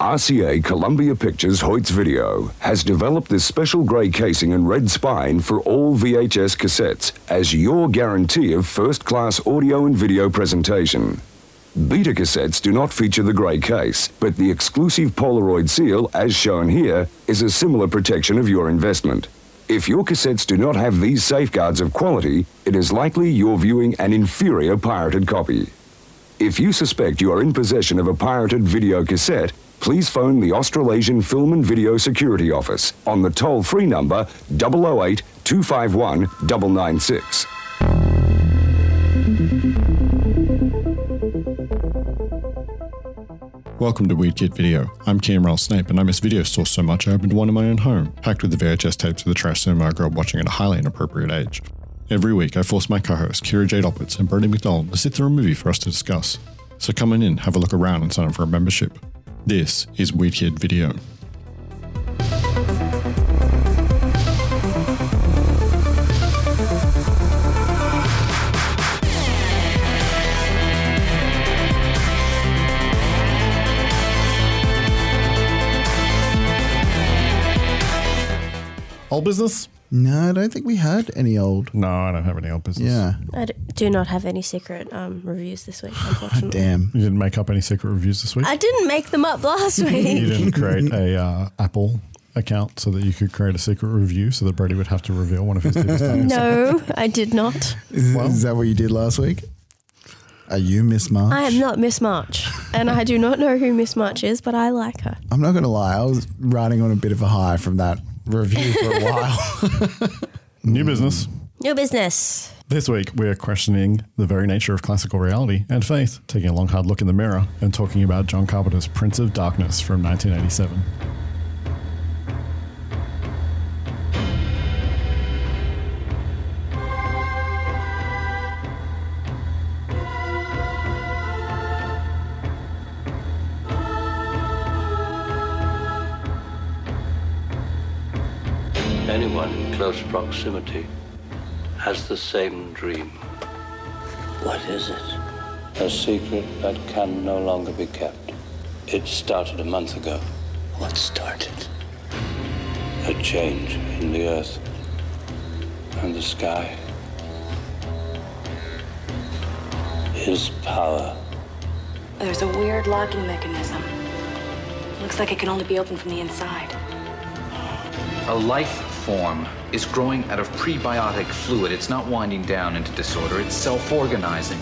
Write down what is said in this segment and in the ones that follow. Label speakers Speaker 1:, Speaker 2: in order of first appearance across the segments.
Speaker 1: RCA Columbia Pictures Hoyts Video has developed this special grey casing and red spine for all VHS cassettes as your guarantee of first class audio and video presentation. Beta cassettes do not feature the grey case, but the exclusive Polaroid seal, as shown here, is a similar protection of your investment. If your cassettes do not have these safeguards of quality, it is likely you're viewing an inferior pirated copy. If you suspect you are in possession of a pirated video cassette, please phone the Australasian Film and Video Security Office on the toll free number 008 251 996.
Speaker 2: Welcome to Weird Kid Video. I'm Camrell Snape, and I miss video stores so much I opened one in my own home, packed with the VHS tapes of the trash cinema I grew up watching at a highly inappropriate age. Every week, I force my co-hosts Kira Jade Opitz and Brendan McDonald to sit through a movie for us to discuss. So come on in, have a look around, and sign up for a membership. This is Weird Kid Video. Old business?
Speaker 3: No, I don't think we had any old.
Speaker 2: No, I don't have any old business.
Speaker 3: Yeah.
Speaker 4: I d- do not have any secret um, reviews this week, unfortunately.
Speaker 3: Damn.
Speaker 2: You didn't make up any secret reviews this week.
Speaker 4: Ah, I didn't make them up last
Speaker 2: you
Speaker 4: week.
Speaker 2: didn't create a uh, Apple account so that you could create a secret review so that Brady would have to reveal one of his things.
Speaker 4: no, I did not.
Speaker 3: Is,
Speaker 2: Well-
Speaker 3: is that what you did last week? Are you Miss March?
Speaker 4: I am not Miss March, and I do not know who Miss March is, but I like her.
Speaker 3: I'm not going to lie. I was riding on a bit of a high from that review for a while.
Speaker 2: New business.
Speaker 4: Your business.
Speaker 2: This week, we're questioning the very nature of classical reality and faith, taking a long, hard look in the mirror and talking about John Carpenter's Prince of Darkness from 1987.
Speaker 5: Anyone in close proximity has the same dream. What is it? A secret that can no longer be kept. It started a month ago. What started? A change in the earth and the sky. His power.
Speaker 6: There's a weird locking mechanism. Looks like it can only be opened from the inside.
Speaker 7: A life form is growing out of prebiotic fluid. It's not winding down into disorder, it's self organizing.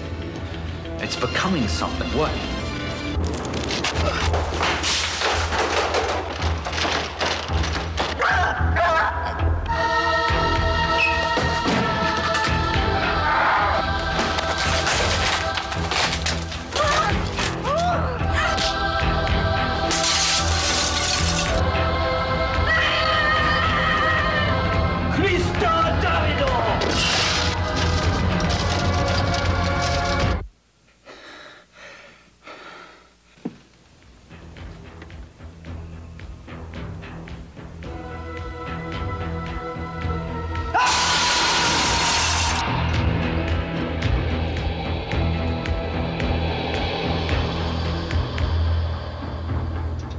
Speaker 7: It's becoming something. What?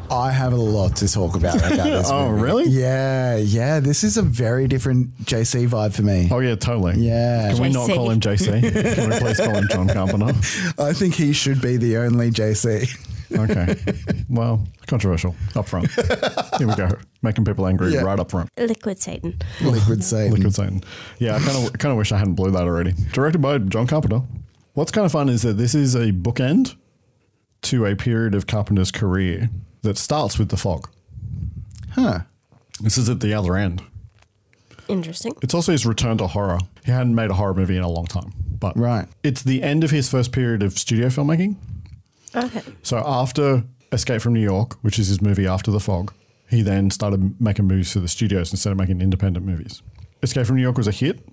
Speaker 3: I have a lot to talk about about this
Speaker 2: Oh,
Speaker 3: movie.
Speaker 2: really?
Speaker 3: Yeah, yeah. This is a very different JC vibe for me.
Speaker 2: Oh, yeah, totally.
Speaker 3: Yeah.
Speaker 2: Can we not
Speaker 4: JC.
Speaker 2: call him JC? Can we please call him John Carpenter?
Speaker 3: I think he should be the only JC.
Speaker 2: Okay. Well, controversial up front. Here we go. Making people angry
Speaker 3: Yeah.
Speaker 2: right up front.
Speaker 4: Liquid Satan.
Speaker 3: Liquid Satan.
Speaker 2: Liquid Satan. Yeah, I kind of kind of wish I hadn't blew that already. Directed by John Carpenter. What's kind of fun is that this is a bookend to a period of Carpenter's career that starts with The Fog.
Speaker 3: Huh.
Speaker 2: This is at the other end.
Speaker 4: Interesting.
Speaker 2: It's also his return to horror. He hadn't made a horror movie in a long time, but
Speaker 3: Right.
Speaker 2: It's the end of his first period of studio filmmaking.
Speaker 4: Okay.
Speaker 2: So after Escape from New York, which is his movie after The Fog, he then started making movies to the studios instead of making independent movies. Escape from New York was a hit,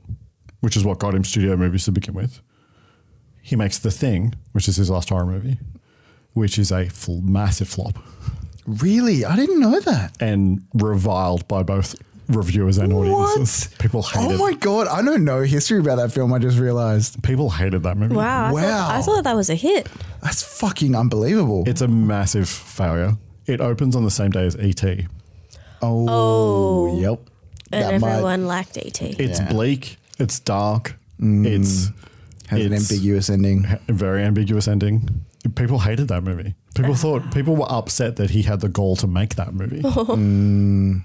Speaker 2: which is what got him studio movies to begin with. He makes The Thing, which is his last horror movie, which is a fl- massive flop
Speaker 3: Really? I didn't know that.
Speaker 2: and reviled by both reviewers and audiences. People hated.
Speaker 3: Oh my god, I don't know history about that film. I just realized
Speaker 2: People hated that movie.
Speaker 4: Wow. I
Speaker 3: Wow.
Speaker 4: Thought, I thought that was a hit.
Speaker 3: that's fucking unbelievable.
Speaker 2: It's a massive failure. It opens on the same day as E ET.
Speaker 3: Oh, yep.
Speaker 4: And
Speaker 3: That might-
Speaker 4: everyone liked E ET.
Speaker 2: It's
Speaker 3: Yeah. Mm.
Speaker 2: bleak. It's dark. It's
Speaker 3: has an
Speaker 2: It's-
Speaker 3: ambiguous ending.
Speaker 2: a very ambiguous ending. People hated that movie.
Speaker 4: Ah.
Speaker 2: People thought people were upset that he had the goal to make that movie.
Speaker 3: Mm.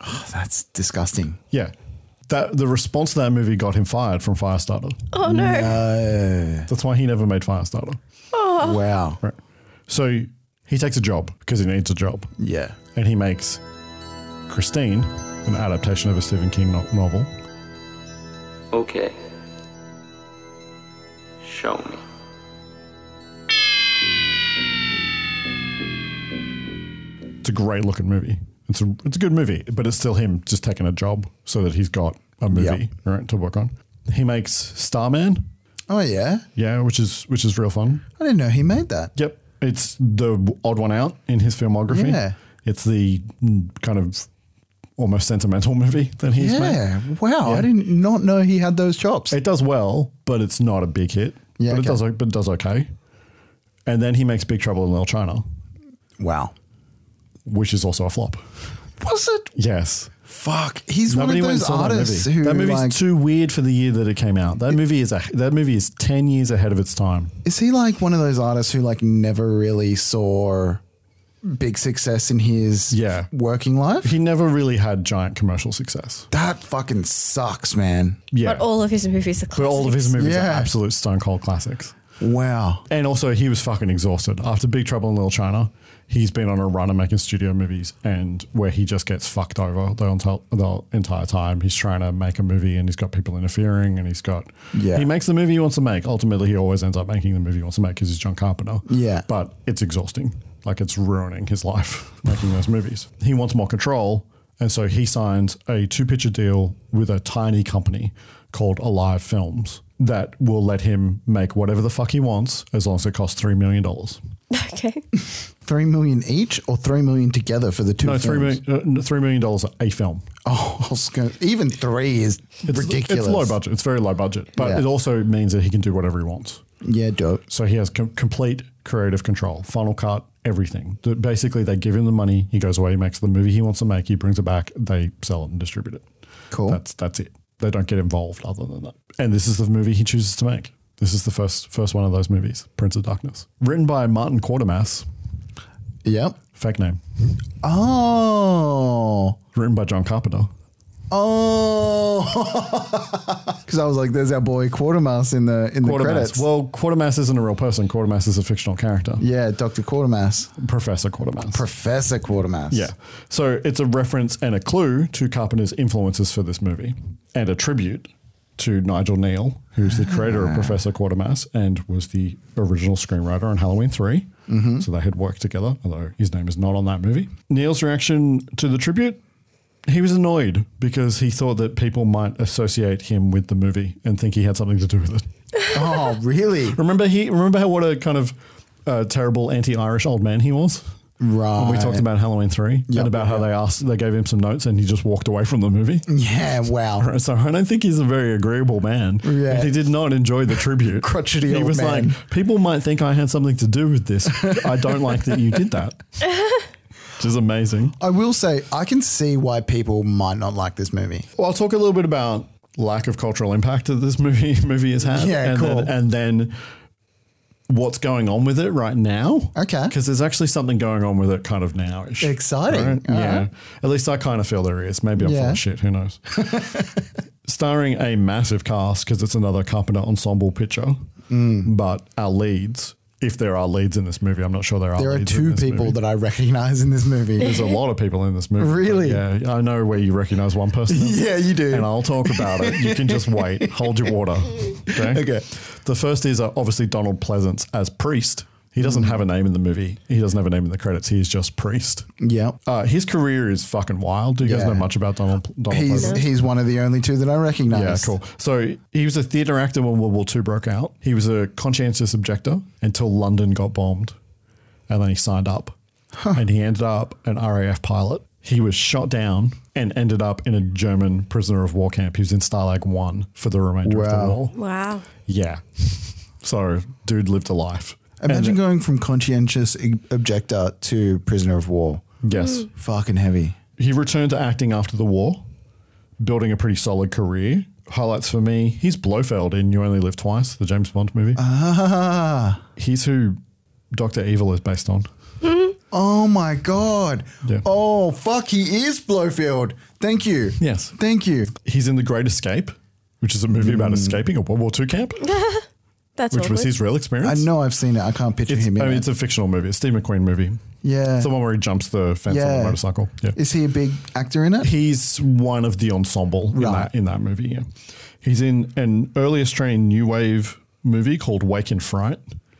Speaker 3: Oh, That's disgusting.
Speaker 2: yeah. That the response to that movie got him fired from Firestarter.
Speaker 4: oh no.
Speaker 2: That's why he never made Firestarter.
Speaker 3: Wow.
Speaker 2: Right. So he takes a job because he needs a job.
Speaker 3: Yeah.
Speaker 2: and he makes Christine, an adaptation of a Stephen King no- novel.
Speaker 8: Okay. Show me.
Speaker 2: It's a great looking movie. It's a it's a good movie, but it's still him just taking a job so that he's got a movie
Speaker 3: Yep.
Speaker 2: right to work on. He makes Starman,
Speaker 3: Oh yeah.
Speaker 2: yeah, which is which is real fun.
Speaker 3: I didn't know he made that.
Speaker 2: Yep, it's the odd one out in his filmography.
Speaker 3: Yeah.
Speaker 2: it's the mm, kind of almost sentimental movie that he's made.
Speaker 3: yeah. Wow. I didn't not know he had those chops.
Speaker 2: It does well, but it's not a big hit.
Speaker 3: Yeah,
Speaker 2: but
Speaker 3: okay.
Speaker 2: it does o- but it does okay. And then he makes Big Trouble in Little China,
Speaker 3: wow.
Speaker 2: which is also a flop.
Speaker 3: Was it?
Speaker 2: Yes.
Speaker 3: Fuck. He's
Speaker 2: Nobody
Speaker 3: one of
Speaker 2: went and
Speaker 3: those
Speaker 2: saw
Speaker 3: artists
Speaker 2: that movie.
Speaker 3: who
Speaker 2: that movie's
Speaker 3: like,
Speaker 2: too weird for the year that it came out. That movie is a, that movie is ten years ahead of its time.
Speaker 3: Is he like one of those artists who like never really saw big success in his
Speaker 2: Yeah.
Speaker 3: working life?
Speaker 2: He never really had giant commercial success.
Speaker 3: That fucking sucks, man.
Speaker 2: Yeah,
Speaker 4: But all of his movies are classics.
Speaker 2: But all of his movies
Speaker 3: Yeah.
Speaker 2: are absolute stone cold classics.
Speaker 3: Wow.
Speaker 2: And also, he was fucking exhausted after Big Trouble in Little China. He's been on a run of making studio movies, and where he just gets fucked over the, enti- the entire time. He's trying to make a movie, and he's got people interfering, and he's got
Speaker 3: Yeah.
Speaker 2: He makes the movie he wants to make. Ultimately, he always ends up making the movie he wants to make because he's John Carpenter.
Speaker 3: Yeah.
Speaker 2: but it's exhausting. Like it's ruining his life making those movies. He wants more control, and so he signs a two-picture deal with a tiny company called Alive Films that will let him make whatever the fuck he wants as long as it costs three million dollars.
Speaker 4: Okay.
Speaker 3: Three million each or three million together for the two
Speaker 2: No,
Speaker 3: films?
Speaker 2: three million. Uh, no, three million dollars a film.
Speaker 3: Oh, I was gonna, even three is
Speaker 2: It's,
Speaker 3: ridiculous.
Speaker 2: It's low budget. It's very low budget, but
Speaker 3: Yeah.
Speaker 2: it also means that he can do whatever he wants.
Speaker 3: Yeah, dope.
Speaker 2: So he has com- complete creative control, final cut, everything. Th- Basically, they give him the money. He goes away. He makes the movie he wants to make. He brings it back. They sell it and distribute it.
Speaker 3: Cool.
Speaker 2: That's that's it. They don't get involved other than that. And this is the movie he chooses to make. This is the first first one of those movies, Prince of Darkness, written by Martin Quartermass,
Speaker 3: Yep.
Speaker 2: fake name,
Speaker 3: Oh.
Speaker 2: written by John Carpenter.
Speaker 3: Oh. Because I was like, there's our boy Quartermass in the in the
Speaker 2: Quartermass.
Speaker 3: credits.
Speaker 2: Well, Quartermass isn't a real person. Quartermass is a fictional character.
Speaker 3: yeah, Dr. Quartermass.
Speaker 2: Professor Quartermass.
Speaker 3: Professor Quartermass.
Speaker 2: Yeah. So it's a reference and a clue to Carpenter's influences for this movie and a tribute to Nigel Neal, who's the creator
Speaker 3: Ah.
Speaker 2: of Professor Quatermass and was the original screenwriter on Halloween 3.
Speaker 3: Mm-hmm.
Speaker 2: So they had worked together, although his name is not on that movie. Neal's reaction to the tribute, he was annoyed because he thought that people might associate him with the movie and think he had something to do with it.
Speaker 3: Oh, really?
Speaker 2: Remember he remember how what a kind of uh, terrible anti-Irish old man he was.
Speaker 3: Right.
Speaker 2: When we talked about Halloween three and about how they asked, they gave him some notes, and he just walked away from the movie.
Speaker 3: Yeah, wow.
Speaker 2: Right, So I don't think he's a very agreeable man,
Speaker 3: Yeah.
Speaker 2: and he did not enjoy the tribute.
Speaker 3: Crotchety
Speaker 2: he
Speaker 3: old
Speaker 2: was
Speaker 3: man.
Speaker 2: like, people might think I had something to do with this. I don't like that you did that, which is amazing.
Speaker 3: I will say, I can see why people might not like this movie.
Speaker 2: Well, I'll talk a little bit about lack of cultural impact that this movie movie has had.
Speaker 3: Yeah,
Speaker 2: and
Speaker 3: cool.
Speaker 2: Then, and then what's going on with it right now?
Speaker 3: Okay.
Speaker 2: because there's actually something going on with it, kind of nowish.
Speaker 3: Exciting. All
Speaker 2: Yeah.
Speaker 3: right.
Speaker 2: At least I kind of feel there is. Maybe I'm full
Speaker 3: Yeah.
Speaker 2: of shit. Who knows? Starring a massive cast because it's another Carpenter ensemble picture.
Speaker 3: Mm.
Speaker 2: But our leads, if there are leads in this movie, I'm not sure there are.
Speaker 3: There are
Speaker 2: leads in
Speaker 3: two
Speaker 2: this
Speaker 3: people
Speaker 2: movie.
Speaker 3: that I recognize in this movie.
Speaker 2: There's a lot of people in this movie.
Speaker 3: Really?
Speaker 2: Yeah, I know where you recognize one person.
Speaker 3: Yeah, you do.
Speaker 2: And I'll talk about it. You can just wait. Hold your water. Okay.
Speaker 3: Okay.
Speaker 2: The first is uh, obviously Donald Pleasance as Priest. He doesn't
Speaker 3: Mm.
Speaker 2: have a name in the movie. He doesn't have a name in the credits. He's just Priest.
Speaker 3: Yep.
Speaker 2: Uh, his career is fucking wild. Do you guys
Speaker 3: Yeah.
Speaker 2: know much about Donald? Donald
Speaker 3: He's
Speaker 2: Pleasance?
Speaker 3: he's one of the only two that I recognize.
Speaker 2: Yeah, cool. So he was a theatre actor when World War II broke out. He was a conscientious objector until London got bombed. And then he signed up. And he ended up an RAF pilot. He was shot down and ended up in a German prisoner of war camp. He was in Stalag 1 for the remainder of
Speaker 3: Wow.
Speaker 2: the war.
Speaker 4: Wow.
Speaker 2: Yeah. So, dude lived a life.
Speaker 3: Imagine
Speaker 2: uh,
Speaker 3: going from conscientious ig- objector to prisoner of war.
Speaker 2: Yes.
Speaker 3: Fucking heavy.
Speaker 2: He returned to acting after the war, building a pretty solid career. Highlights for me, he's Blofeld in You Only Live Twice, the James Bond movie.
Speaker 3: Ah.
Speaker 2: he's who Dr. Evil is based on.
Speaker 3: Oh my god.
Speaker 2: Yeah.
Speaker 3: Oh fuck, he is Blowfield. Thank you.
Speaker 2: Yes.
Speaker 3: Thank you. Hmm.
Speaker 2: He's in The Great Escape, which is a movie about escaping a World War II camp,
Speaker 4: That's
Speaker 2: which was
Speaker 4: awkward.
Speaker 2: his real experience.
Speaker 3: I know I've seen it. I can't picture
Speaker 2: It's, I
Speaker 3: him in
Speaker 2: mean,
Speaker 3: it.
Speaker 2: it's a fictional movie. It's a Steve McQueen movie.
Speaker 3: yeah.
Speaker 2: It's the one where he jumps the fence on
Speaker 3: Yeah.
Speaker 2: the motorcycle. Yeah.
Speaker 3: Is he a big actor in it?
Speaker 2: He's one of the ensemble in,
Speaker 3: Right.
Speaker 2: that, in that movie. Yeah, he's in an early Australian new wave movie called Wake in Fright,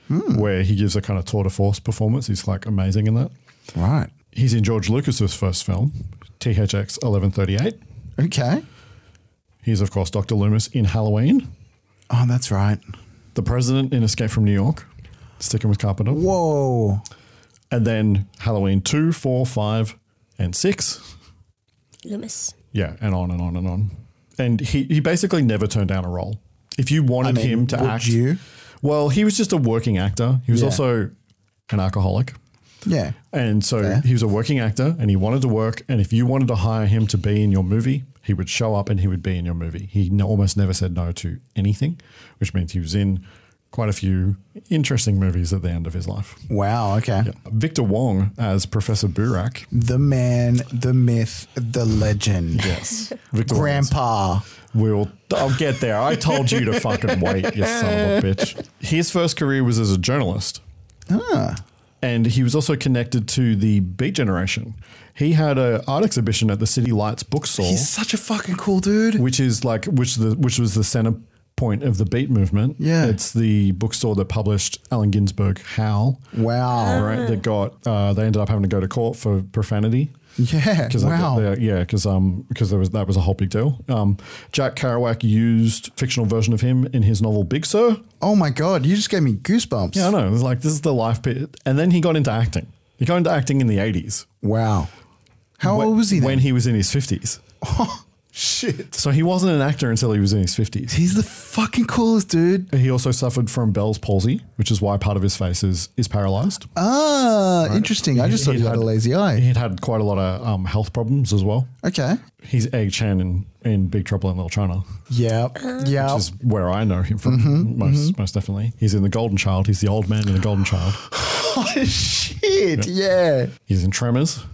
Speaker 3: Hmm.
Speaker 2: where he gives a kind of tour de force performance. He's like amazing in that.
Speaker 3: Right.
Speaker 2: He's in George Lucas's first film, THX eleven thirty eight.
Speaker 3: Okay.
Speaker 2: He's of course Doctor Loomis in Halloween,
Speaker 3: Oh, that's right.
Speaker 2: the President in Escape from New York, sticking with Carpenter,
Speaker 3: Whoa.
Speaker 2: and then Halloween two, four, five, and six.
Speaker 4: Loomis.
Speaker 2: Yeah, and on and on and on. And he, he basically never turned down a role. If you wanted
Speaker 3: mean,
Speaker 2: him to
Speaker 3: would
Speaker 2: act,
Speaker 3: you?
Speaker 2: well, he was just a working actor. He was
Speaker 3: Yeah.
Speaker 2: also an alcoholic.
Speaker 3: Yeah.
Speaker 2: And so
Speaker 3: Fair.
Speaker 2: he was a working actor and he wanted to work. And if you wanted to hire him to be in your movie, he would show up and he would be in your movie. He n- almost never said no to anything, which means he was in quite a few interesting movies at the end of his life.
Speaker 3: Wow. Okay.
Speaker 2: Victor Wong as Professor Burak.
Speaker 3: The man, the myth, the legend.
Speaker 2: Yes. Victor Wong is-
Speaker 3: Grandpa.
Speaker 2: We'll. I'll get there. I told you to fucking wait, you son of a bitch. His first career was as a journalist. And he was also connected to the Beat Generation. He had an art exhibition at the City Lights bookstore,
Speaker 3: He's such a fucking cool dude.
Speaker 2: which is like which the which was the center point of the Beat movement.
Speaker 3: Yeah.
Speaker 2: it's the bookstore that published Allen Ginsberg Howl.
Speaker 3: Wow.
Speaker 2: Right, they got uh, they ended up having to go to court for profanity.
Speaker 3: Yeah.
Speaker 2: Cause
Speaker 3: Wow.
Speaker 2: Like, they- yeah, because um, because there was that was a whole big deal. Um, Jack Kerouac used fictional version of him in his novel Big Sir.
Speaker 3: oh my god, you just gave me goosebumps.
Speaker 2: Yeah, I know. It was like this is the life bit, and then he got into acting. He got into acting in the eighties.
Speaker 3: Wow. How old was he then? Oh,
Speaker 2: When he was in his fifties.
Speaker 3: Shit.
Speaker 2: So he wasn't an actor until he was in his fifties.
Speaker 3: He's the fucking coolest dude.
Speaker 2: He also suffered from Bell's palsy, which is why part of his face is is
Speaker 3: Oh,
Speaker 2: paralyzed.
Speaker 3: Ah, interesting. I just thought
Speaker 2: He'd
Speaker 3: he had a lazy eye.
Speaker 2: He Uh, had had quite a lot of um, health problems as well.
Speaker 3: Okay.
Speaker 2: He's Egg Chan in, in Big Trouble in Little China.
Speaker 3: Yep. Yep.
Speaker 2: which is where I know him from
Speaker 3: Mm-hmm.
Speaker 2: most most definitely. He's in The Golden Child. He's the old man in The Golden Child.
Speaker 3: Oh, shit. Yeah.
Speaker 2: He's in Tremors.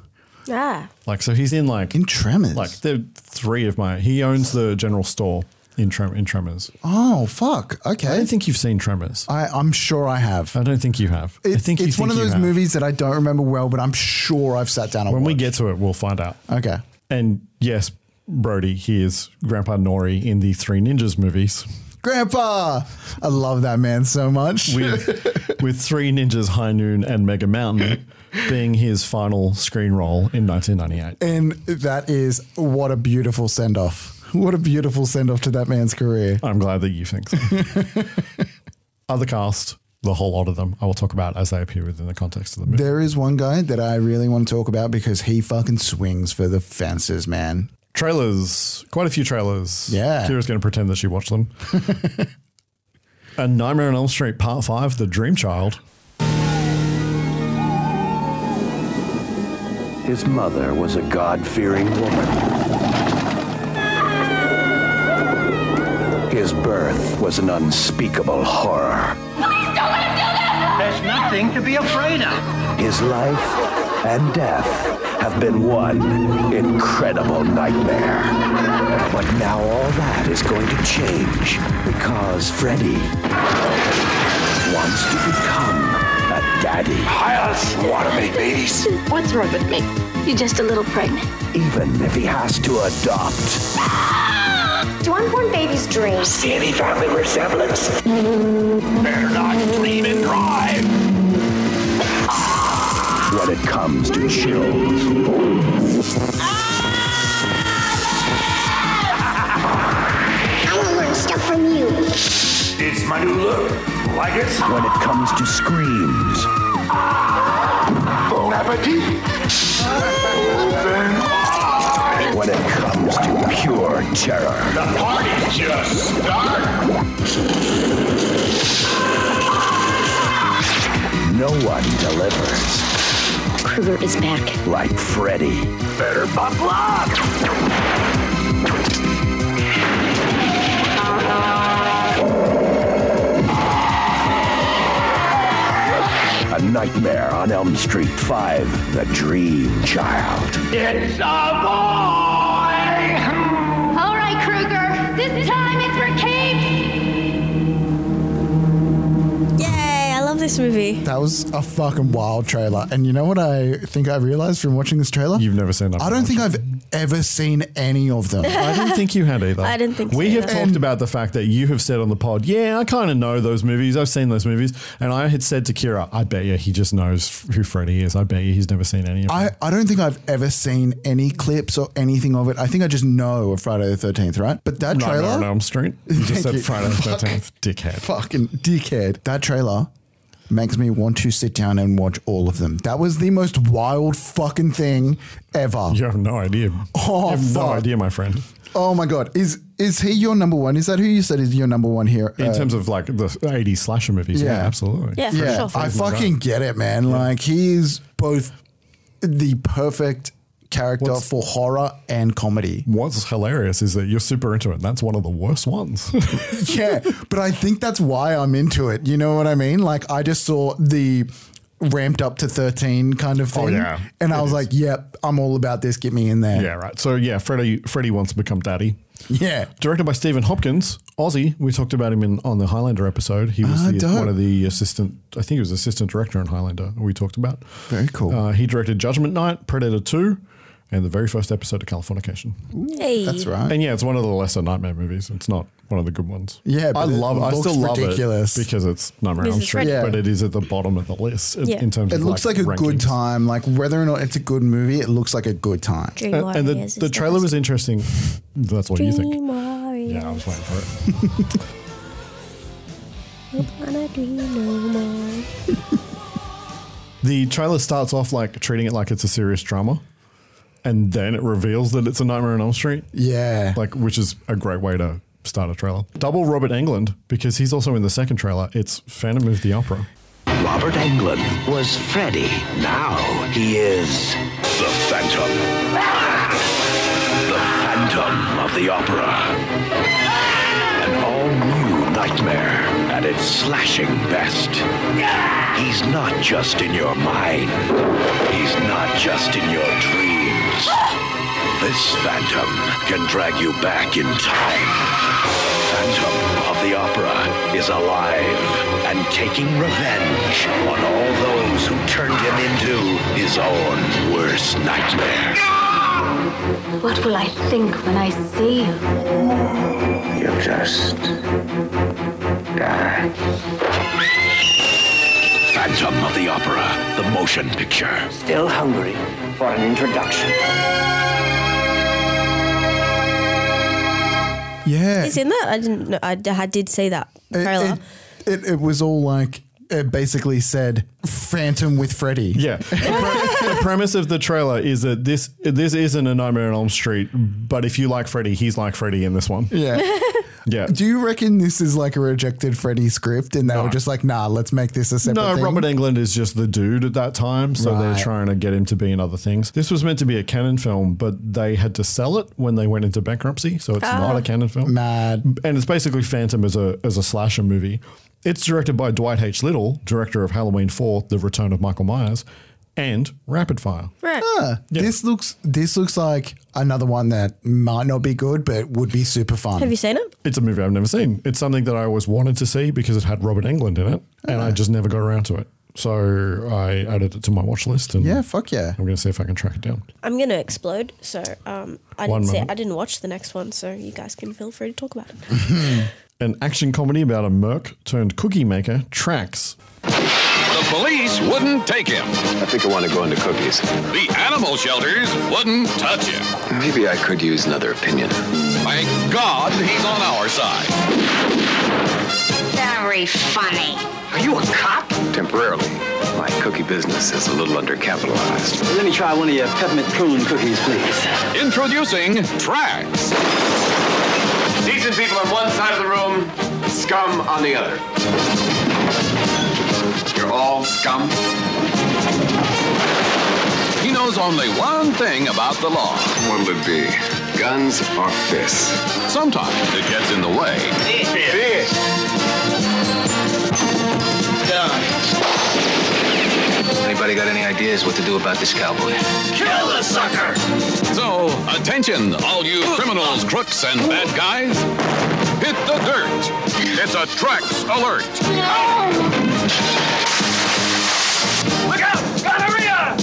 Speaker 4: Ah.
Speaker 2: Like so, he's in like
Speaker 3: In tremors.
Speaker 2: like the three of my. He owns the general store in Trem- in Tremors.
Speaker 3: oh, fuck.
Speaker 2: I
Speaker 3: Okay.
Speaker 2: don't think you've seen Tremors.
Speaker 3: I, I'm sure I have.
Speaker 2: I don't think you have. I
Speaker 3: It-
Speaker 2: think you
Speaker 3: it's one
Speaker 2: think
Speaker 3: of
Speaker 2: you
Speaker 3: those
Speaker 2: have.
Speaker 3: movies that I don't remember well, but I'm sure I've sat down and
Speaker 2: When we
Speaker 3: watched.
Speaker 2: get to it, we'll find out.
Speaker 3: Okay.
Speaker 2: And yes, Brody, he is Grandpa Nori in the Three Ninjas movies.
Speaker 3: Grandpa. I love that man so much.
Speaker 2: with with Three Ninjas, High Noon, and Mega Mountain being his final screen role in 1998.
Speaker 3: and that is what a beautiful send off. What a beautiful send off to that man's career.
Speaker 2: I'm glad that you think so. Other cast, the whole lot of them, I will talk about as they appear within the context of the movie.
Speaker 3: There is one guy that I really want to talk about because he fucking swings for the fences, man.
Speaker 2: Trailers, quite a few trailers.
Speaker 3: Yeah.
Speaker 2: Kira's going to pretend that she watched them. A Nightmare on Elm Street Part 5, The Dream Child.
Speaker 9: His mother was a God fearing woman. His birth was an unspeakable horror.
Speaker 10: There's nothing to be afraid of.
Speaker 9: His life and death have been one incredible nightmare. But now all that is going to change because Freddy wants to become a daddy. I just want to make babies.
Speaker 7: What's wrong with me? You're just a little pregnant.
Speaker 9: Even if he has to adopt.
Speaker 7: Do unborn babies dream?
Speaker 9: See any family resemblance? Better not dream and drive. When it comes to chills,
Speaker 7: I want to learn stuff from you.
Speaker 11: It's my new look. Like it?
Speaker 9: when it comes to screams.
Speaker 11: Bon appetit. Open.
Speaker 9: when it comes to pure terror.
Speaker 11: The party just started.
Speaker 9: no one delivers.
Speaker 12: Kruger is back.
Speaker 9: Like Freddy. Better buckle up! A Nightmare on Elm Street 5, The Dream Child.
Speaker 13: It's a boy!
Speaker 12: All right, Kruger. This time it's for keeps.
Speaker 4: Yay! I love this movie.
Speaker 3: That was a fucking wild trailer. And you know what I think I realized from watching this trailer? You've
Speaker 2: never seen that.
Speaker 3: I don't think I've ever seen any of them.
Speaker 2: I didn't think you had either.
Speaker 4: I didn't think
Speaker 2: we
Speaker 4: so
Speaker 2: have
Speaker 4: either.
Speaker 2: talked about the fact that you have said on the pod, yeah, I kind of know those movies. I've seen those movies, and I had said to Kira, I bet you he just knows who Freddy is. I bet you he's never seen any of them.
Speaker 3: I, I don't think I've ever seen any clips or anything of it. I think I just know of Friday the 13th, right? But that
Speaker 2: Nightmare
Speaker 3: trailer.
Speaker 2: on Elm Street. You just
Speaker 3: Thank
Speaker 2: said
Speaker 3: you.
Speaker 2: Friday the
Speaker 3: Fuck.
Speaker 2: Thirteenth, dickhead.
Speaker 3: Fucking dickhead. That trailer makes me want to sit down and watch all of them. That was the most wild fucking thing ever.
Speaker 2: You have no idea.
Speaker 3: Oh,
Speaker 2: you have no
Speaker 3: fuck.
Speaker 2: idea, my friend.
Speaker 3: Oh my god. Is is he your number one? Is that who you said is your number one here?
Speaker 2: In
Speaker 3: Uh,
Speaker 2: terms of like the 80s slasher movies, yeah,
Speaker 3: Yeah.
Speaker 2: absolutely.
Speaker 3: I fucking get it, man. Like he is both the perfect character
Speaker 2: What's-
Speaker 3: for horror and comedy.
Speaker 2: What's hilarious is that you're super into it. and That's one of the worst ones.
Speaker 3: yeah, but I think that's why I'm into it. You know what I mean? Like I just saw the ramped up to 13 kind of
Speaker 2: Oh,
Speaker 3: thing.
Speaker 2: yeah.
Speaker 3: And
Speaker 2: It
Speaker 3: I was
Speaker 2: is.
Speaker 3: like, yep, I'm all about this. Get me in there.
Speaker 2: yeah, right. So yeah, Freddy Freddy wants to become daddy.
Speaker 3: Yeah.
Speaker 2: Directed by Stephen Hopkins, Aussie. We talked about him in on the Highlander episode. He was
Speaker 3: Ah,
Speaker 2: the,
Speaker 3: dope.
Speaker 2: one of the assistant. I think he was assistant director on Highlander. We talked about.
Speaker 3: Very cool.
Speaker 2: Uh, he directed Judgment Night, Predator Two, and the very first episode of Californication.
Speaker 4: Hey.
Speaker 3: That's right.
Speaker 2: And yeah, it's one of the lesser nightmare movies. It's not one of the good ones.
Speaker 3: Yeah,
Speaker 2: I
Speaker 3: but it
Speaker 2: love. I
Speaker 3: looks
Speaker 2: still love
Speaker 3: ridiculous.
Speaker 2: it because it's Nightmare on
Speaker 4: Because
Speaker 2: Elm
Speaker 4: it's
Speaker 2: Street,
Speaker 4: Freddy.
Speaker 2: but it is at the bottom of the list in-
Speaker 4: Yeah.
Speaker 2: in terms.
Speaker 3: It
Speaker 2: of
Speaker 3: looks like, a good
Speaker 2: rankings.
Speaker 3: time. Like whether or not it's a good movie, it looks like a good time.
Speaker 4: Dream
Speaker 2: And, and
Speaker 4: Warriors
Speaker 2: the,
Speaker 4: is
Speaker 2: the trailer
Speaker 4: best.
Speaker 2: was interesting. That's what you think.
Speaker 4: Dream Warriors.
Speaker 2: Yeah, I was waiting for it.
Speaker 4: Don't wanna dream no more.
Speaker 2: The trailer starts off like treating it like it's a serious drama, and then it reveals that it's a Nightmare on Elm Street,
Speaker 3: Yeah.
Speaker 2: like which is a great way to start a trailer. Double Robert Englund because he's also in the second trailer. It's Phantom of the Opera.
Speaker 9: Robert Englund was Freddy. Now he is the Phantom. The Phantom of the Opera. An all-new nightmare at its slashing best. He's not just in your mind. He's not just in your dreams. This Phantom can drag you back in time. Phantom of the Opera is alive and taking revenge on all those who turned him into his own worst nightmare.
Speaker 12: What will I think when I see you?
Speaker 9: You just die. Phantom of the Opera, the motion picture.
Speaker 14: Still hungry for an introduction.
Speaker 3: Yeah.
Speaker 4: It's in that? I didn't know. I, d- I did see that
Speaker 2: Uh,
Speaker 4: trailer.
Speaker 3: It, it, it was all like it basically said Phantom with Freddy.
Speaker 2: Yeah, the, pre- the premise of the trailer is that this this isn't a Nightmare on Elm Street, but if you like Freddy, he's like Freddy in this one.
Speaker 3: Yeah.
Speaker 2: Yeah.
Speaker 3: Do you reckon this is like a rejected Freddy script and they were just like, nah, let's make this a separate
Speaker 2: No,
Speaker 3: thing?
Speaker 2: Robert Englund is just the dude at that time, so
Speaker 3: Right.
Speaker 2: they're trying to get him to be in other things. This was meant to be a canon film, but they had to sell it when they went into bankruptcy, so it's not a canon film.
Speaker 3: Ah. Mad.
Speaker 2: And it's basically Phantom as a as a slasher movie. It's directed by Dwight H. Little, director of Halloween 4, The Return of Michael Myers, and Rapid Fire.
Speaker 4: Right.
Speaker 3: Huh. This looks this looks like another one that might not be good, but would be super fun.
Speaker 4: Have you seen it?
Speaker 2: It's a movie I've never seen. It's something that I always wanted to see because it had Robert Englund in it, and I just never got around to it. So I added it to my watch list, and
Speaker 3: yeah, fuck yeah.
Speaker 2: I'm going to see if I can track it down.
Speaker 4: I'm gonna explode. So um, I
Speaker 2: One
Speaker 4: didn't see. It.
Speaker 2: moment.
Speaker 4: I didn't watch the next one. So you guys can feel free to talk about it.
Speaker 2: an action comedy about a merc turned cookie maker tracks.
Speaker 15: The police wouldn't take him.
Speaker 7: I think I want to go into cookies.
Speaker 15: The animal shelters wouldn't touch him.
Speaker 7: Maybe I could use another opinion.
Speaker 15: Thank God he's on our side.
Speaker 12: Very funny. Are you a cop?
Speaker 7: Temporarily, my cookie business is a little undercapitalized.
Speaker 14: Let me try one of your peppermint prune cookies, please.
Speaker 15: Introducing Tracks.
Speaker 7: Decent people on one side of the room, scum on the other. Your all scum? He knows only one thing about the law.
Speaker 16: What'll it be? Guns or fists?
Speaker 7: Sometimes it gets in the way.
Speaker 17: Anybody got any ideas what to do about this cowboy?
Speaker 7: Kill the sucker! So, attention, all you criminals, crooks, and bad guys. Hit the dirt. It's a Trax alert.
Speaker 18: Look out! Gonorrhea!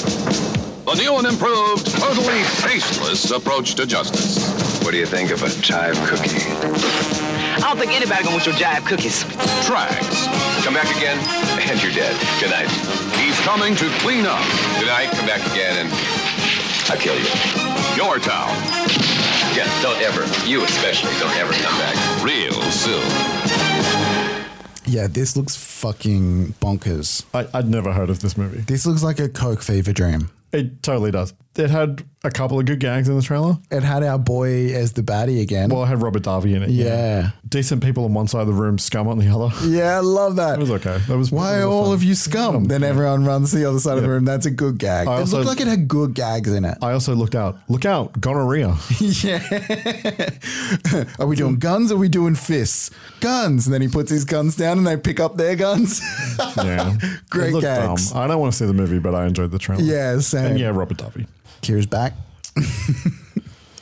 Speaker 7: The new and improved, totally faceless approach to justice.
Speaker 16: What do you think of a chive cookie?
Speaker 19: I don't think anybody gonna want your jive cookies.
Speaker 7: Trax.
Speaker 16: Come back again, and you're dead. Good night.
Speaker 7: He's coming to clean up.
Speaker 16: Good night. Come back again, and I kill you.
Speaker 7: Your town.
Speaker 16: Yeah, don't ever. You especially, don't ever come back.
Speaker 7: Real soon.
Speaker 3: Yeah, this looks fucking bonkers.
Speaker 2: I, I'd never heard of this movie.
Speaker 3: This looks like a coke fever dream.
Speaker 2: It totally does. It had a couple of good gags in the trailer.
Speaker 3: It had our boy as the baddie again.
Speaker 2: Well, it had Robert Darby in it.
Speaker 3: yeah.
Speaker 2: Decent people on one side of the room, scum on the other.
Speaker 3: Yeah, I love that.
Speaker 2: It was okay. That was
Speaker 3: Why
Speaker 2: that was
Speaker 3: all
Speaker 2: fun.
Speaker 3: of you scum? Then everyone runs to the other side of the room. That's a good gag.
Speaker 2: Oh, I
Speaker 3: it
Speaker 2: also-
Speaker 3: looked like it had good gags in it.
Speaker 2: I also looked out. Look out, gonorrhea.
Speaker 3: yeah. are we doing guns? Or are we doing fists? Guns. And then he puts his guns down and they pick up their guns.
Speaker 2: Yeah.
Speaker 3: Great
Speaker 2: It looked
Speaker 3: gags.
Speaker 2: dumb. um, I don't want to see the movie, but I enjoyed the trailer.
Speaker 3: Yeah, same.
Speaker 2: And yeah, Robert Darby.
Speaker 3: Kira's back.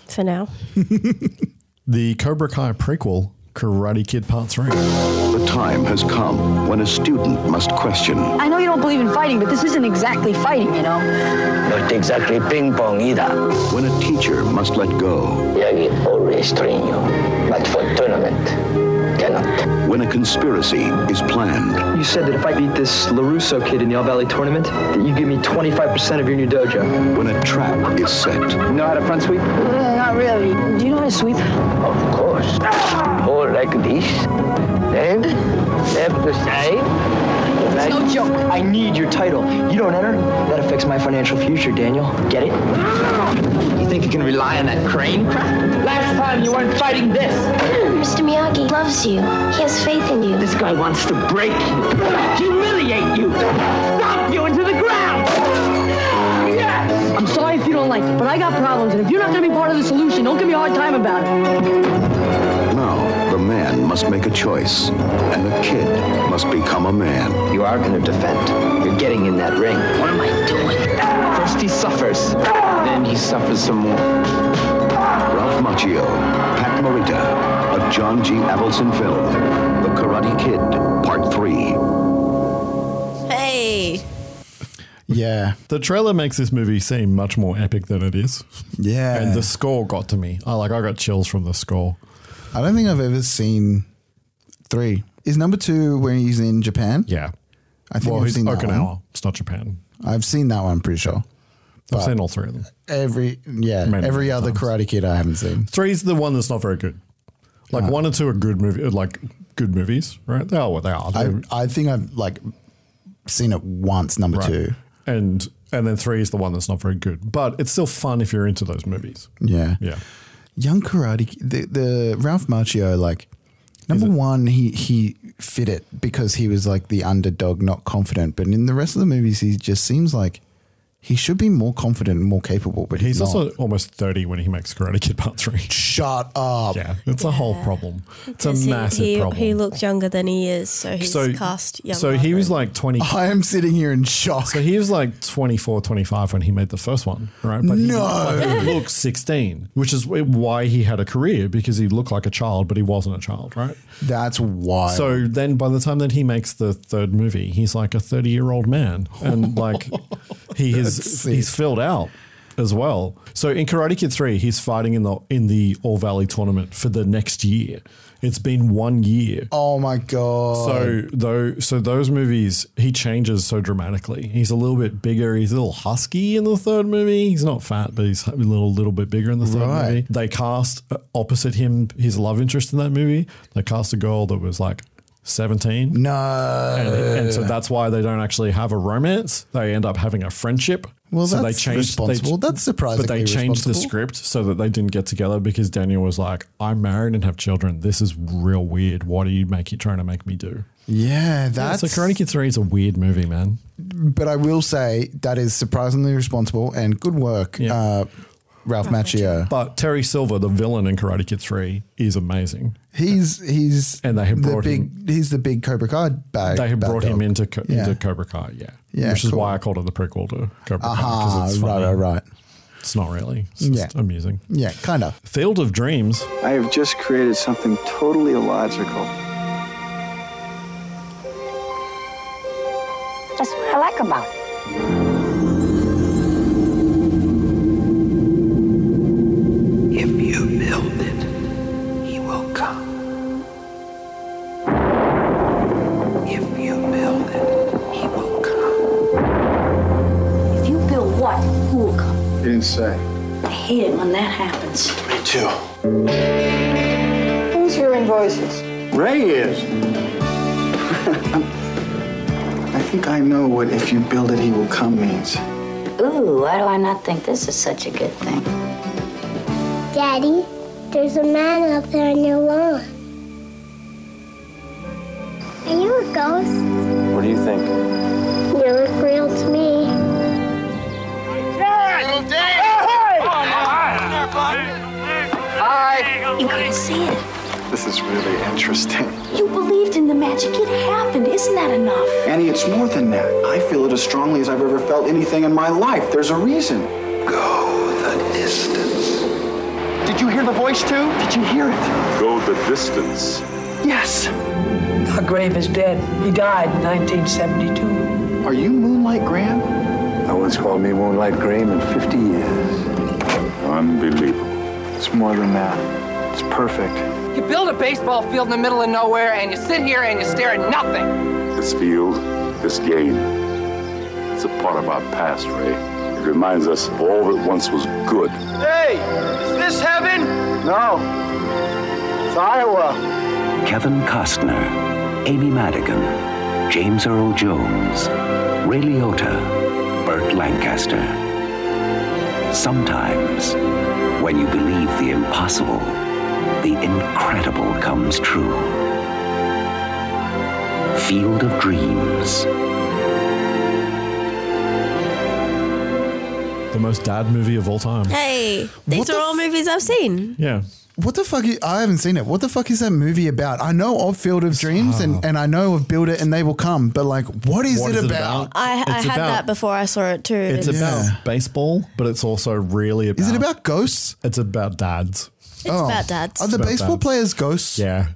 Speaker 4: for now.
Speaker 2: The Cobra Kai prequel, Karate Kid Part 3.
Speaker 9: The time has come when a student must question
Speaker 20: I know you don't believe in fighting, but this isn't exactly fighting, you know.
Speaker 9: Not exactly ping pong either. When a teacher must let go. Yagi always train you, but for tournament, cannot. When a conspiracy is planned.
Speaker 21: You said that if I beat this LaRusso kid in the All Valley tournament, that you give me 25% of your new dojo.
Speaker 9: When a trap is set.
Speaker 21: You know how to front sweep?
Speaker 20: Not really. Do you know how to sweep?
Speaker 22: Of course. Or like this. Then, left to side.
Speaker 21: It's no joke. I need your title. You don't enter, that affects my financial future, Daniel. Get it? You think you can rely on that crane crap? Last time you weren't fighting this.
Speaker 23: Mr. Miyagi loves you. He has faith in you.
Speaker 21: This guy wants to break you, humiliate you, stomp you into the ground.
Speaker 20: Yes! I'm sorry if you don't like it, but I got problems, and if you're not gonna be part of the solution, don't give me a hard time about it.
Speaker 9: Now, the man must make a choice, and the kid must become a man.
Speaker 21: You are going to defend. You're getting in that ring. What am I doing? First he suffers, then he suffers some more.
Speaker 9: Ralph Macchio, Pat Morita, a John G. Avildsen film, The Karate Kid, Part 3.
Speaker 4: Hey.
Speaker 3: Yeah.
Speaker 2: The trailer makes this movie seem much more epic than it is.
Speaker 3: Yeah.
Speaker 2: And the score got to me. I Oh, like I got chills from the score.
Speaker 3: I don't think I've ever seen three. Is number two when he's in Japan?
Speaker 2: Yeah.
Speaker 3: I think
Speaker 2: well,
Speaker 3: I've
Speaker 2: it's
Speaker 3: seen that
Speaker 2: Okinawa.
Speaker 3: one.
Speaker 2: It's not Japan.
Speaker 3: I've seen that one, I'm pretty sure.
Speaker 2: I've seen all three of them.
Speaker 3: Every yeah,
Speaker 2: Many,
Speaker 3: every
Speaker 2: many
Speaker 3: other Karate Kid I haven't seen.
Speaker 2: Three's the one that's not very good. Like one or two are good movie, like good movies, right? They are what they are.
Speaker 3: I
Speaker 2: They're-
Speaker 3: I think I've like seen it once. Number
Speaker 2: right.
Speaker 3: two,
Speaker 2: and and then three is the one that's not very good, but it's still fun if you're into those movies.
Speaker 3: yeah,
Speaker 2: Yeah,
Speaker 3: Young Karate Ki- the the Ralph Macchio like number one he he fit it because he was like the underdog, not confident. But in the rest of the movies, he just seems like he should be more confident and more capable. But
Speaker 2: he's
Speaker 3: he's, not.
Speaker 2: also almost thirty when he makes Karate Kid Part Three.
Speaker 3: shut up.
Speaker 2: Yeah, it's a whole problem. It's a
Speaker 4: Yes, he-
Speaker 2: massive
Speaker 4: he,
Speaker 2: problem.
Speaker 4: He looked younger than he is, so he's
Speaker 2: so
Speaker 4: cast younger.
Speaker 2: so he was like 20
Speaker 3: I am sitting here in shock.
Speaker 2: so he was like 24 25 when he made the first one right he
Speaker 3: No.
Speaker 2: but he looked 16 which is why he had a career because he looked like a child but he wasn't a child right
Speaker 3: That's wild.
Speaker 2: so then by the time that he makes the third movie he's like a 30 year old man and like he
Speaker 3: That's
Speaker 2: is
Speaker 3: sick.
Speaker 2: he's filled out as well so in karate kid 3 he's fighting in the in the all valley tournament for the next year it's been one year
Speaker 3: oh my god.
Speaker 2: so though, so those movies, he changes so dramatically. He's a little bit bigger. He's a little husky in the third movie. He's not fat, but he's a little little bit bigger in the third
Speaker 3: Right.
Speaker 2: movie. They cast uh, opposite him his love interest in that movie. They cast a girl that was like 17.
Speaker 3: No.
Speaker 2: And, and so that's why they don't actually have a romance. They end up having a friendship.
Speaker 3: Well,
Speaker 2: so
Speaker 3: that's responsible. That's
Speaker 2: But they
Speaker 3: surprisingly
Speaker 2: changed the
Speaker 3: responsible.
Speaker 2: script so that they didn't get together because Daniel was like, I'm married and have children. This is real weird. What are you making, trying to make me do?
Speaker 3: Yeah, that's.
Speaker 2: so Karate Kid 3 is a weird movie, man.
Speaker 3: but I will say that is surprisingly responsible and good work, uh, Ralph Macchio.
Speaker 2: But Terry Silver, the villain in Karate Kid 3, is amazing.
Speaker 3: He's he's
Speaker 2: And they had
Speaker 3: the
Speaker 2: brought him-
Speaker 3: big. He's the big Cobra Kai bag.
Speaker 2: They had
Speaker 3: bad
Speaker 2: brought
Speaker 3: dog.
Speaker 2: him into, Co-
Speaker 3: Yeah.
Speaker 2: into Cobra Kai, yeah.
Speaker 3: Yeah,
Speaker 2: Which is
Speaker 3: cool.
Speaker 2: why I called it the prequel to Cobra Kai.
Speaker 3: Aha,
Speaker 2: because it's funny.
Speaker 3: right, right, right.
Speaker 2: It's not really. It's just
Speaker 3: Yeah.
Speaker 2: amusing.
Speaker 3: Yeah, kind of.
Speaker 2: Field of Dreams.
Speaker 24: I have just created something totally illogical.
Speaker 22: That's what I like about it.
Speaker 25: If you build it, he will come. If you build it, he will
Speaker 26: If you build what, who will come?
Speaker 7: He didn't say.
Speaker 26: I hate it when that happens.
Speaker 7: Me too.
Speaker 26: Who's hearing voices?
Speaker 7: Ray is. I think I know what if you build it, he will come means.
Speaker 22: Ooh, why do I not think this is such a good thing?
Speaker 27: Daddy, there's a man up there on your lawn. Are you a ghost?
Speaker 7: What do you think?
Speaker 27: You look real to me.
Speaker 26: Hi. You couldn't see it.
Speaker 7: This is really interesting.
Speaker 26: You believed in the magic. It happened. Isn't that enough?
Speaker 7: Annie, it's more than that. I feel it as strongly as I've ever felt anything in my life. There's a reason. Go the distance. Did you hear the voice too? Did you hear it?
Speaker 12: Go the distance.
Speaker 7: Yes.
Speaker 28: Our grave is dead. He died in 1972.
Speaker 7: Are you Moonlight Graham?
Speaker 12: No one's called me Moonlight Graham in 50 years. Unbelievable.
Speaker 7: It's more than that. It's perfect.
Speaker 29: You build a baseball field in the middle of nowhere and you sit here and you stare at nothing.
Speaker 12: This field, this game, it's a part of our past, Ray. It reminds us of all that once was good.
Speaker 7: Hey, is this heaven? No. It's Iowa.
Speaker 9: Kevin Costner, Amy Madigan, James Earl Jones, Ray Liotta, Burt Lancaster. Sometimes, when you believe the impossible, the incredible comes true. Field of Dreams.
Speaker 2: The most dad movie of all time.
Speaker 4: Hey, these
Speaker 3: What
Speaker 4: are
Speaker 3: the
Speaker 4: all movies I've seen.
Speaker 2: Yeah.
Speaker 3: What the fuck? Is, I haven't seen it. What the fuck is that movie about? I know of Field of Dreams and, and I know of Build It and They Will Come, but like, what is,
Speaker 2: Ah. What
Speaker 3: it,
Speaker 2: is it
Speaker 3: about?
Speaker 4: I, I
Speaker 2: It's
Speaker 4: had
Speaker 2: about-
Speaker 4: that before I saw it too.
Speaker 2: It's about baseball, but it's also really about. Is it about
Speaker 3: ghosts?
Speaker 2: It's about dads.
Speaker 4: It's about dads.
Speaker 3: Are the Oh. baseball players ghosts?
Speaker 2: Yeah.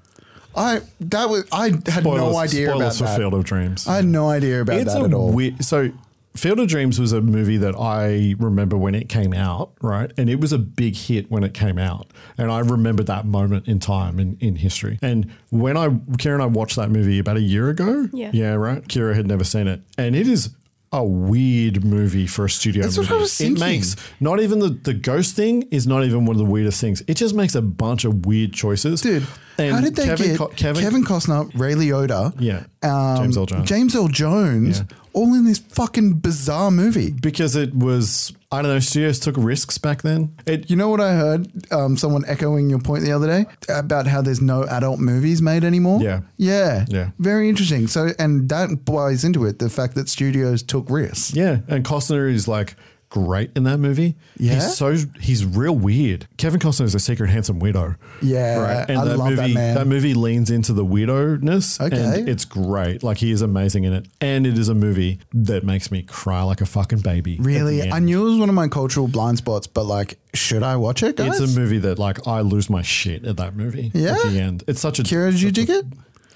Speaker 3: I that was I had
Speaker 2: Spoilers-
Speaker 3: no idea
Speaker 2: spoilers
Speaker 3: about
Speaker 2: for
Speaker 3: that.
Speaker 2: Field of Dreams.
Speaker 3: I had no idea about
Speaker 2: It's
Speaker 3: that
Speaker 2: a
Speaker 3: at all.
Speaker 2: weird- so, Field of Dreams was a movie that I remember when it came out, right? And it was a big hit when it came out. And I remember that moment in time in, in history. And when I, Kira and I watched that movie about a year ago.
Speaker 30: Yeah.
Speaker 2: Yeah, right? Kira had never seen it. And it is a weird movie for a studio
Speaker 30: That's what
Speaker 2: movie.
Speaker 30: I was
Speaker 2: It
Speaker 30: thinking.
Speaker 2: makes not even the, the ghost thing is not even one of the weirdest things. It just makes a bunch of weird choices. Dude,
Speaker 3: How did they get Kevin, Costner, Ray Liotta,
Speaker 2: Yeah.
Speaker 3: um,
Speaker 2: James Earl Jones.
Speaker 3: James Earl Jones, all in this fucking bizarre movie?
Speaker 2: Because it was I don't know. Studios took risks back then.
Speaker 3: you know what I heard? Um, someone echoing your point the other day about how there's no adult movies made anymore.
Speaker 2: Yeah.
Speaker 3: yeah,
Speaker 2: Yeah.
Speaker 3: Very interesting. So, and that buys into it the fact that studios took risks.
Speaker 2: Yeah, and Costner is like great in that movie.
Speaker 3: Yeah?
Speaker 2: he's so he's real weird. Kevin Costner is a secret handsome weirdo.
Speaker 3: Yeah,
Speaker 2: and
Speaker 3: I
Speaker 2: that
Speaker 3: love that
Speaker 2: movie
Speaker 3: man.
Speaker 2: movie leans into the weirdo-ness.
Speaker 3: Okay.
Speaker 2: and it's great. Like he is amazing in it, and it is a movie that makes me cry like a fucking baby. at
Speaker 3: Really,
Speaker 2: the end.
Speaker 3: I knew it was one of my cultural blind spots, but like, should I watch it, guys?
Speaker 2: It's a movie that like I lose my shit at that movie.
Speaker 3: Yeah?
Speaker 2: at the end, it's such a.
Speaker 3: Kira, did you dig it?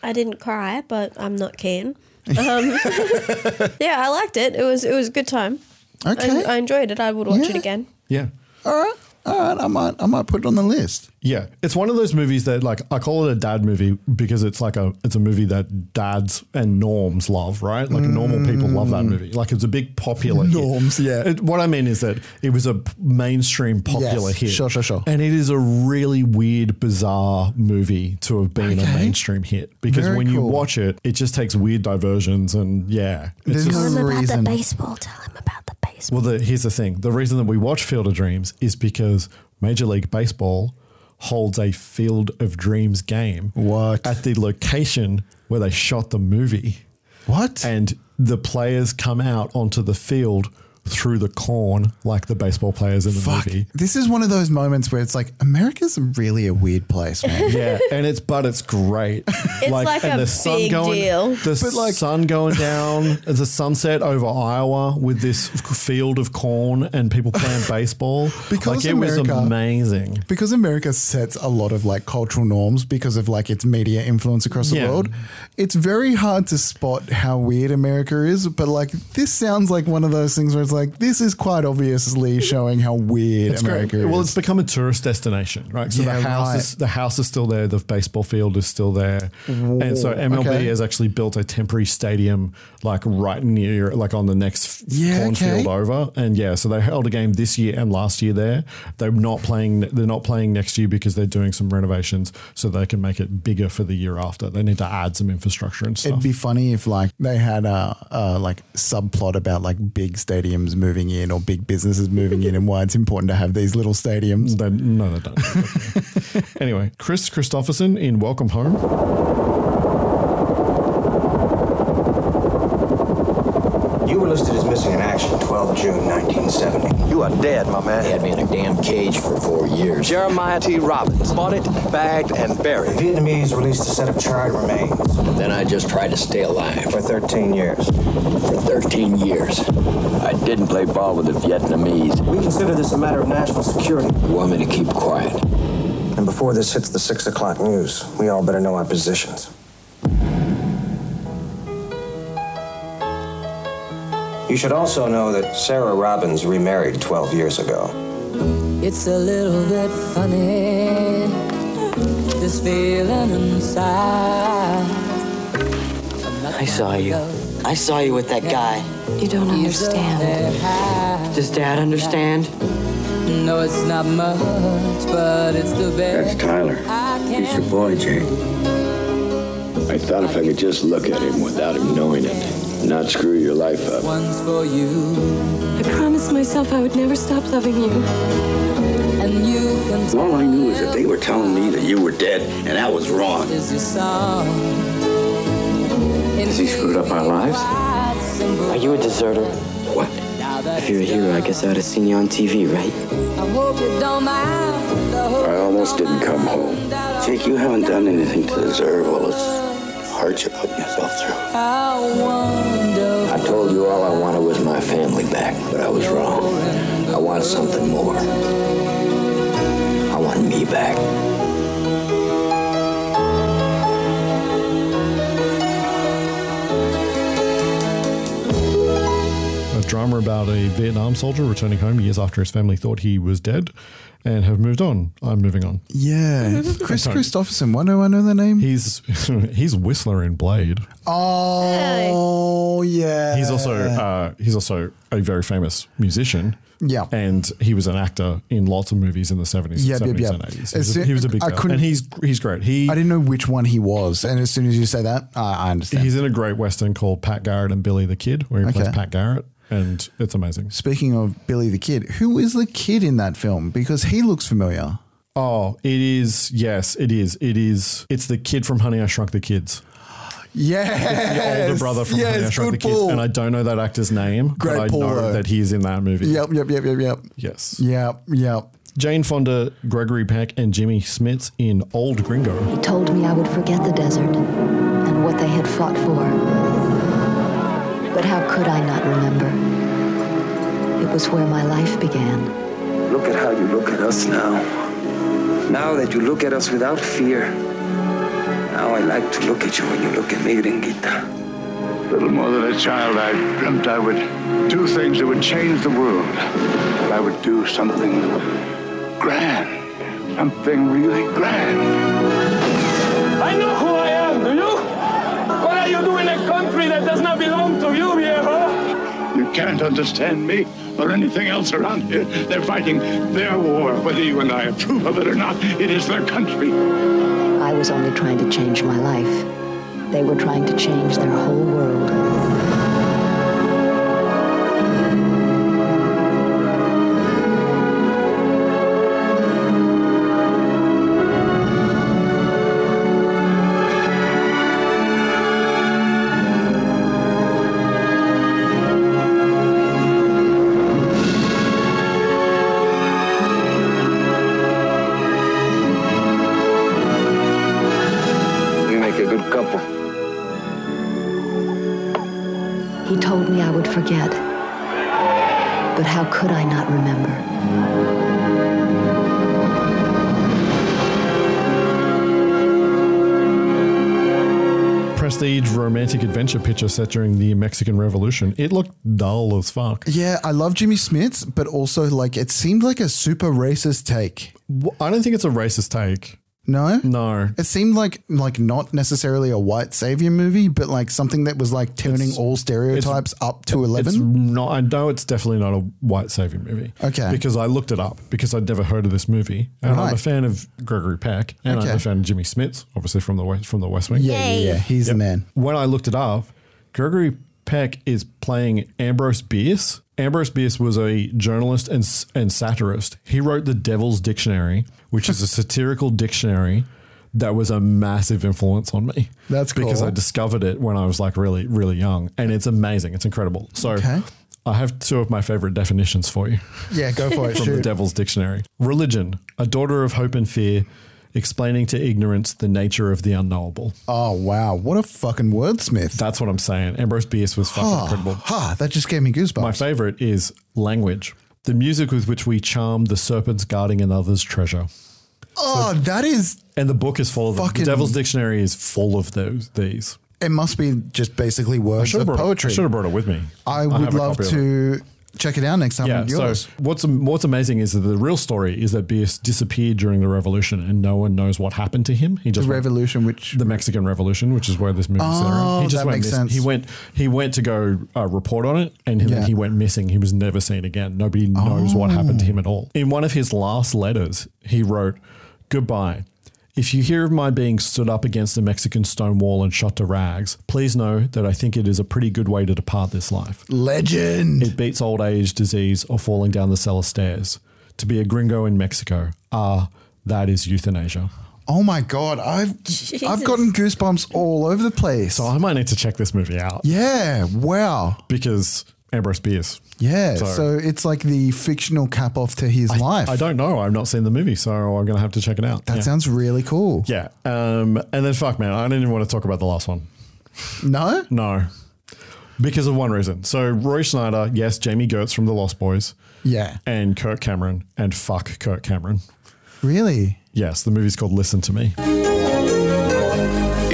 Speaker 4: I didn't cry, but I'm not keen. Um, yeah, I liked it. It was it was a good time.
Speaker 3: Okay.
Speaker 4: I, I enjoyed it. I would watch it
Speaker 3: Yeah.
Speaker 4: again.
Speaker 2: Yeah.
Speaker 3: All right. all right, I might, I might put it on the list.
Speaker 2: Yeah, it's one of those movies that like I call it a dad movie because it's like a it's a movie that dads and norms love, right? Like normal people love that movie. Like it's a big popular
Speaker 3: Mm. norms. Yeah,
Speaker 2: It- what I mean is that it was a p- mainstream popular
Speaker 3: Yes,
Speaker 2: hit.
Speaker 3: sure, sure, sure.
Speaker 2: And it is a really weird, bizarre movie to have been a
Speaker 3: Okay.
Speaker 2: mainstream hit because
Speaker 3: Very
Speaker 2: when you
Speaker 3: cool.
Speaker 2: watch it, it just takes weird diversions and yeah, it's
Speaker 3: There's
Speaker 2: just,
Speaker 3: no
Speaker 4: Tell him about
Speaker 3: reason.
Speaker 4: the baseball. Tell him about the baseball.
Speaker 2: well, the, here's the thing: the reason that we watch Field of Dreams is because Major League Baseball holds a Field of Dreams game
Speaker 3: What?
Speaker 2: at the location where they shot the movie,
Speaker 3: What?
Speaker 2: and the players come out onto the field through the corn like the baseball players in the
Speaker 3: Fuck.
Speaker 2: movie.
Speaker 3: This is one of those moments where it's like America's really a weird place, man.
Speaker 2: Yeah, and it's but it's great.
Speaker 31: It's like a big
Speaker 2: going,
Speaker 31: deal.
Speaker 2: The
Speaker 3: But like-
Speaker 2: sun going down, the sunset over Iowa with this f- field of corn and people playing baseball.
Speaker 3: Because
Speaker 2: like it
Speaker 3: America-
Speaker 2: was amazing.
Speaker 3: because America sets a lot of like cultural norms because of like its media influence across the
Speaker 2: Yeah.
Speaker 3: world, it's very hard to spot how weird America is. But like this sounds like one of those things where it's like this is quite obviously showing how weird
Speaker 2: It's great.
Speaker 3: America is.
Speaker 2: Well, it's become a tourist destination, right? So
Speaker 3: Yeah,
Speaker 2: the house
Speaker 3: right.
Speaker 2: is the house is still there, the baseball field is still there, and so
Speaker 3: Whoa,
Speaker 2: MLB
Speaker 3: okay.
Speaker 2: has actually built a temporary stadium like right near, like on the next f-
Speaker 3: Yeah, okay.
Speaker 2: cornfield over, and yeah, so they held a game this year and last year there. They're not playing. They're not playing next year because they're doing some renovations, so they can make it bigger for the year after. They need to add some infrastructure and stuff.
Speaker 3: It'd be funny if like they had a, a like subplot about like big stadiums moving in or big businesses moving in and why it's important to have these little stadiums.
Speaker 2: They- no, they don't. anyway, Chris Christopherson in Welcome Home.
Speaker 7: You were listed as missing in action 12 June 1970. You are dead, my man. They had me in a damn cage for four years. Jeremiah T. Robbins bought it, bagged, and buried. The Vietnamese released a set of charred remains. Then I just tried to stay alive. For 13 years. For 13 years. I didn't play ball with the Vietnamese. We consider this a matter of national security. You want me to keep quiet? And before this hits the 6 o'clock news, we all better know our positions. You should also know that Sarah Robbins remarried 12 years ago.
Speaker 14: It's a little bit funny, this feeling inside.
Speaker 32: I saw you. I saw you with that guy.
Speaker 14: You don't understand.
Speaker 32: Does Dad understand?
Speaker 14: No, it's not much, but it's the best.
Speaker 9: That's Tyler.
Speaker 14: I
Speaker 9: He's your boy, Jake. I thought if I could just look at him without him knowing it, not screw your life up.
Speaker 14: One's for you,
Speaker 33: I promised myself I would never stop loving you.
Speaker 14: and you can
Speaker 9: All I knew is that they were telling me that you were dead, and that was wrong.
Speaker 14: is your song.
Speaker 9: Has he screwed up our lives?
Speaker 32: Are you a deserter?
Speaker 9: What?
Speaker 32: If you're a hero, I guess I would have seen you on TV, right?
Speaker 14: I hope you don't mind. I hope
Speaker 9: I almost didn't come home. Jake, you haven't done anything to deserve all this hurt you're putting yourself through.
Speaker 14: I wonder.
Speaker 9: I told you all I wanted was my family back, but I was wrong. I want something more. I want me back.
Speaker 2: a drama about a Vietnam soldier returning home years after his family thought he was dead and have moved on. I'm moving on.
Speaker 3: Yeah, Chris
Speaker 2: Sorry.
Speaker 3: Christopherson. Why do I know the name?
Speaker 2: He's he's Whistler in Blade.
Speaker 3: Oh yeah.
Speaker 2: He's also uh, he's also a very famous musician.
Speaker 3: Yeah.
Speaker 2: and he was an actor in lots of movies in the seventies,
Speaker 3: Yep, yep,
Speaker 2: seventies,
Speaker 3: yep.
Speaker 2: and eighties.
Speaker 3: As
Speaker 2: He,
Speaker 3: soon-
Speaker 2: was a big
Speaker 3: I
Speaker 2: guy,
Speaker 3: couldn't-
Speaker 2: and he's he's great. He
Speaker 3: I didn't know which one he was, and as soon as you say that, I, I understand.
Speaker 2: he's in a great western called Pat Garrett and Billy the Kid, where he plays
Speaker 3: Okay.
Speaker 2: Pat Garrett, and it's amazing.
Speaker 3: Speaking of Billy the Kid, who is the kid in that film? Because he looks familiar.
Speaker 2: Oh, it is. Yes, it is. It is. It's the kid from Honey I Shrunk the Kids.
Speaker 3: Yeah,
Speaker 2: the older brother from Honey, I Shrunk the
Speaker 3: good
Speaker 2: Kids,
Speaker 3: pull.
Speaker 2: and I don't know that actor's name,
Speaker 3: Great
Speaker 2: but I
Speaker 3: pull,
Speaker 2: know
Speaker 3: though.
Speaker 2: that he's in that movie.
Speaker 3: Yep, yep, yep, yep, yep.
Speaker 2: Yes.
Speaker 3: Yep, yep.
Speaker 2: Jane Fonda, Gregory Peck, and Jimmy Smits in Old Gringo.
Speaker 26: He told me I would forget the desert and what they had fought for. But how could I not remember? It was where my life began.
Speaker 34: Look at how you look at us now. Now that you look at us without fear. Now I like to look at you when you look at me, Ringita.
Speaker 35: Little more than a child, I dreamt I would do things that would change the world. I would do something
Speaker 36: grand. Something really grand.
Speaker 9: I know who I am, do you? What are you doing in a country that does not belong to you, viejo?
Speaker 36: You can't understand me or anything else around here. They're fighting their war, whether you and I approve of it or not. It is their country.
Speaker 26: I was only trying to change my life. They were trying to change their whole world.
Speaker 37: We make a good couple.
Speaker 26: He told me I would forget. But how could I not remember?
Speaker 2: Prestige romantic adventure picture set during the Mexican Revolution. It looked dull as fuck.
Speaker 3: Yeah, I love Jimmy Smith's, but also like it seemed like a super racist take.
Speaker 2: I don't think it's a racist take.
Speaker 3: No,
Speaker 2: no.
Speaker 3: It seemed like like not necessarily a white savior movie, but like something that was like turning all stereotypes up to
Speaker 2: It's
Speaker 3: eleven.
Speaker 2: not. I know it's definitely not a white savior movie.
Speaker 3: Okay.
Speaker 2: Because I looked it up because I'd never heard of this movie, and I'm a
Speaker 3: Right.
Speaker 2: fan of Gregory Peck, and
Speaker 3: Okay.
Speaker 2: I'm a fan of Jimmy Smits, obviously from the West, from the West Wing.
Speaker 3: Yeah, yeah, yeah. Yay. He's the man.
Speaker 2: When I looked it up, Gregory Peck is playing Ambrose Bierce. Ambrose Bierce was a journalist and s- and satirist. He wrote the Devil's Dictionary, which is a satirical dictionary. That was a massive influence on me.
Speaker 3: That's
Speaker 2: because
Speaker 3: cool.
Speaker 2: I discovered it when I was like really, really young, and it's amazing. It's incredible. So
Speaker 3: Okay.
Speaker 2: I have two of my favorite definitions for you.
Speaker 3: Yeah, go for it.
Speaker 2: From the
Speaker 3: shoot.
Speaker 2: Devil's Dictionary. Religion, a daughter of hope and fear, explaining to ignorance the nature of the unknowable.
Speaker 3: Oh wow, what a fucking wordsmith!
Speaker 2: That's what I'm saying. Ambrose Bierce was fucking
Speaker 3: Ah,
Speaker 2: incredible.
Speaker 3: Ha, that just gave me goosebumps.
Speaker 2: My favorite is language, the music with which we charm the serpents guarding another's treasure.
Speaker 3: oh, that is.
Speaker 2: And the book is full of them.
Speaker 3: Fucking-
Speaker 2: The Devil's Dictionary is full of those these.
Speaker 3: It must be just basically words
Speaker 2: should've
Speaker 3: of
Speaker 2: brought it- I
Speaker 3: poetry.
Speaker 2: should've brought it with me.
Speaker 3: I
Speaker 2: I
Speaker 3: would
Speaker 2: have a
Speaker 3: love
Speaker 2: copy of
Speaker 3: to check it out next time.
Speaker 2: Yeah.
Speaker 3: on yours.
Speaker 2: So what's what's amazing is that the real story is that Bierce disappeared during the revolution, and no one knows what happened to him. He just
Speaker 3: The
Speaker 2: went-
Speaker 3: revolution, which
Speaker 2: the Mexican Revolution, which is where this movie's set
Speaker 3: Oh,
Speaker 2: around. He just
Speaker 3: that
Speaker 2: went
Speaker 3: makes
Speaker 2: miss-
Speaker 3: sense.
Speaker 2: He went he went to go uh, report on it, and then
Speaker 3: Yeah. Oh.
Speaker 2: he went missing. He was never seen again. Nobody knows what happened to him at all. In one of his last letters, he wrote, "Goodbye." If you hear of my being stood up against a Mexican stone wall and shot to rags, please know that I think it is a pretty good way to depart this life.
Speaker 3: Legend.
Speaker 2: It beats old age, disease, or falling down the cellar stairs. To be a gringo in Mexico, ah, that is euthanasia.
Speaker 3: Oh my god, I've I've gotten goosebumps all over the place.
Speaker 2: So I might need to check this movie out.
Speaker 3: Yeah, wow.
Speaker 2: Because Ambrose Bierce.
Speaker 3: Yeah, so,
Speaker 2: So-
Speaker 3: it's like the fictional cap off to his life.
Speaker 2: I don't know. I've not seen the movie, so I'm going to have to check it out.
Speaker 3: that
Speaker 2: yeah.
Speaker 3: sounds really cool.
Speaker 2: Yeah. Um, and then fuck, man, I didn't even want to talk about the last one.
Speaker 3: No?
Speaker 2: No. Because of one reason. So Roy Schneider, yes, Jamie Gertz from The Lost Boys,
Speaker 3: Yeah.
Speaker 2: and Kirk Cameron, and fuck Kirk Cameron.
Speaker 3: Really?
Speaker 2: Yes, the movie's called Listen to Me.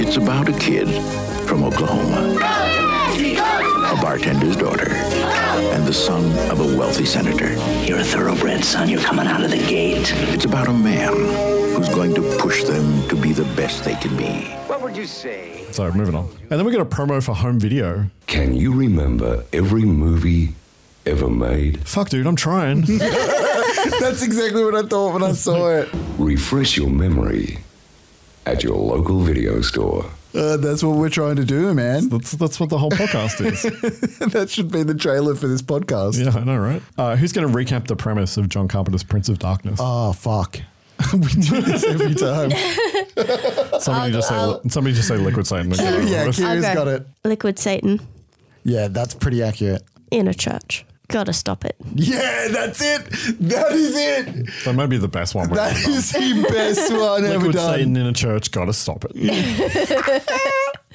Speaker 7: It's about a kid from Oklahoma, a bartender's daughter, and the son of a wealthy senator.
Speaker 38: You're a thoroughbred, son. You're coming out of the gate.
Speaker 7: It's about a man who's going to push them to be the best they can be.
Speaker 37: What would you say?
Speaker 2: So moving on. And then we got a promo for home video.
Speaker 39: Can you remember every movie ever made?
Speaker 2: Fuck, dude, I'm trying.
Speaker 3: That's exactly what I thought when I saw it.
Speaker 39: Refresh your memory at your local video store.
Speaker 3: Uh, that's what we're trying to do, man.
Speaker 2: That's, that's what the whole podcast is.
Speaker 3: that should be the trailer for this podcast.
Speaker 2: Yeah, I know, right? Uh, who's going to recap the premise of John Carpenter's Prince of Darkness?
Speaker 3: Oh, fuck. we do this every time.
Speaker 2: somebody just say somebody just say liquid sand. then get it over
Speaker 3: yeah,
Speaker 2: with.
Speaker 3: Kira's
Speaker 4: Okay.
Speaker 3: got it.
Speaker 4: Liquid Satan
Speaker 3: Yeah, that's pretty accurate.
Speaker 4: in a church. Gotta stop it.
Speaker 3: Yeah, that's it. That is it.
Speaker 2: That might be the best one. we've
Speaker 3: That
Speaker 2: ever done.
Speaker 3: is the best one ever
Speaker 2: Liquid
Speaker 3: done.
Speaker 2: Satan in a church. Gotta stop it.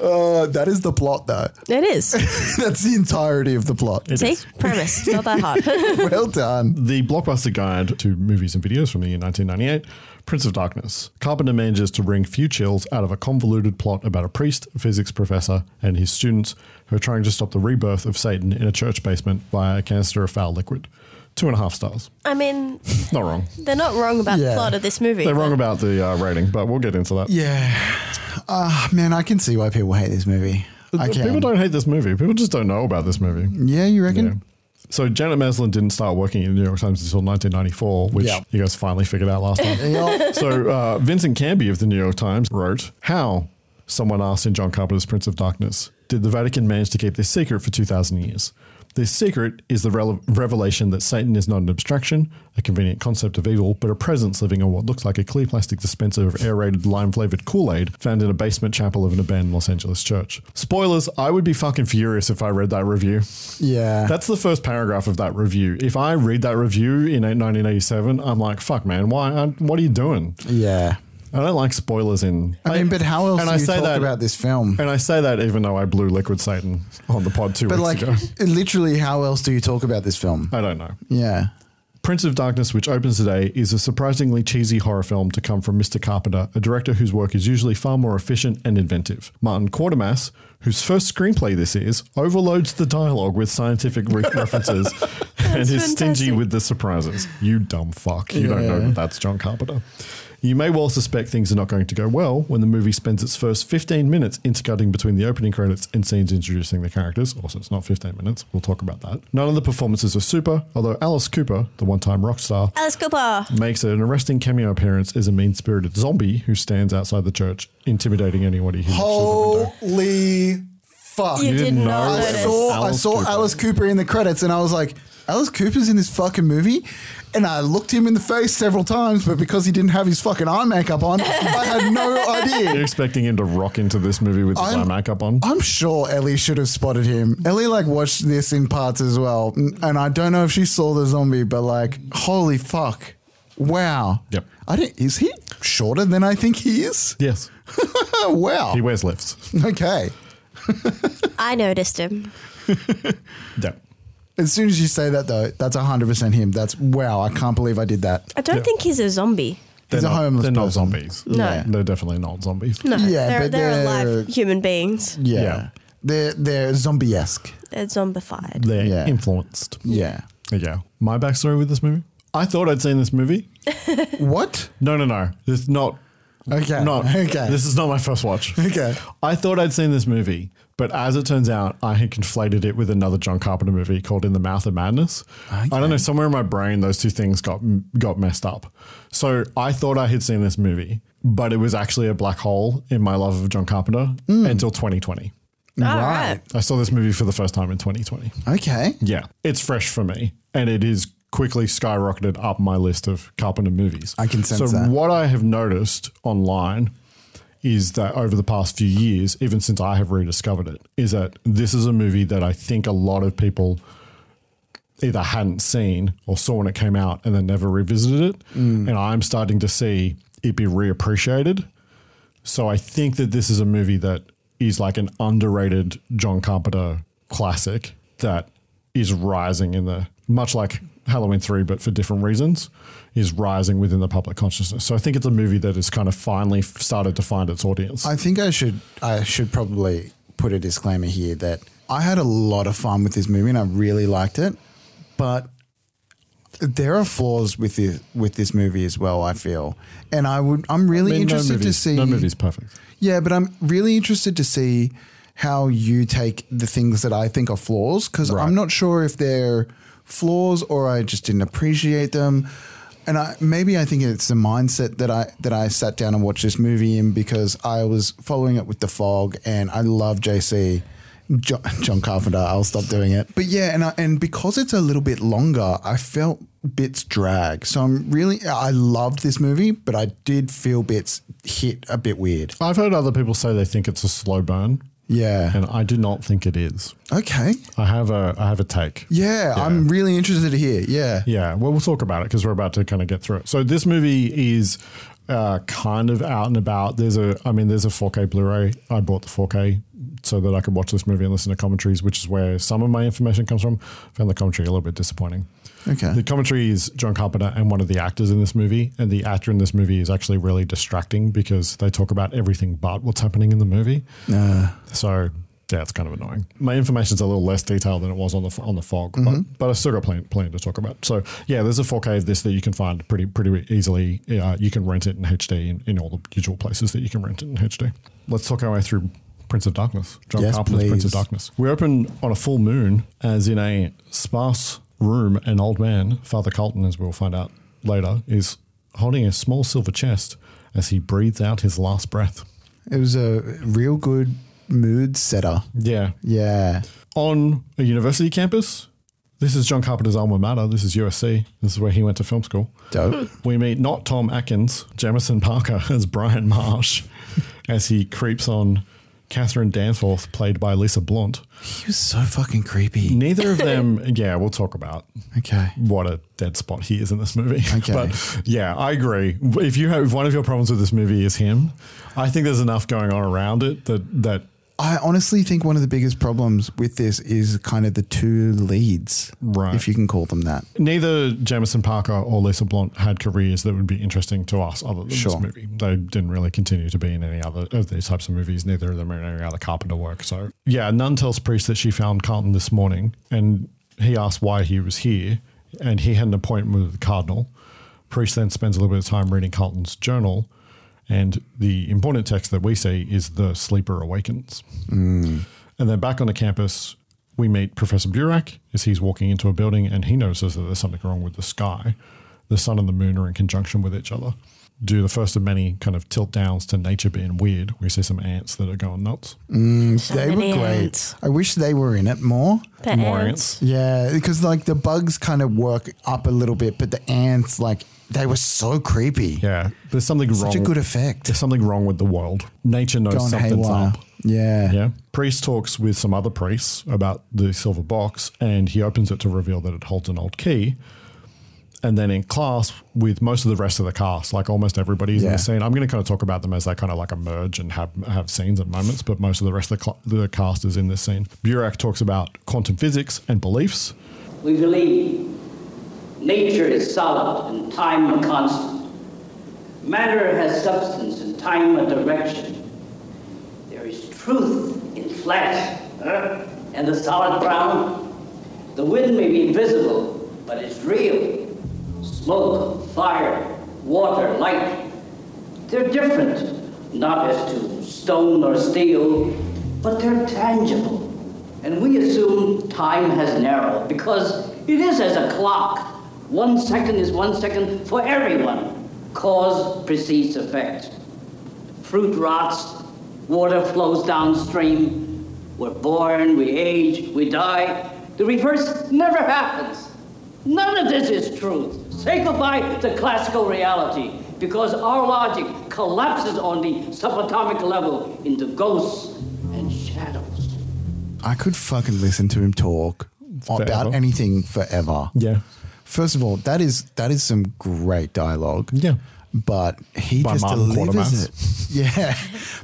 Speaker 3: Uh, that is the plot, though.
Speaker 4: It is.
Speaker 3: That's the entirety of the plot.
Speaker 4: See? Premise. Not that hard.
Speaker 3: well done.
Speaker 2: The blockbuster guide to movies and videos from the year 1998, Prince of Darkness. Carpenter manages to wring few chills out of a convoluted plot about a priest, physics professor, and his students who are trying to stop the rebirth of Satan in a church basement via a canister of foul liquid. Two and a half stars.
Speaker 4: I mean,
Speaker 2: Not wrong.
Speaker 4: they're not wrong about the
Speaker 2: Yeah.
Speaker 4: plot of this movie.
Speaker 2: They're
Speaker 4: but
Speaker 2: wrong about the uh, rating, but we'll get into that.
Speaker 3: Yeah. Ah, man, I can see why people hate this movie. I can.
Speaker 2: People don't hate this movie. People just don't know about this movie.
Speaker 3: Yeah, you reckon?
Speaker 2: So Janet Maslin didn't start working at the New York Times until 1994, which
Speaker 3: Yeah.
Speaker 2: you guys finally figured out last time. so uh, Vincent Canby of the New York Times wrote, "How?" Someone asked in John Carpenter's Prince of Darkness, "Did the Vatican manage to keep this secret for 2,000 years?" This secret is the rele- revelation that Satan is not an abstraction, a convenient concept of evil, but a presence living on what looks like a clear plastic dispenser of aerated lime flavored Kool Aid found in a basement chapel of an abandoned Los Angeles church. Spoilers, I would be fucking furious if I read that review.
Speaker 3: Yeah.
Speaker 2: That's the first paragraph of that review. If I read that review in 1987, I'm like, fuck, man, why? I- What are you doing?
Speaker 3: Yeah.
Speaker 2: I don't like spoilers in.
Speaker 3: I mean, but how else
Speaker 2: and
Speaker 3: do
Speaker 2: I
Speaker 3: you
Speaker 2: say
Speaker 3: talk
Speaker 2: that-
Speaker 3: about this film?
Speaker 2: And I say that even though I blew Liquid Satan on the pod two
Speaker 3: But like,
Speaker 2: weeks ago.
Speaker 3: literally, how else do you talk about this film?
Speaker 2: I don't know.
Speaker 3: Yeah.
Speaker 2: Prince of Darkness, which opens today, is a surprisingly cheesy horror film to come from Mr. Carpenter, a director whose work is usually far more efficient and inventive. Martin Quatermass, whose first screenplay this is, overloads the dialogue with scientific re- references and is stingy with the surprises. You dumb fuck. You don't know
Speaker 40: Yeah.
Speaker 2: that that's John Carpenter. You may well suspect things are not going to go well when the movie spends its first 15 minutes intercutting between the opening credits and scenes introducing the characters. Also, it's not 15 minutes. We'll talk about that. None of the performances are super, although Alice Cooper, the one time rock star,
Speaker 4: Alice Cooper.
Speaker 2: makes an arresting cameo appearance as a mean spirited zombie who stands outside the church, intimidating anybody who.
Speaker 3: Holy fuck!
Speaker 2: You You did didn't not know
Speaker 3: I
Speaker 2: notice.
Speaker 3: saw I
Speaker 2: Alice
Speaker 3: saw
Speaker 2: Cooper.
Speaker 3: Alice Cooper in the credits, and I was like, Alice Cooper's in this fucking movie. And I looked him in the face several times, but because he didn't have his fucking eye makeup on, I had no idea.
Speaker 2: You're expecting him to rock into this movie with his eye
Speaker 3: I'm-
Speaker 2: makeup on?
Speaker 3: I'm sure Ellie should have spotted him. Ellie like watched this in parts as well, n- and I don't know if she saw the zombie, but like, holy fuck, wow.
Speaker 2: Yep.
Speaker 3: I don't. Is he shorter than I think he is?
Speaker 2: Yes.
Speaker 3: wow.
Speaker 2: He wears lifts.
Speaker 3: Okay.
Speaker 4: I noticed him.
Speaker 2: Yeah.
Speaker 3: As soon as you say that, though, that's 100% him. That's wow. I can't believe I did that.
Speaker 4: I don't think he's a zombie.
Speaker 3: He's
Speaker 2: They're
Speaker 3: a
Speaker 2: not-
Speaker 3: homeless
Speaker 2: They're not
Speaker 3: person.
Speaker 2: zombies.
Speaker 4: No. Yeah.
Speaker 2: They're definitely not zombies.
Speaker 4: No,
Speaker 3: Yeah,
Speaker 4: they're,
Speaker 3: but
Speaker 4: they're,
Speaker 3: they're-
Speaker 4: alive human beings.
Speaker 3: Yeah. They're, they're zombie esque.
Speaker 4: They're zombified.
Speaker 2: They're
Speaker 3: Yeah.
Speaker 2: influenced.
Speaker 3: Yeah.
Speaker 2: Yeah. My backstory with this movie? I thought I'd seen this movie.
Speaker 3: what?
Speaker 2: No, no, no. This not.
Speaker 3: Okay.
Speaker 2: Not,
Speaker 3: Okay.
Speaker 2: This is not my first watch.
Speaker 3: Okay.
Speaker 2: I thought I'd seen this movie, but as it turns out, I had conflated it with another John Carpenter movie called In the Mouth of Madness. I don't know. Somewhere in my brain, those two things got got messed up. So I thought I had seen this movie, but it was actually a black hole in my love of John Carpenter until 2020.
Speaker 3: Hmm. Right.
Speaker 2: I saw this movie for the first time in 2020.
Speaker 3: Okay.
Speaker 2: Yeah, it's fresh for me, and it is quickly skyrocketed up my list of Carpenter movies. I
Speaker 3: can
Speaker 2: so
Speaker 3: sense that.
Speaker 2: what I have noticed online is that over the past few years, even since I have rediscovered it, is that this is a movie that I think a lot of people either hadn't seen or saw when it came out and then never revisited it.
Speaker 3: Mm.
Speaker 2: And I'm starting to see it be reappreciated. So I think that this is a movie that is like an underrated John Carpenter classic that is rising in the much like Halloween 3 but for different reasons is rising within the public consciousness. So I think it's a movie that has kind of finally f- started to find its audience.
Speaker 3: I think I should I should probably put a disclaimer here that I had a lot of fun with this movie and I really liked it, but there are flaws with this with this movie as well. I feel, and I would I'm really
Speaker 2: I mean, no
Speaker 3: interested
Speaker 2: movie's-
Speaker 3: to see
Speaker 2: No movie's perfect.
Speaker 3: Yeah, but I'm really interested to see how you take the things that I think are flaws because I'm not sure if they're flaws or I just didn't appreciate them. And I, maybe I think it's the mindset that I that I sat down and watched this movie in because I was following it with The Fog and I love JC John, John Carpenter. I'll stop doing it. But yeah, and I, and because it's a little bit longer, I felt bits drag. So I'm really I loved this movie, but I did feel bits hit a bit weird.
Speaker 2: I've heard other people say they think it's a slow burn.
Speaker 3: Yeah.
Speaker 2: And I do not think it is.
Speaker 3: Okay.
Speaker 2: I have a I have a take.
Speaker 3: Yeah, I'm really interested to hear. Yeah.
Speaker 2: Yeah. Well, we'll talk about it because we're about to kind of get through it. So this movie is uh, kind of out and about. There's a, I mean, there's a 4K Blu-ray. I bought the 4K so that I could watch this movie and listen to commentaries, which is where some of my information comes from. found the commentary a little bit disappointing.
Speaker 3: Okay.
Speaker 2: The commentary is John Carpenter and one of the actors in this movie, and the actor in this movie is actually really distracting because they talk about everything but what's happening in the movie.
Speaker 3: Uh,
Speaker 2: So yeah, it's kind of annoying. My information's a little less detailed than it was on the on the fog,
Speaker 3: Mm-hmm.
Speaker 40: Mhm.
Speaker 2: but, but I still got plenty, plenty to talk about. So yeah, there's a 4K of this that you can find pretty pretty easily. Uh, you can rent it in HD in, in all the usual places that you can rent it in HD. Let's talk our way through Prince of Darkness. John
Speaker 3: Yes,
Speaker 2: Carpenter's Prince of
Speaker 3: please.
Speaker 2: Darkness. We open on a full moon, as in a sparse room. An old man, Father Colton, as we'll find out later, is holding a small silver chest as he breathes out his last breath.
Speaker 3: It was a real good mood setter.
Speaker 2: Yeah.
Speaker 3: Yeah.
Speaker 2: On a university campus. This is John Carpenter's alma mater. This is USC. This is where he went to film school.
Speaker 3: Dope.
Speaker 2: We meet not Tom Atkins, Jamison Parker as Brian Marsh, as he creeps on Catherine Danforth, played by Lisa Blunt.
Speaker 3: He was so fucking creepy.
Speaker 2: Neither of them, yeah, we'll talk about
Speaker 3: Okay.
Speaker 2: what a dead spot he is in this movie.
Speaker 3: Okay.
Speaker 2: But yeah, I agree. If you have if one of your problems with this movie is him, I think there's enough going on around it that that
Speaker 3: I honestly think one of the biggest problems with this is kind of the two leads,
Speaker 2: right?
Speaker 3: If you can call them that.
Speaker 2: neither Jamison Parker or Lisa Blunt had careers that would be interesting to us other than
Speaker 3: Sure.
Speaker 2: this movie. They didn't really continue to be in any other of these types of movies. Neither of them are in any other Carpenter work. So yeah, Nun tells Priest that she found Carlton this morning, and he asked why he was here, and he had an appointment with the Cardinal. Priest then spends a little bit of time reading Carlton's journal, and the important text that we see is "The Sleeper Awakens."
Speaker 3: Hmm.
Speaker 2: And then back on the campus, we meet Professor Burak as he's walking into a building and he notices that there's something wrong with the sky. The sun and the moon are in conjunction with each other. Do the first of many kind of tilt downs to nature being weird. We see some ants that are going nuts.
Speaker 3: Mm,
Speaker 2: So
Speaker 3: they were
Speaker 2: many
Speaker 3: great.
Speaker 2: ants.
Speaker 3: I wish they were in it more.
Speaker 2: The More ants.
Speaker 3: Yeah, because like the bugs kind of work up a little bit, but the ants, like, they were so creepy.
Speaker 2: Yeah, there's something
Speaker 3: Such
Speaker 2: wrong.
Speaker 3: a good effect.
Speaker 2: There's something wrong with the world. Nature knows
Speaker 3: Gone
Speaker 2: something's
Speaker 3: haywire.
Speaker 2: up.
Speaker 3: Yeah.
Speaker 2: Yeah. Priest talks with some other priests about the silver box and he opens it to reveal that it holds an old key. And then in class with most of the rest of the cast, like almost everybody's in
Speaker 3: Yeah.
Speaker 2: the scene. I'm going to kind of talk about them as they kind of like emerge and have have scenes and moments, but most of the rest of the, cl- the cast is in this scene. Burak talks about quantum physics and beliefs.
Speaker 20: We believe nature is solid and time a constant. Matter has substance and time a direction. There is truth in flat huh, and the solid ground. The wind may be invisible, but it's real. Smoke, fire, water, light. They're different, not as to stone or steel, but they're tangible. And we assume time has narrowed because it is as a clock. One second is one second for everyone. Cause precedes effect. Fruit rots, water flows downstream. We're born, we age, we die. The reverse never happens. None of this is truth. Say goodbye to classical reality because our logic collapses on the subatomic level into ghosts and shadows.
Speaker 3: I could fucking listen to him talk about
Speaker 2: Forever.
Speaker 3: anything forever.
Speaker 2: Yeah.
Speaker 3: First of all, that is that is some great dialogue.
Speaker 2: Yeah.
Speaker 3: But he
Speaker 2: By
Speaker 3: just
Speaker 2: Martin
Speaker 3: delivers
Speaker 2: Quatermass.
Speaker 3: it. Yeah.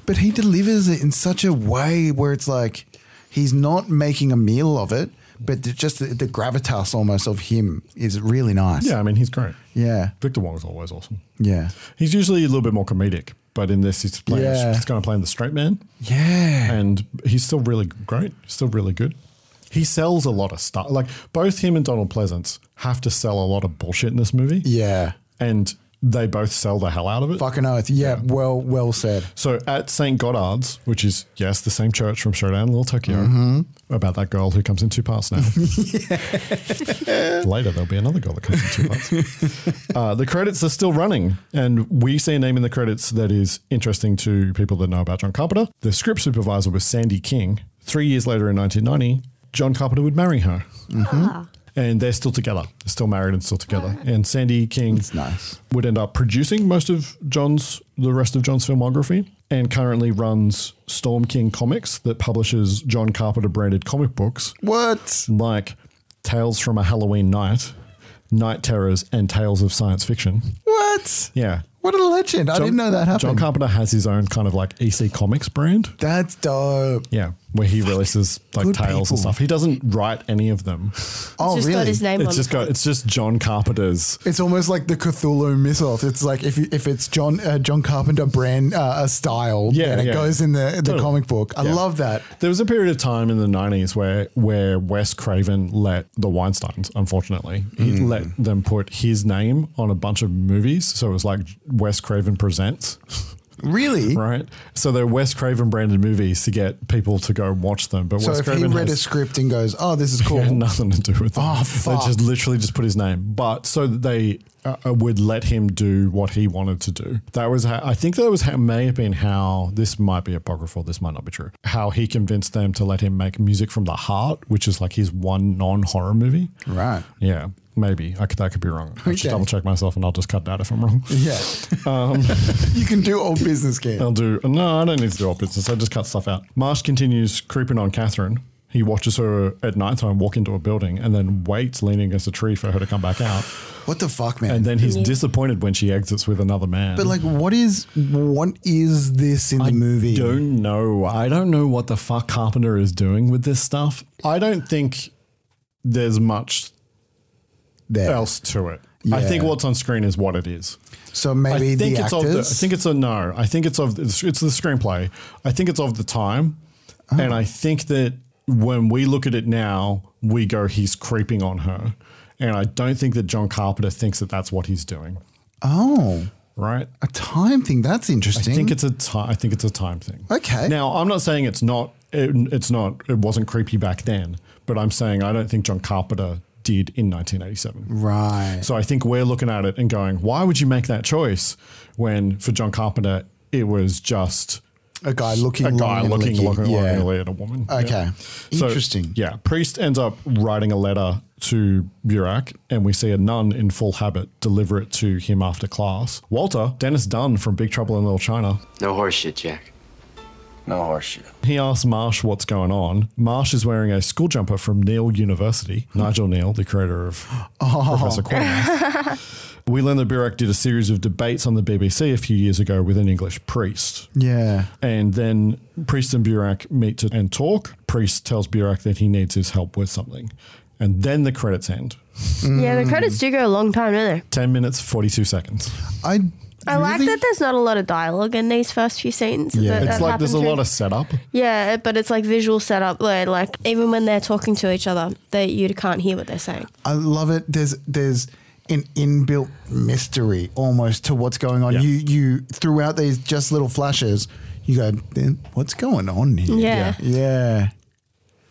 Speaker 3: But he delivers it in such a way where it's like he's not making a meal of it, but the- just the, the gravitas almost of him is really nice.
Speaker 2: Yeah, I mean, he's great.
Speaker 3: Yeah.
Speaker 2: Victor Wong's always awesome.
Speaker 3: Yeah.
Speaker 2: He's usually a little bit more comedic, but in this, he's playing,
Speaker 3: Yeah.
Speaker 2: he's kind of playing the straight man.
Speaker 3: Yeah.
Speaker 2: And he's still really great. He's still really good. He sells a lot of stuff. Like both him and Donald Pleasance have to sell a lot of bullshit in this movie.
Speaker 3: Yeah.
Speaker 2: And they both sell the hell out of it.
Speaker 3: Fucking oath. Yeah, Well, well said.
Speaker 2: So at St. Goddard's, which is, yes, the same church from Showdown in Little Tokyo,
Speaker 3: Mm-hmm.
Speaker 2: about that girl who comes in two parts now. Later, there'll be another girl that comes in two parts. uh, the credits are still running, and we see a name in the credits that is interesting to people that know about John Carpenter. The script supervisor was Sandy King. Three years later, in 1990, John Carpenter would marry her. And they're still together. They're still married and still together. And Sandy King would end up producing most of John's the rest of John's filmography and currently runs Storm King Comics that publishes John Carpenter branded comic books.
Speaker 3: What?
Speaker 2: Like Tales from a Halloween Night, Night Terrors, and Tales of Science Fiction.
Speaker 3: What?
Speaker 2: Yeah.
Speaker 3: What a legend. I didn't know that happened.
Speaker 2: John Carpenter has his own kind of like EC Comics E brand.
Speaker 3: That's dope.
Speaker 2: Yeah. where he releases like
Speaker 3: Good
Speaker 2: tales
Speaker 3: people.
Speaker 2: and stuff. He doesn't write any of them.
Speaker 3: Oh,
Speaker 4: just got
Speaker 3: really?
Speaker 4: his name
Speaker 2: it's
Speaker 4: on
Speaker 2: just
Speaker 4: the
Speaker 2: got it's just John Carpenter's.
Speaker 3: It's almost like the Cthulhu mythos. It's like if you, if it's John uh, John Carpenter brand uh, a style,
Speaker 2: Yeah,
Speaker 3: and it
Speaker 2: yeah.
Speaker 3: goes in the the
Speaker 2: Totally.
Speaker 3: comic book. I
Speaker 2: Yeah.
Speaker 3: love that.
Speaker 2: There was a period of time in the '90s where where Wes Craven let the Weinstein's, unfortunately, he
Speaker 3: Mm.
Speaker 2: let them put his name on a bunch of movies. So it was like Wes Craven presents.
Speaker 3: Really?
Speaker 2: Right. So they're Wes Craven branded movies to get people to go watch them. But
Speaker 3: so
Speaker 2: Wes
Speaker 3: if
Speaker 2: Craven
Speaker 3: he read a
Speaker 2: has-
Speaker 3: script and goes, "Oh, this is cool,"
Speaker 2: had nothing to do with it.
Speaker 3: Oh,
Speaker 2: They
Speaker 3: fuck.
Speaker 2: just literally just put his name. But so that they uh, uh, would let him do what he wanted to do. That was, how, I think that was how, may have been how, this might be apocryphal, this might not be true, how he convinced them to let him make music from the heart, which is like his one non horror movie.
Speaker 3: Right.
Speaker 2: Yeah. Maybe. I could, that could be wrong. I
Speaker 3: Okay.
Speaker 2: should double check myself and I'll just cut that if I'm wrong.
Speaker 3: yeah,
Speaker 2: Um,
Speaker 3: you can do all business games.
Speaker 2: I'll do. No, I don't need to do all business. I just cut stuff out. Marsh continues creeping on Catherine. He watches her at nighttime walk into a building and then waits leaning against a tree for her to come back out.
Speaker 3: What the fuck, man?
Speaker 2: And then he's
Speaker 3: Yeah.
Speaker 2: disappointed when she exits with another man.
Speaker 3: But like, what is what is this in the movie?
Speaker 2: don't know. I don't know what the fuck Carpenter is doing with this stuff. I don't think there's much else to it.
Speaker 3: Yeah.
Speaker 2: I think what's on screen is what it is.
Speaker 3: So maybe
Speaker 2: I think
Speaker 3: the
Speaker 2: it's
Speaker 3: actors.
Speaker 2: of the, I think it's a no. I think it's of it's, it's the screenplay. I think it's of the time,
Speaker 3: Oh.
Speaker 2: and I think that when we look at it now, we go he's creeping on her, and I don't think that John Carpenter thinks that that's what he's doing.
Speaker 3: oh,
Speaker 2: right,
Speaker 3: a time thing. That's interesting.
Speaker 2: I think it's a time. I think it's a time thing.
Speaker 3: Okay.
Speaker 2: Now I'm not saying it's not. It, it's not. It wasn't creepy back then, but I'm saying I don't think John Carpenter did in 1987.
Speaker 3: Right.
Speaker 2: So I think we're looking at it and going, why would you make that choice when for John Carpenter it was just
Speaker 3: a guy looking
Speaker 2: a guy
Speaker 3: long and
Speaker 2: looking
Speaker 3: licky,
Speaker 2: looking
Speaker 3: yeah.
Speaker 2: longingly at a woman.
Speaker 3: Okay.
Speaker 2: So,
Speaker 3: Interesting.
Speaker 2: yeah, priest ends up writing a letter to Burak, and we see a nun in full habit deliver it to him after class. Walter, Dennis Dunn from Big Trouble in Little China,
Speaker 22: No horseshit, Jack. No horseshit.
Speaker 2: he asks Marsh what's going on. Marsh is wearing a school jumper from Neil University, Nigel Neil, the creator of Professor Quatermass. We learn that Burak did a series of debates on the BBC a few years ago with an English priest.
Speaker 3: yeah.
Speaker 2: And then Priest and Burak meet to, and talk. Priest tells Burak that he needs his help with something. And then the credits end.
Speaker 4: Yeah, the credits do go a long time, don't they?
Speaker 2: 10 minutes, 42 seconds.
Speaker 3: Mm. I
Speaker 4: I like that there's not a lot of dialogue in these first few scenes. that-
Speaker 2: it's
Speaker 4: that
Speaker 2: like there's a
Speaker 4: happens
Speaker 2: lot of setup.
Speaker 4: Yeah, it- but it's like visual setup where like even when they're talking to each other, they you can't hear what they're saying.
Speaker 3: I love it. There's there's an inbuilt mystery almost to what's going on. You you throughout these just little flashes, you go, "Then what's going on here?
Speaker 2: Yeah.
Speaker 3: yeah.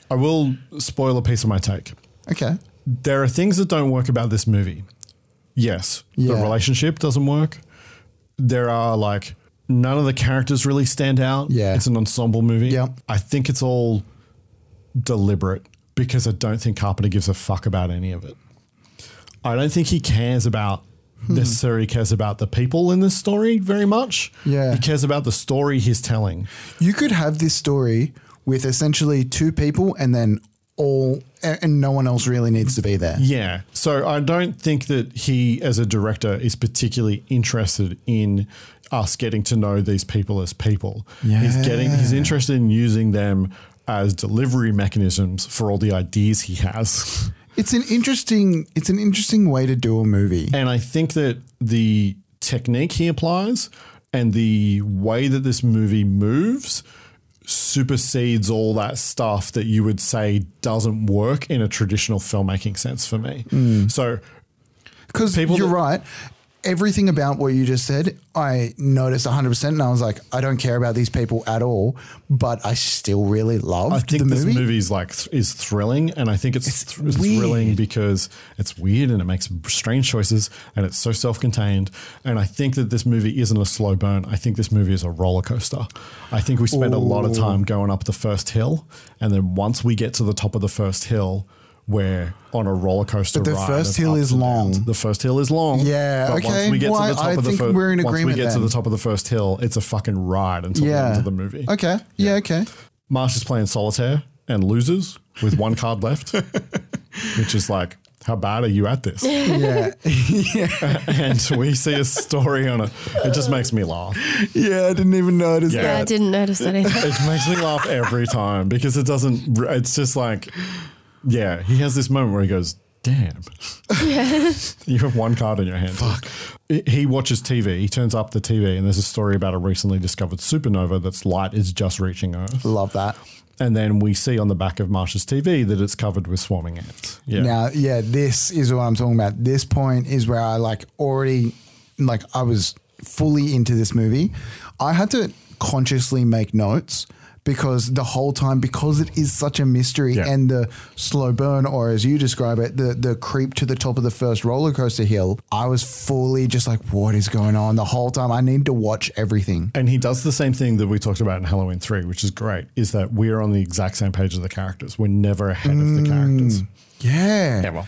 Speaker 2: I will spoil a piece of my take.
Speaker 3: Okay.
Speaker 2: There are things that don't work about this movie. Yes, the
Speaker 3: Yeah.
Speaker 2: relationship doesn't work. There are like none of the characters really stand out. Yeah, it's an ensemble movie. Yeah, I think it's all deliberate because I don't think Carpenter gives a fuck about any of it. I don't think he cares about
Speaker 3: Hmm.
Speaker 2: necessarily cares about the people in this story very much.
Speaker 3: Yeah.
Speaker 2: he cares about the story he's telling.
Speaker 3: You could have this story with essentially two people and then all a- and no one else really needs to be there.
Speaker 2: Yeah. So I don't think that he, as a director, is particularly interested in us getting to know these people as people. He's getting he's
Speaker 3: Yeah.
Speaker 2: interested in using them as delivery mechanisms for all the ideas he has.
Speaker 3: It's an interesting it's an interesting way to do a movie.
Speaker 2: And I think that the technique he applies and the way that this movie moves supersedes all that stuff that you would say doesn't work in a traditional filmmaking sense for me.
Speaker 3: Mm.
Speaker 2: So
Speaker 3: Because you're right. Everything about what you just said, I noticed 100%. And I was like, I don't care about these people at all, but I still really love
Speaker 2: I think
Speaker 3: the
Speaker 2: this
Speaker 3: movie.
Speaker 2: movie's like th- is thrilling, and I think it's, thr- it's
Speaker 3: weird.
Speaker 2: thrilling because it's weird and it makes strange choices, and it's so self-contained. And I think that this movie isn't a slow burn. I think this movie is a roller coaster. I think we spend a lot of
Speaker 3: Ooh.
Speaker 2: time going up the first hill, and then once we get to the top of the first hill. We're on a roller coaster.
Speaker 3: But the
Speaker 2: ride
Speaker 3: first
Speaker 2: of
Speaker 3: hill
Speaker 2: ups
Speaker 3: is
Speaker 2: and
Speaker 3: long.
Speaker 2: downs. The first hill is long.
Speaker 3: Yeah,
Speaker 2: But
Speaker 3: okay.
Speaker 2: Once we get
Speaker 3: Well, I-
Speaker 2: to the top
Speaker 3: I
Speaker 2: of the
Speaker 3: think
Speaker 2: fir-
Speaker 3: we're in
Speaker 2: Once we
Speaker 3: agreement
Speaker 2: get to
Speaker 3: then.
Speaker 2: the top of the first hill, it's a fucking ride until the end
Speaker 3: yeah.
Speaker 2: of the movie.
Speaker 3: Okay. Yeah. okay.
Speaker 2: Marsh is playing solitaire and loses with one card left, which is like how bad are you at this?
Speaker 3: Yeah.
Speaker 2: and we see a story on it. It just makes me laugh.
Speaker 3: Yeah, I didn't even notice
Speaker 4: Yeah, I didn't notice anything.
Speaker 2: It makes me laugh every time because it doesn't, it's just like, yeah, he has this moment where he goes, damn.
Speaker 4: yeah.
Speaker 2: You have one card in your hand. Fuck. He watches TV. He turns up the TV, and there's a story about a recently discovered supernova that's light is just reaching Earth.
Speaker 3: Love that.
Speaker 2: And then we see on the back of Marsha's TV that it's covered with swarming ants. Yeah.
Speaker 3: Now, yeah, this is what I'm talking about. This point is where I like already, like I was fully into this movie. I had to consciously make notes because the whole time, because it is such a mystery
Speaker 2: Yeah.
Speaker 3: and the slow burn, or as you describe it, the the creep to the top of the first roller coaster hill. I was fully just like, what is going on the whole time? I need to watch everything.
Speaker 2: And he does the same thing that we talked about in Halloween 3, which is great, is that we're on the exact same page as the characters. We're never ahead of the characters.
Speaker 3: Mm, Yeah.
Speaker 2: Yeah, well.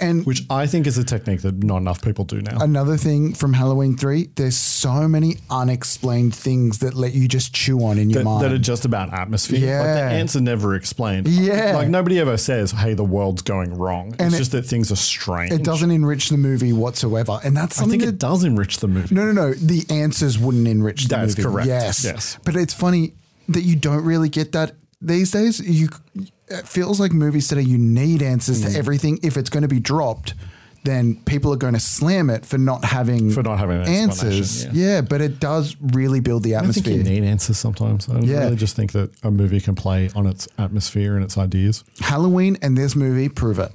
Speaker 3: and
Speaker 2: which I think is a technique that not enough people do now.
Speaker 3: Another thing from Halloween 3, there's so many unexplained things that let you just chew on in your
Speaker 2: that,
Speaker 3: mind.
Speaker 2: that are just about atmosphere. Like
Speaker 3: Yeah.
Speaker 2: the ants are never explained.
Speaker 3: Yeah.
Speaker 2: Like nobody ever says, hey, the world's going wrong.
Speaker 3: And
Speaker 2: it's
Speaker 3: it-
Speaker 2: just that things are strange.
Speaker 3: it doesn't enrich the movie whatsoever. And that's
Speaker 2: I
Speaker 3: something
Speaker 2: think
Speaker 3: that
Speaker 2: it does enrich the movie.
Speaker 3: No, no, no. The answers wouldn't enrich the
Speaker 2: That is
Speaker 3: movie.
Speaker 2: correct.
Speaker 3: Yes.
Speaker 2: Yes.
Speaker 3: But it's funny that you don't really get that these days. You it feels like movies today you need answers
Speaker 2: Mm.
Speaker 3: to everything. If it's going to be dropped, then people are going to slam it for not having for
Speaker 2: not having an
Speaker 3: answers. Yeah.
Speaker 2: explanation,
Speaker 3: but it does really build the
Speaker 2: I think you
Speaker 3: atmosphere.
Speaker 2: need answers sometimes. I
Speaker 3: Yeah.
Speaker 2: really just think that a movie can play on its atmosphere and its ideas. Hmm.
Speaker 3: Halloween and this movie prove it.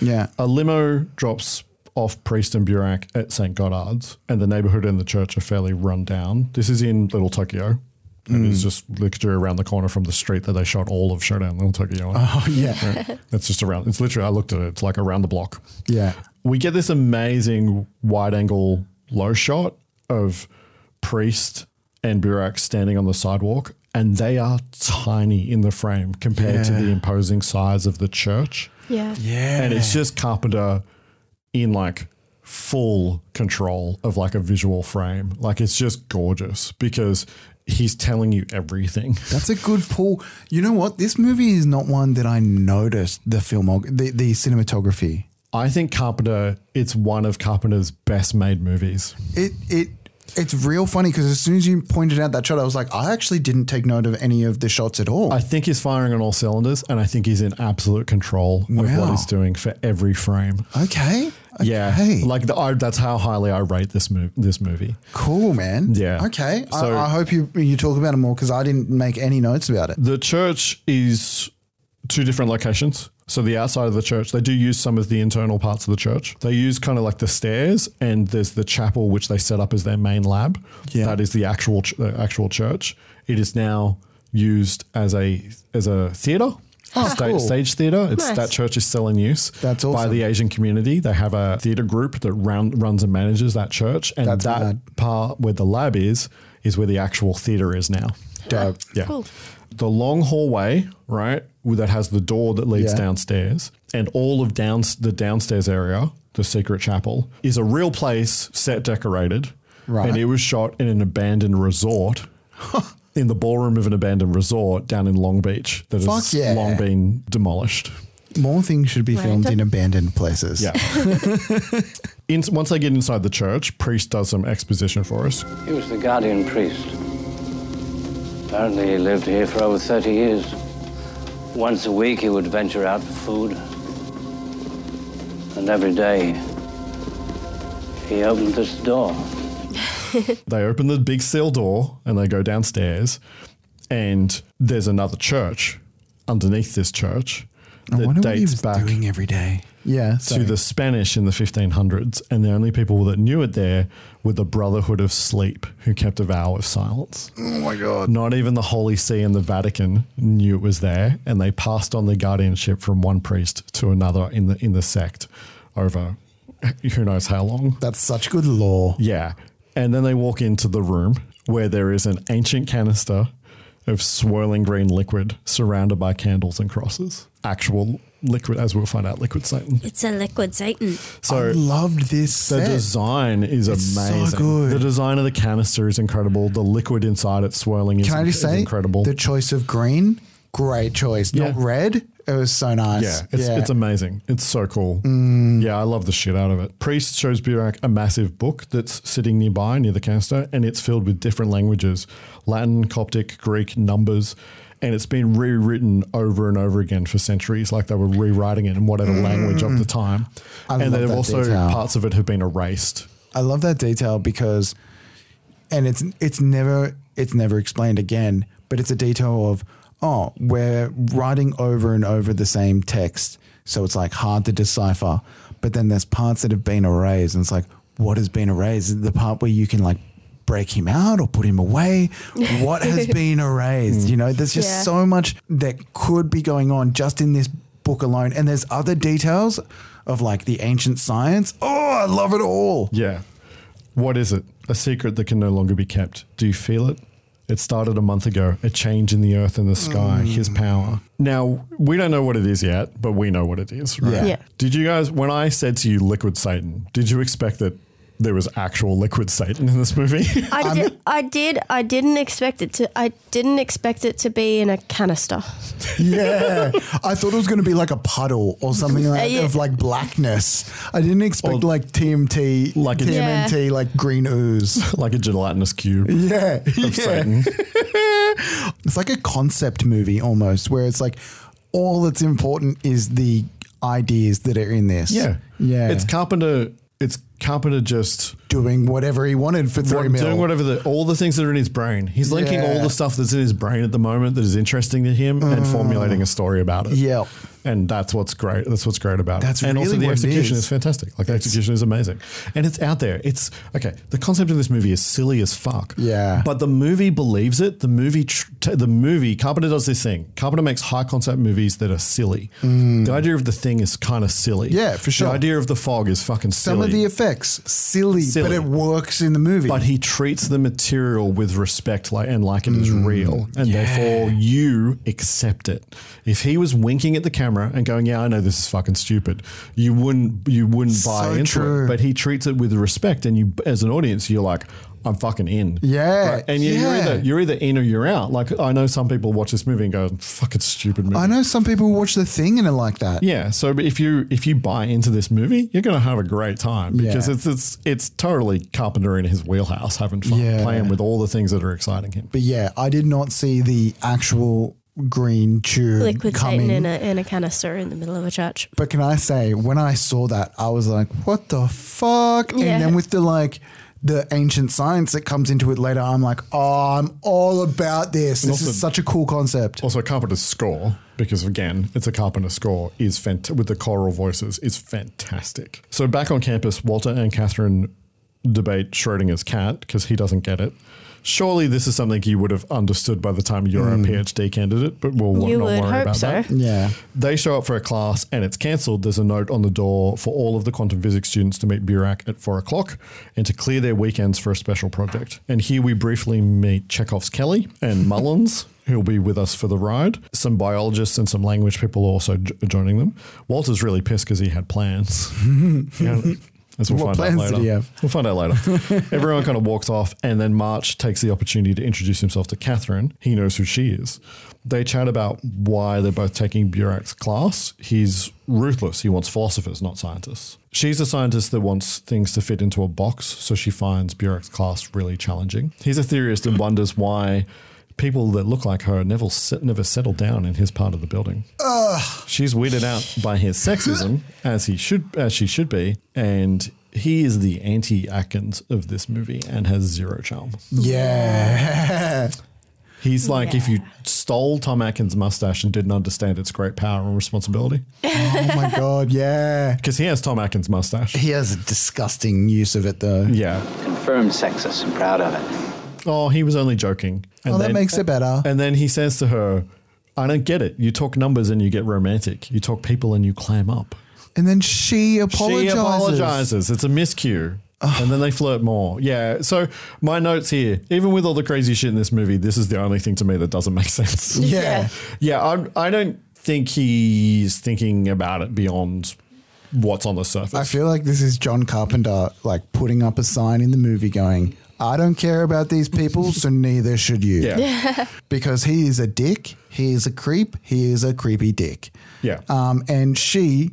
Speaker 3: Yeah.
Speaker 2: A limo drops off Priest and Burak at St. Goddard's, and the neighborhood and the church are fairly run down. This is in Little Tokyo. And it's
Speaker 3: Hmm.
Speaker 2: just literally around the corner from the street that they shot all of Showdown Little Tokyo on.
Speaker 3: Oh, yeah.
Speaker 2: Right? That's just around. It's literally, I looked at it, it's like around the block.
Speaker 3: Yeah.
Speaker 2: We get this amazing wide angle low shot of Priest and Burak standing on the sidewalk, and they are tiny in the frame compared to
Speaker 3: Yeah.
Speaker 2: the imposing size of the church.
Speaker 4: Yeah.
Speaker 2: And it's just Carpenter in like full control of like a visual frame. Like it's just gorgeous because he's telling you everything.
Speaker 3: That's a good pull. You know what? This movie is not one that I noticed the filmog- the, the cinematography.
Speaker 2: I think Carpenter, it's one of Carpenter's best made movies.
Speaker 3: it it it's real funny because as soon as you pointed out that shot, I was like, I actually didn't take note of any of the shots at all.
Speaker 2: I think he's firing on all cylinders and I think he's in absolute control of what
Speaker 3: Wow.
Speaker 2: he's doing for every frame.
Speaker 3: okay,
Speaker 2: Yeah. Like the, I, that's how highly I rate this, mov- this movie.
Speaker 3: cool, man.
Speaker 2: Yeah.
Speaker 3: Okay,
Speaker 2: So-
Speaker 3: I, I hope you you talk about it more because I didn't make any notes about it.
Speaker 2: The church is two different locations. So the outside of the church, they do use some of the internal parts of the church. They use kind of like the stairs, and there's the chapel which they set up as their main lab.
Speaker 3: Yeah.
Speaker 2: that is the actual ch- uh, actual church. It is now used as a as a theater.
Speaker 3: Oh,
Speaker 2: sta-
Speaker 3: cool.
Speaker 2: Stage theater. It's
Speaker 3: Nice.
Speaker 2: that church is still in use.
Speaker 3: That's
Speaker 2: by
Speaker 3: awesome.
Speaker 2: the Asian community. They have a theater group that round, runs and manages that church, and
Speaker 3: That's
Speaker 2: that
Speaker 3: mad.
Speaker 2: part where the lab is is where the actual theater is now.
Speaker 3: Dope.
Speaker 2: Yeah. The long hallway, right, that has the door that leads
Speaker 3: Yeah.
Speaker 2: downstairs, and all of down the downstairs area, the secret chapel, is a real place set decorated,
Speaker 3: Right.
Speaker 2: and it was shot in an abandoned resort. In the ballroom of an abandoned resort down in Long Beach that
Speaker 3: Fuck
Speaker 2: has
Speaker 3: yeah.
Speaker 2: long been demolished.
Speaker 3: More things should be filmed
Speaker 4: Random.
Speaker 3: in abandoned places.
Speaker 2: Yeah. In, once they get inside the church, priest does some exposition for us.
Speaker 14: He was the guardian priest. Apparently, he lived here for over 30 years. Once a week, he would venture out for food. And every day, he opened this door.
Speaker 2: they open the big steel door and they go downstairs, and there's another church underneath this church that
Speaker 3: wonder what he
Speaker 2: dates
Speaker 3: was
Speaker 2: back
Speaker 3: doing every day. Yeah. So
Speaker 2: to the Spanish in the 1500s. And the only people that knew it there were the Brotherhood of Sleep, who kept a vow of silence.
Speaker 3: oh my god.
Speaker 2: Not even the Holy See and the Vatican knew it was there, and they passed on the guardianship from one priest to another in the in the sect over who knows how long.
Speaker 3: That's such good lore.
Speaker 2: Yeah. And then they walk into the room where there is an ancient canister of swirling green liquid surrounded by candles and crosses. Actual liquid, as we'll find out, liquid Satan.
Speaker 32: It's a liquid Satan.
Speaker 4: Um,
Speaker 2: So
Speaker 3: loved this.
Speaker 2: the
Speaker 3: set.
Speaker 2: design is
Speaker 3: It's so
Speaker 2: amazing.
Speaker 3: good.
Speaker 2: The design of the canister is incredible. The liquid inside it swirling is,
Speaker 3: Can I just
Speaker 2: is
Speaker 3: say
Speaker 2: incredible.
Speaker 3: the choice of green? great choice. Not red. It was so nice. Mm.
Speaker 2: Yeah, it's, it's amazing. It's so cool. Yeah, I love the shit out of it. Priest shows Burak a massive book that's sitting nearby, near the canister, and it's filled with different languages Latin, Coptic, Greek, numbers. And it's been rewritten over and over again for centuries, like they were rewriting it in whatever
Speaker 3: Mm.
Speaker 2: language of the time.
Speaker 3: I
Speaker 2: and
Speaker 3: love
Speaker 2: then
Speaker 3: that
Speaker 2: also
Speaker 3: detail.
Speaker 2: parts of it have been erased.
Speaker 3: I love that detail because, and it's it's never it's never explained again. But it's a detail of oh, we're writing over and over the same text, so it's like hard to decipher. But then there's parts that have been erased, and it's like what has been erased? Is it the part where you can like break him out or put him away? What has been erased? You know, there's just
Speaker 32: Yeah.
Speaker 3: so much that could be going on just in this book alone, and there's other details of like the ancient science. Oh, I love it all.
Speaker 2: Yeah. What is it? A secret that can no longer be kept. Do you feel it? It started a month ago, a change in the earth and the sky,
Speaker 3: Mm.
Speaker 2: his power. Now, we don't know what it is yet, but we know what it is, right?
Speaker 3: Yeah. Yeah.
Speaker 2: Did you guys, when I said to you liquid Satan, did you expect that there was actual liquid Satan in this movie?
Speaker 4: I did, I did. I didn't expect it to. I didn't expect it to be in a canister.
Speaker 3: Yeah. I thought it was going to be like a puddle or something like,
Speaker 4: Uh, yeah.
Speaker 3: of like blackness. I didn't expect like TMT, like
Speaker 2: a- Yeah.
Speaker 3: TMNT, like green ooze.
Speaker 2: like a gelatinous cube.
Speaker 3: Yeah.
Speaker 2: Of
Speaker 3: yeah.
Speaker 2: Satan.
Speaker 3: it's like a concept movie almost where it's like all that's important is the ideas that are in this.
Speaker 2: Yeah.
Speaker 3: Yeah.
Speaker 2: It's Carpenter. It's Carpenter just
Speaker 3: doing whatever he wanted for three
Speaker 2: What-
Speaker 3: mil.
Speaker 2: Doing whatever the all the things that are in his brain. He's linking
Speaker 3: Yeah.
Speaker 2: all the stuff that's in his brain at the moment that is interesting to him and
Speaker 3: Mm.
Speaker 2: formulating a story about it.
Speaker 3: Yeah.
Speaker 2: And that's what's great. That's what's great about
Speaker 3: That's
Speaker 2: it. And also
Speaker 3: really
Speaker 2: the
Speaker 3: what it
Speaker 2: execution
Speaker 3: is.
Speaker 2: is. fantastic. Like the execution is amazing. And it's out there. It's okay. The concept of this movie is silly as fuck.
Speaker 3: Yeah.
Speaker 2: But the movie believes it. The movie, tr- t- the movie, Carpenter does this thing. Carpenter makes high concept movies that are silly. The idea of the thing is kind of silly.
Speaker 3: Mm. Yeah, for sure.
Speaker 2: The idea of the fog is fucking silly.
Speaker 3: Some of the effects, silly,
Speaker 2: Silly.
Speaker 3: but it works in the movie.
Speaker 2: But he treats the material with respect like and like it is
Speaker 3: Mm.
Speaker 2: real. And therefore you accept it. If he was winking at the camera and going, Yeah, I know this is fucking stupid, you wouldn't you wouldn't buy
Speaker 3: So
Speaker 2: into
Speaker 3: true.
Speaker 2: it. But he treats it with respect and you as an audience, you're like, I'm fucking in.
Speaker 3: yeah.
Speaker 2: Right? And you- you're,
Speaker 3: yeah.
Speaker 2: either you're either in or you're out. Like I know some people watch this movie and go, fucking stupid movie.
Speaker 3: I know some people watch the thing and are like that.
Speaker 2: Yeah, so if you if you buy into this movie, you're going to have a great time because
Speaker 3: Yeah.
Speaker 2: it's it's it's totally Carpenter in his wheelhouse, having fun,
Speaker 3: Yeah.
Speaker 2: playing with all the things that are exciting him.
Speaker 3: But yeah, I did not see the actual green tube
Speaker 4: Liquid
Speaker 3: coming.
Speaker 4: Satan in a in a canister in the middle of a church.
Speaker 3: But can I say, when I saw that, I was like, what the fuck?
Speaker 4: Yeah.
Speaker 3: And then with the like, the ancient science that comes into it later, I'm like, oh, I'm all about this.
Speaker 2: And
Speaker 3: This
Speaker 2: also-
Speaker 3: is such a cool concept.
Speaker 2: Also, Carpenter's score, because again, it's a Carpenter score, is fant- with the choral voices is fantastic. So back on campus, Walter and Catherine debate Schrodinger's cat because he doesn't get it. Surely this is something you would have understood by the time you're
Speaker 3: Mm.
Speaker 2: a PhD candidate, but we'll
Speaker 4: You
Speaker 2: not
Speaker 4: would
Speaker 2: worry
Speaker 4: hope
Speaker 2: about
Speaker 4: so.
Speaker 2: that.
Speaker 3: Yeah.
Speaker 2: They show up for a class and it's cancelled. There's a note on the door for all of the quantum physics students to meet Burak at four o'clock and to clear their weekends for a special project. And here we briefly meet Chekhov's Kelly and Mullins, who'll be with us for the ride. Some biologists and some language people are also j- joining them. Walter's really pissed because he had plans. Yeah, as we'll
Speaker 3: What plans
Speaker 2: find out later.
Speaker 3: did he have?
Speaker 2: We'll find out later. Everyone kind of walks off, and then March takes the opportunity to introduce himself to Catherine. He knows who she is. They chat about why they're both taking Burak's class. He's ruthless. He wants philosophers, not scientists. She's a scientist that wants things to fit into a box, so she finds Burak's class really challenging. He's a theorist and wonders why people that look like her never se- never settle down in his part of the building.
Speaker 3: Oh,
Speaker 2: She's weirded out by his sexism, as he should as she should be, and he is the anti Atkins of this movie and has zero charm.
Speaker 3: Yeah.
Speaker 2: He's like if you stole Tom Atkins' mustache and didn't understand its great power and responsibility,
Speaker 3: oh my God. Yeah.
Speaker 2: because he has Tom Atkins' mustache.
Speaker 3: He has a disgusting use of it though.
Speaker 2: Yeah.
Speaker 19: Confirmed sexist. I'm proud of it.
Speaker 2: Oh, he was only joking.
Speaker 3: Oh, that makes it better.
Speaker 2: And then he says to her, "I don't get it. You talk numbers and you get romantic. You talk people and you climb up."
Speaker 3: And then she apologizes.
Speaker 2: She apologizes. It's a miscue. And then they flirt more. Yeah. So my notes here, even with all the crazy shit in this movie, this is the only thing to me that doesn't make sense.
Speaker 3: Yeah.
Speaker 2: Yeah. I'm, I don't think he's thinking about it beyond what's on the surface.
Speaker 3: I feel like this is John Carpenter like putting up a sign in the movie going, I don't care about these people, so neither should you.
Speaker 4: Yeah.
Speaker 3: because he is a dick. He is a creep. He is a creepy dick.
Speaker 2: Yeah.
Speaker 3: Um, and she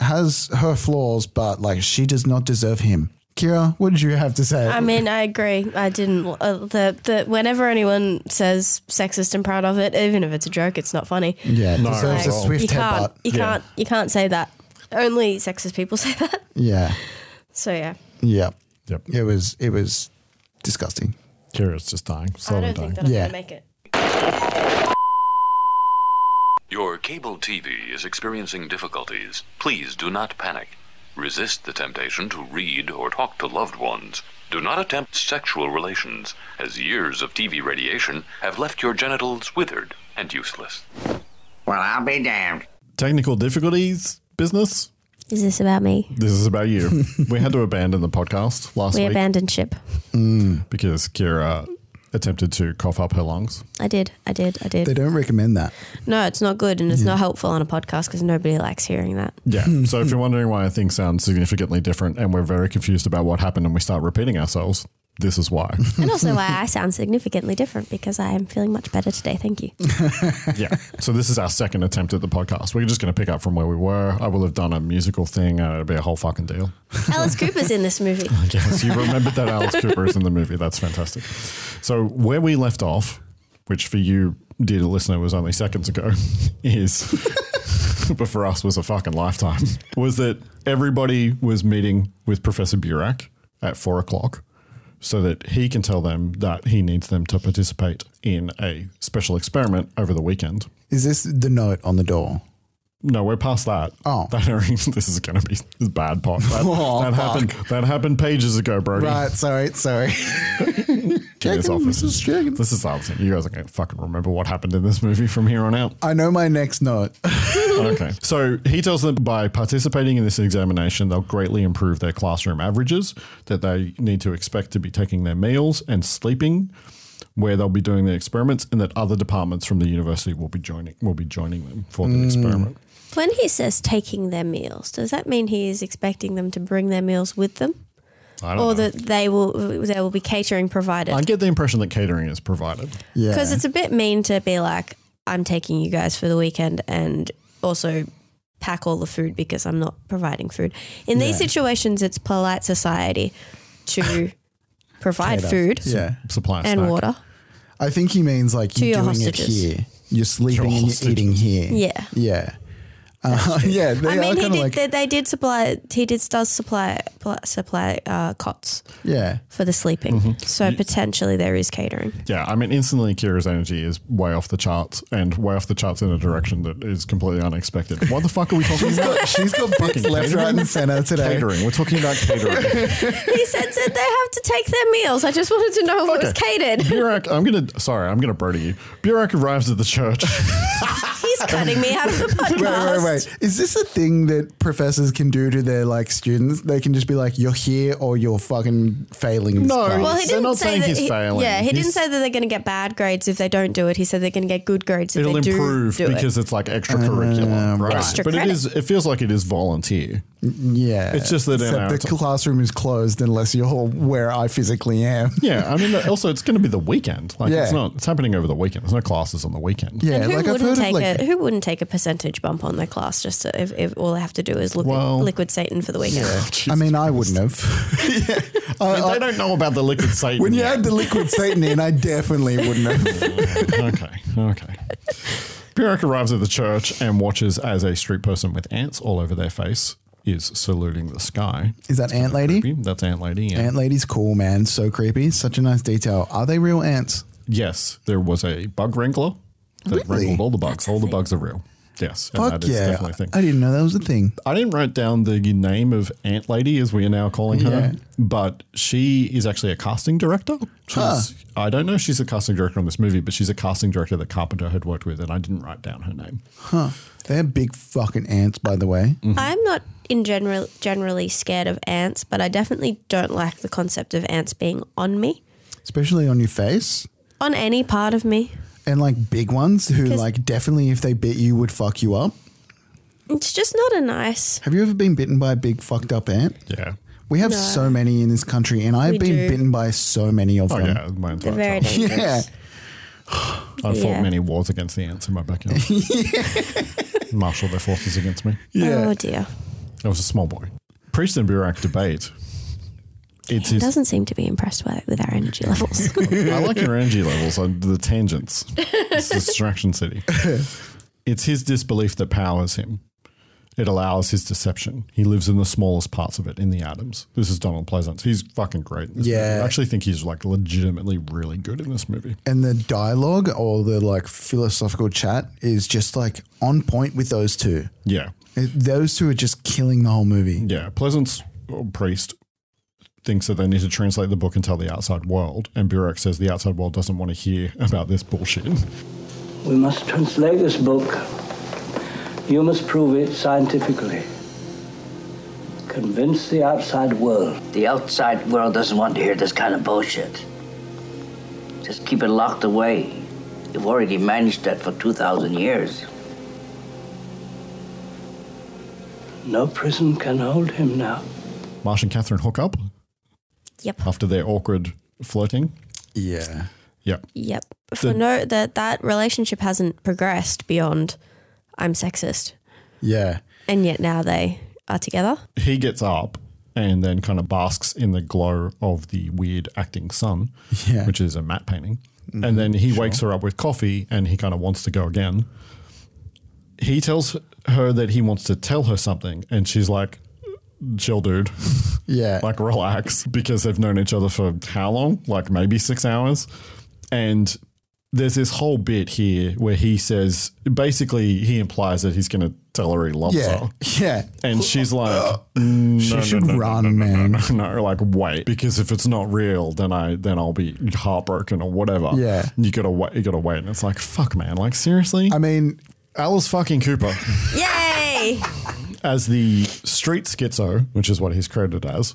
Speaker 3: has her flaws, but like she does not deserve him. Kira, what did you have to say?
Speaker 4: I mean, I agree. I didn't. Uh, the, the whenever anyone says sexist and proud of it, even if it's a joke, it's not funny.
Speaker 3: Yeah, it
Speaker 4: Like,
Speaker 3: deserves a swift
Speaker 4: you can't,
Speaker 3: headbutt.
Speaker 4: you
Speaker 3: Yeah.
Speaker 4: can't, you can't say that. Only sexist people say that.
Speaker 3: yeah,
Speaker 4: So yeah,
Speaker 3: yeah,
Speaker 2: yep.
Speaker 3: It was it was disgusting.
Speaker 2: Kira's just dying,
Speaker 4: I don't think that I'm
Speaker 3: yeah,
Speaker 4: gonna make it.
Speaker 32: Your cable TV is experiencing difficulties. Please do not panic. Resist the temptation to read or talk to loved ones. Do not attempt sexual relations, as years of TV radiation have left your genitals withered and useless.
Speaker 2: Well, I'll be damned. Technical difficulties business.
Speaker 4: Is this about me?
Speaker 2: This is about you. we had to abandon the podcast last
Speaker 4: we
Speaker 2: week
Speaker 4: abandoned ship.
Speaker 3: Mm.
Speaker 2: because Kira attempted to cough up her lungs.
Speaker 4: I did. I did. I did.
Speaker 3: don't recommend that.
Speaker 4: No, it's not good, and it's not helpful on a podcast because nobody likes hearing that.
Speaker 2: Yeah. so if you're wondering why things sound significantly different and we're very confused about what happened and we start repeating ourselves, this is why.
Speaker 4: And also uh, why I sound significantly different because I am feeling much better today. Thank you.
Speaker 2: yeah. So this is our second attempt at the podcast. We're just going to pick up from where we were. I will have done a musical thing and it'll be a whole fucking deal.
Speaker 4: Alice Cooper's in this movie.
Speaker 2: Yes, Oh, you remembered that Alice Cooper is in the movie. That's fantastic. So where we left off, which for you, dear listener, was only seconds ago, is, but for us was a fucking lifetime, was that everybody was meeting with Professor Burak at four o'clock so that he can tell them that he needs them to participate in a special experiment over the weekend.
Speaker 3: Is this the note on the door?
Speaker 2: No, we're past that. Oh, that this is going to be a bad part. That,
Speaker 3: Oh,
Speaker 2: that happened. That happened pages ago, Brody.
Speaker 3: Right, sorry, sorry.
Speaker 2: Check
Speaker 3: Checking,
Speaker 2: office.
Speaker 3: this is checking.
Speaker 2: This is the other thing. You guys are going to fucking remember what happened in this movie from here on out.
Speaker 3: I know my next note.
Speaker 2: okay. So he tells them by participating in this examination, they'll greatly improve their classroom averages, that they need to expect to be taking their meals and sleeping where they'll be doing the experiments and that other departments from the university will be joining will be joining them for the
Speaker 4: Mm.
Speaker 2: experiment.
Speaker 4: When he says taking their meals, does that mean he is expecting them to bring their meals with them,
Speaker 2: I don't
Speaker 4: or
Speaker 2: know.
Speaker 4: that they will there will be catering provided?
Speaker 2: I get the impression that catering is provided.
Speaker 4: Because it's a bit mean to be like, I'm taking you guys for the weekend and also pack all the food because I'm not providing food. In these
Speaker 2: Yeah.
Speaker 4: situations, it's polite society to provide food
Speaker 2: Supply
Speaker 4: and
Speaker 3: snack.
Speaker 4: water.
Speaker 3: I think he means like
Speaker 4: To
Speaker 3: you're
Speaker 4: your
Speaker 3: doing
Speaker 4: hostages.
Speaker 3: it here. You're sleeping and you're eating here.
Speaker 4: Yeah.
Speaker 3: Yeah. Uh, yeah. They
Speaker 4: I
Speaker 3: are
Speaker 4: mean, he
Speaker 3: kind of
Speaker 4: did,
Speaker 3: like,
Speaker 4: they, they did supply, he did, does supply, pl- supply uh, cots
Speaker 3: yeah.
Speaker 4: for the sleeping.
Speaker 2: Mm-hmm.
Speaker 4: So potentially there is catering.
Speaker 2: Yeah, I mean, instantly Kira's energy is way off the charts and way off the charts in a direction that is completely unexpected. What the fuck are we talking
Speaker 3: She's
Speaker 2: about?
Speaker 3: got- she's got bits left, right, and center today.
Speaker 2: Catering. We're talking about catering.
Speaker 4: he said that they have to take their meals. I just wanted to know if it was catered.
Speaker 2: Burak, I'm going to, sorry, I'm going to Brody you. Burak arrives at the church.
Speaker 4: He's cutting me out of the
Speaker 3: Wait,
Speaker 4: podcast.
Speaker 3: wait, wait. Is this a thing that professors can do to their like students? They can just be like, "You're here, or you're fucking failing." This class.
Speaker 4: well, he didn't say that he- Yeah, he didn't say that they're going to get bad grades if they don't do it. He said they're going to get good grades if
Speaker 2: It'll
Speaker 4: they do
Speaker 2: improve
Speaker 4: do
Speaker 2: because
Speaker 4: it.
Speaker 2: it's like extracurricular,
Speaker 3: Um,
Speaker 2: right?
Speaker 4: Extra
Speaker 2: but it
Speaker 4: credit.
Speaker 2: is, it feels like it is volunteer.
Speaker 3: Mm, Yeah,
Speaker 2: It's just that in
Speaker 3: Except
Speaker 2: our
Speaker 3: the
Speaker 2: t-
Speaker 3: classroom is closed unless you're where I physically am.
Speaker 2: Yeah, I mean, also it's going to be the weekend. Like, it's
Speaker 3: Yeah.
Speaker 2: not. It's happening over the weekend. There's no classes on the weekend.
Speaker 4: And who wouldn't take a who wouldn't take a percentage bump on their class just to, if, if all they have to do is look at liquid Satan for the weekend?
Speaker 3: I mean, I wouldn't have.
Speaker 2: they don't know about the liquid Satan.
Speaker 3: When you add the liquid Satan in, I definitely wouldn't have.
Speaker 2: okay, okay. Burek arrives at the church and watches as a street person with ants all over their face is saluting the sky.
Speaker 3: Is that Ant Lady?
Speaker 2: Creepy. That's Ant Lady. Yeah.
Speaker 3: Ant Lady's cool, man. So creepy. Such a nice detail. Are they real ants?
Speaker 2: yes, there was a bug wrangler that
Speaker 3: Really?
Speaker 2: wrangled all the bugs. All the bugs are real. Yes, and
Speaker 3: Fuck
Speaker 2: that is
Speaker 3: yeah.
Speaker 2: definitely a thing.
Speaker 3: I didn't know that was a thing.
Speaker 2: I didn't write down the name of Ant Lady, as we are now calling her,
Speaker 3: Yeah.
Speaker 2: but she is actually a casting director. She's,
Speaker 3: Huh.
Speaker 2: I don't know if she's a casting director on this movie, but she's a casting director that Carpenter had worked with, and I didn't write down her name.
Speaker 3: Huh. They're big fucking ants, by the way.
Speaker 4: I'm not in general generally scared of ants, but I definitely don't like the concept of ants being on me,
Speaker 3: Especially on your face.
Speaker 4: on any part of me.
Speaker 3: And like big ones who
Speaker 4: 'Cause-
Speaker 3: like definitely if they bit you would fuck you up.
Speaker 4: It's just not a nice.
Speaker 3: Have you ever been bitten by a big fucked up ant?
Speaker 2: Yeah.
Speaker 3: We have so many in this country, and I've
Speaker 4: We
Speaker 3: been
Speaker 4: do.
Speaker 3: bitten by so many of
Speaker 2: Oh,
Speaker 3: them.
Speaker 2: yeah, my entire
Speaker 4: They're very
Speaker 3: Yeah.
Speaker 4: dangerous.
Speaker 2: I fought
Speaker 4: Yeah.
Speaker 2: many wars against the ants in my backyard. Marshalled their forces against me.
Speaker 4: Oh dear.
Speaker 2: I was a small boy. Priest and Burak debate. It's
Speaker 4: He
Speaker 2: his,
Speaker 4: doesn't seem to be impressed with, with our energy levels.
Speaker 2: I like your energy levels on the tangents. It's distraction city. It's his disbelief that powers him. It allows his deception. He lives in the smallest parts of it, in the atoms. This is Donald Pleasance. He's fucking great. in this
Speaker 3: Yeah.
Speaker 2: movie. I actually think he's like legitimately really good in this movie.
Speaker 3: And the dialogue or the like philosophical chat is just like on point with those two.
Speaker 2: Yeah.
Speaker 3: It- those two are just killing the whole movie.
Speaker 2: Yeah, Uh, Pleasance or Priest thinks that they need to translate the book and tell the outside world, and Burek says the outside world doesn't want to hear about this bullshit.
Speaker 14: We must translate this book. You must prove it scientifically. Convince the outside world.
Speaker 22: The outside world doesn't want to hear this kind of bullshit. Just keep it locked away. You've already managed that for 2,000 years.
Speaker 14: No prison can hold him now.
Speaker 2: Marsh and Catherine hook up.
Speaker 4: Yep.
Speaker 2: After their awkward flirting.
Speaker 3: Yeah.
Speaker 2: Yep.
Speaker 4: yep. For
Speaker 2: The-
Speaker 4: no that that relationship hasn't progressed beyond I'm sexist.
Speaker 3: Yeah.
Speaker 4: And yet now they are together.
Speaker 2: He gets up and then kind of basks in the glow of the weird acting sun,
Speaker 3: Yeah.
Speaker 2: which is a matte painting. and then he wakes her up with coffee and he kind of wants to go again. He tells her that he wants to tell her something, and she's like, chill, dude.
Speaker 3: Yeah.
Speaker 2: like relax because they've known each other for how long? Like maybe six hours. And there's this whole bit here where he says basically he implies that he's going to tell her he loves
Speaker 3: Yeah.
Speaker 2: her.
Speaker 3: Yeah.
Speaker 2: And she's like, no,
Speaker 3: She
Speaker 2: no,
Speaker 3: should
Speaker 2: no, no,
Speaker 3: run,
Speaker 2: no, no,
Speaker 3: man.
Speaker 2: No, no, no, like wait, because if it's not real, then I then I'll be heartbroken or whatever.
Speaker 3: Yeah.
Speaker 2: you gotta wait. You gotta wait, and it's like fuck, man. Like seriously. I
Speaker 3: mean,
Speaker 2: Alice fucking Cooper
Speaker 4: Yay!
Speaker 2: as the street schizo, which is what he's credited as,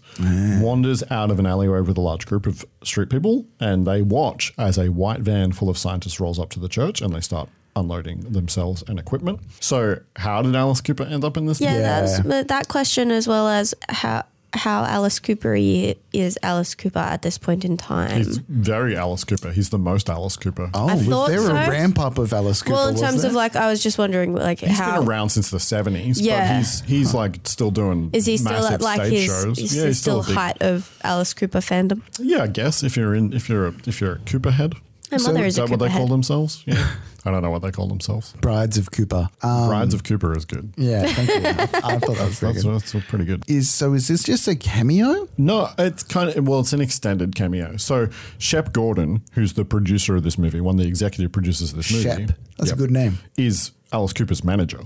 Speaker 2: wanders out of an alleyway with a large group of street people, and they watch as a white van full of scientists rolls up to the church, and they start unloading themselves and equipment. So, how did Alice Cooper end up in this?
Speaker 4: Yeah,
Speaker 2: movie?
Speaker 4: that's but that question as well as how how Alice Cooper i- is Alice Cooper at this point in time.
Speaker 2: He's very Alice Cooper. He's the most Alice Cooper.
Speaker 3: Oh,
Speaker 4: I
Speaker 3: was
Speaker 4: thought
Speaker 3: there
Speaker 4: so.
Speaker 3: a ramp up of Alice Cooper?
Speaker 4: well, in
Speaker 3: was
Speaker 4: terms
Speaker 3: there?
Speaker 4: of like I was just wondering like
Speaker 2: He's
Speaker 4: how
Speaker 2: been around since the seventies, but
Speaker 4: Yeah.
Speaker 2: he's he's like still doing.
Speaker 4: is he still
Speaker 2: massive
Speaker 4: at like
Speaker 2: stage
Speaker 4: his
Speaker 2: shows?
Speaker 4: is
Speaker 2: yeah,
Speaker 4: he
Speaker 2: he's
Speaker 4: still,
Speaker 2: a big-
Speaker 4: height of Alice Cooper fandom?
Speaker 2: Yeah, I guess if you're in if you're a, if you're a Cooper head.
Speaker 4: My mother is a
Speaker 2: that what they
Speaker 4: Cooper
Speaker 2: call
Speaker 4: head.
Speaker 2: themselves? Yeah. I don't know what they call themselves.
Speaker 3: Brides of Cooper. Um,
Speaker 2: Brides of Cooper is good.
Speaker 3: Yeah, thank you. I, I thought that was
Speaker 2: That's,
Speaker 3: very
Speaker 2: that's,
Speaker 3: good.
Speaker 2: that's pretty good.
Speaker 3: Is so? Is this just a cameo?
Speaker 2: No, it's kind of well, it's an extended cameo. So Shep Gordon, who's the producer of this movie, one of the executive producers of this movie,
Speaker 3: Shep. That's a good name.
Speaker 2: is Alice Cooper's manager.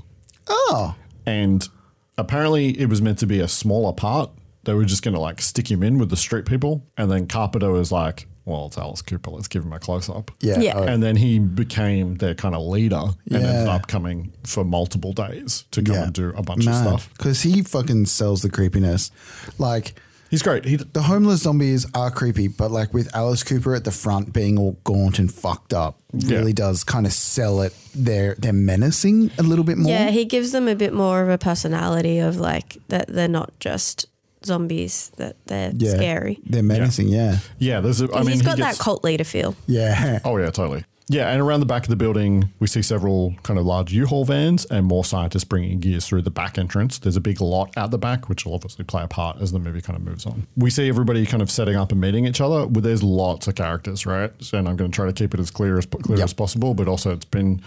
Speaker 3: Oh,
Speaker 2: and apparently it was meant to be a smaller part. They were just going to like stick him in with the street people, and then Carpenter was like, "Well, it's Alice Cooper. Let's give him a close up."
Speaker 3: Yeah, Yeah. alright.
Speaker 2: And then he became their kind of leader and ended
Speaker 3: Yeah.
Speaker 2: up coming for multiple days to come and do a bunch of stuff.
Speaker 3: Because he fucking sells the creepiness. Like
Speaker 2: he's great.
Speaker 3: the homeless zombies are creepy, but like with Alice Cooper at the front being all gaunt and fucked up,
Speaker 2: Yeah.
Speaker 3: really does kind of sell it. They're they're menacing a little bit more.
Speaker 4: Yeah, he gives them a bit more of a personality of like that they're not just zombies, that they're
Speaker 3: Yeah.
Speaker 4: scary.
Speaker 3: They're menacing. Yeah,
Speaker 2: Yeah, there's. A, I mean,
Speaker 4: he's got
Speaker 2: he
Speaker 4: that
Speaker 2: gets,
Speaker 4: cult leader feel.
Speaker 3: yeah.
Speaker 2: Oh yeah, totally. Yeah, and around the back of the building, we see several kind of large U-Haul vans and more scientists bringing gears through the back entrance. There's a big lot out the back, which will obviously play a part as the movie kind of moves on. We see everybody kind of setting up and meeting each other. Well, there's lots of characters, right? So, and I'm going to try to keep it as clear as clear as possible, but also it's been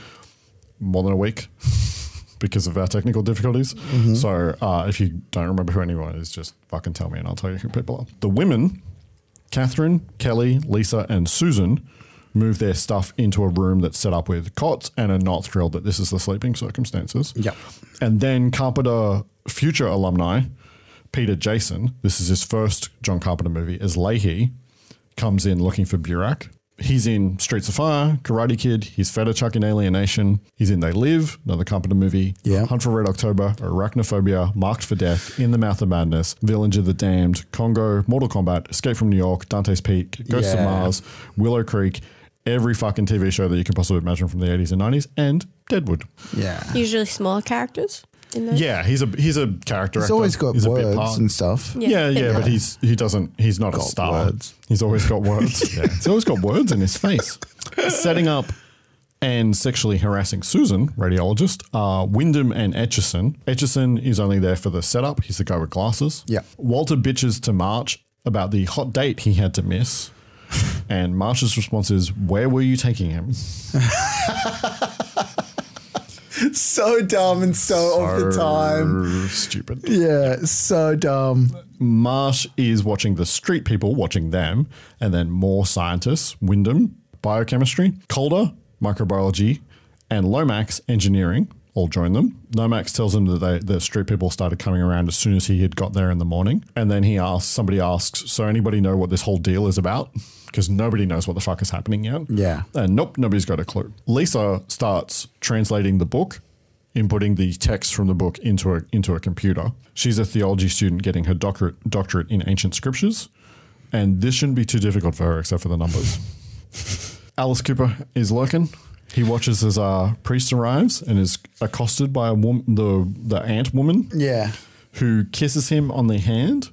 Speaker 2: more than a week because of our technical difficulties. So uh, if you don't remember who anyone is, just fucking tell me and I'll tell you who people are. The women, Catherine, Kelly, Lisa, and Susan, move their stuff into a room that's set up with cots and are not thrilled that this is the sleeping circumstances.
Speaker 3: Yep.
Speaker 2: And then Carpenter future alumni, Peter Jason, this is his first John Carpenter movie, as Leahy, comes in looking for Burak. He's in Streets of Fire, Karate Kid, he's Fetterchuck in Alienation, he's in They Live, another Carpenter movie,
Speaker 3: Yeah.
Speaker 2: Hunt for Red October, Arachnophobia, Marked for Death, In the Mouth of Madness, Village of the Damned, Congo, Mortal Kombat, Escape from New York, Dante's Peak, Ghosts
Speaker 3: Yeah.
Speaker 2: of Mars, Willow Creek, every fucking TV show that you can possibly imagine from the 80s and 90s, and Deadwood.
Speaker 3: Yeah.
Speaker 4: Usually smaller characters. in those?
Speaker 2: Yeah, he's a he's a character.
Speaker 3: He's
Speaker 2: actor.
Speaker 3: always got
Speaker 2: he's a bit
Speaker 3: words
Speaker 2: part.
Speaker 3: and stuff.
Speaker 2: Yeah,
Speaker 4: Yeah.
Speaker 2: yeah,
Speaker 4: Yeah.
Speaker 2: but he's he doesn't he's not a
Speaker 3: Got
Speaker 2: star.
Speaker 3: words.
Speaker 2: He's always got words. yeah. He's always got words in his face. Setting up and sexually harassing Susan, radiologist, are Wyndham and Etchison. Etchison is only there for the setup. He's the guy with glasses.
Speaker 3: Yeah.
Speaker 2: Walter bitches to March about the hot date he had to miss. And March's response is, Where were you taking him?
Speaker 3: so dumb and so, off the time.
Speaker 2: Stupid.
Speaker 3: Yeah, so dumb.
Speaker 2: Marsh is watching the street people watching them, and then more scientists, Wyndham, biochemistry, Calder, microbiology, and Lomax, engineering, all join them. Lomax tells them that they, the street people started coming around as soon as he had got there in the morning. And then he asks, somebody asks, So anybody know what this whole deal is about? Because nobody knows what the fuck is happening yet.
Speaker 3: Yeah.
Speaker 2: And nope, nobody's got a clue. Lisa starts translating the book, inputting the text from the book into a into a computer. She's a theology student getting her doctorate doctorate in ancient scriptures, and this shouldn't be too difficult for her except for the numbers. Alice Cooper is lurking. He watches as a priest arrives and is accosted by a woman, the the ant woman,
Speaker 3: Yeah.
Speaker 2: who kisses him on the hand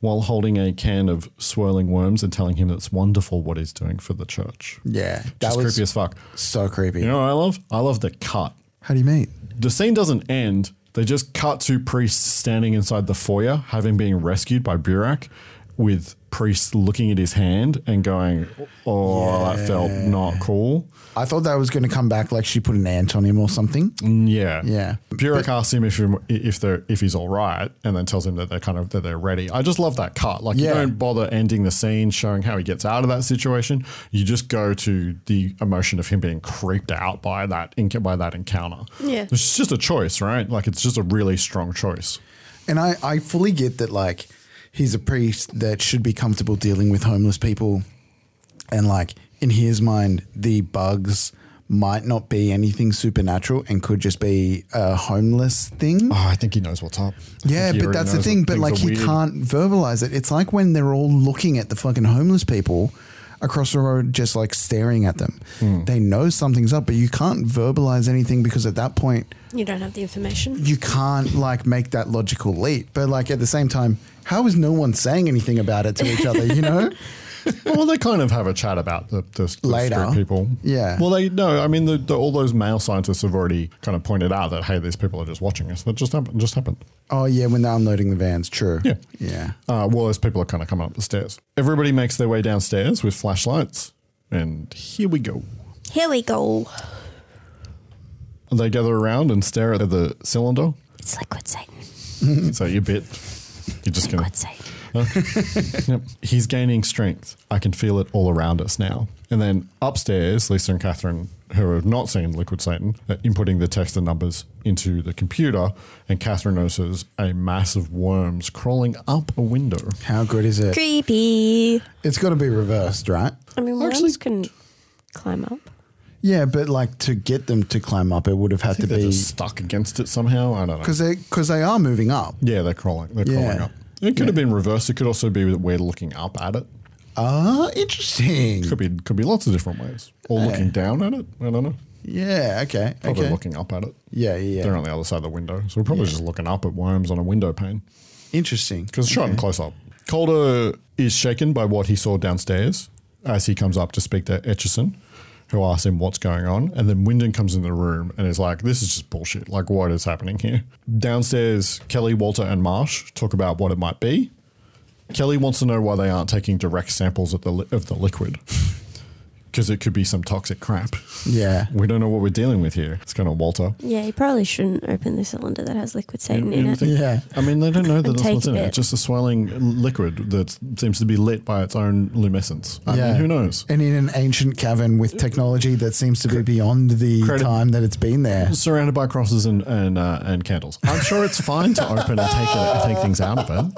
Speaker 2: while holding a can of swirling worms and telling him it's wonderful what he's doing for the church.
Speaker 3: Yeah.
Speaker 2: That
Speaker 3: That was
Speaker 2: creepy as fuck.
Speaker 3: so creepy.
Speaker 2: You know what I love? I love the cut.
Speaker 3: How do you mean?
Speaker 2: The scene doesn't end. They just cut to priests standing inside the foyer, having been rescued by Burak, with priests looking at his hand and going, "Oh, that felt not cool."
Speaker 3: I thought that was going to come back like she put an ant on him or something.
Speaker 2: Mm, Yeah,
Speaker 3: Yeah.
Speaker 2: Burak asks him if he, if they're if he's all right, and then tells him that they're kind of that they're ready. I just love that cut. Like you
Speaker 3: Yeah.
Speaker 2: don't bother ending the scene showing how he gets out of that situation. You just go to the emotion of him being creeped out by that enc- by that encounter.
Speaker 4: Yeah.
Speaker 2: it's just a choice, right? Like it's just a really strong choice.
Speaker 3: And I, I fully get that, like, he's a priest that should be comfortable dealing with homeless people. And, like, in his mind, the bugs might not be anything supernatural and could just be a homeless thing.
Speaker 2: Oh, I think he knows what's up. I
Speaker 3: Yeah,
Speaker 2: think he
Speaker 3: but
Speaker 2: already
Speaker 3: that's the
Speaker 2: knows
Speaker 3: thing.
Speaker 2: that
Speaker 3: But
Speaker 2: things
Speaker 3: like,
Speaker 2: are
Speaker 3: he
Speaker 2: weird.
Speaker 3: can't verbalize it. It's like when they're all looking at the fucking homeless people across the road, just like staring at them.
Speaker 2: Hmm.
Speaker 3: They know something's up, but you can't verbalize anything because at that point,
Speaker 4: You don't have the information.
Speaker 3: you can't like make that logical leap. But like at the same time, how is no one saying anything about it to each other? You know?
Speaker 2: well, they kind of have a chat about the, the, the
Speaker 3: Later.
Speaker 2: street people.
Speaker 3: Yeah.
Speaker 2: Well, they no. I mean, the, the, all those male scientists have already kind of pointed out that hey, these people are just watching us. That just happened. Just happened.
Speaker 3: Oh yeah, when they're unloading the vans, true.
Speaker 2: Yeah.
Speaker 3: Yeah.
Speaker 2: Uh, well, as people are kind of coming up the stairs, everybody makes their way downstairs with flashlights, and here we go.
Speaker 4: Here we go.
Speaker 2: They gather around and stare at the cylinder.
Speaker 4: It's liquid Satan.
Speaker 2: so you bit. You're just gonna.
Speaker 4: Liquid Satan.
Speaker 2: Yep. He's gaining strength. I can feel it all around us now. And then upstairs, Lisa and Catherine, who have not seen Liquid Satan, are inputting the text and numbers into the computer, and Catherine notices a mass of worms crawling up a window.
Speaker 3: How good is it?
Speaker 4: Creepy.
Speaker 3: It's got to be reversed, right?
Speaker 4: I mean,
Speaker 2: Actually-
Speaker 4: worms can climb up.
Speaker 3: Yeah, but like to get them to climb up, it would have had to
Speaker 2: They're
Speaker 3: be
Speaker 2: just stuck against it somehow. I don't know.
Speaker 3: because they because they are moving up.
Speaker 2: Yeah, they're crawling. They're
Speaker 3: Yeah.
Speaker 2: crawling up. It could have been reversed. It could also be that we're looking up at it.
Speaker 3: Ah, interesting.
Speaker 2: Could be could be lots of different ways. Or looking down at it. I don't know.
Speaker 3: Yeah. Okay.
Speaker 2: Probably
Speaker 3: okay.
Speaker 2: looking up at it.
Speaker 3: Yeah. Yeah.
Speaker 2: They're
Speaker 3: yeah.
Speaker 2: on the other side of the window. So we're probably just looking up at worms on a window pane
Speaker 3: Interesting.
Speaker 2: because it's shot in close up. Calder is shaken by what he saw downstairs as he comes up to speak to Etchison, who asks him what's going on. And then Wyndon comes in the room and is like, This is just bullshit. Like, what is happening here? Downstairs, Kelly, Walter, and Marsh talk about what it might be. Kelly wants to know why they aren't taking direct samples of the, li- of the liquid because it could be some toxic crap.
Speaker 3: Yeah.
Speaker 2: We don't know what we're dealing with here. It's kind of Walter.
Speaker 4: Yeah, you probably shouldn't open the cylinder that has liquid Satan in it.
Speaker 2: Anything?
Speaker 3: Yeah.
Speaker 2: I mean, they don't know that
Speaker 4: And
Speaker 2: that's
Speaker 4: take
Speaker 2: what's in
Speaker 4: a
Speaker 2: it.
Speaker 4: bit.
Speaker 2: It's just a swirling liquid that seems to be lit by its own luminescence. I mean, who knows?
Speaker 3: And in an ancient cavern with technology that seems to be beyond the
Speaker 2: Credit-
Speaker 3: time that it's been there.
Speaker 2: Surrounded by crosses and and, uh, and candles. I'm sure it's fine to open and take it, take things out of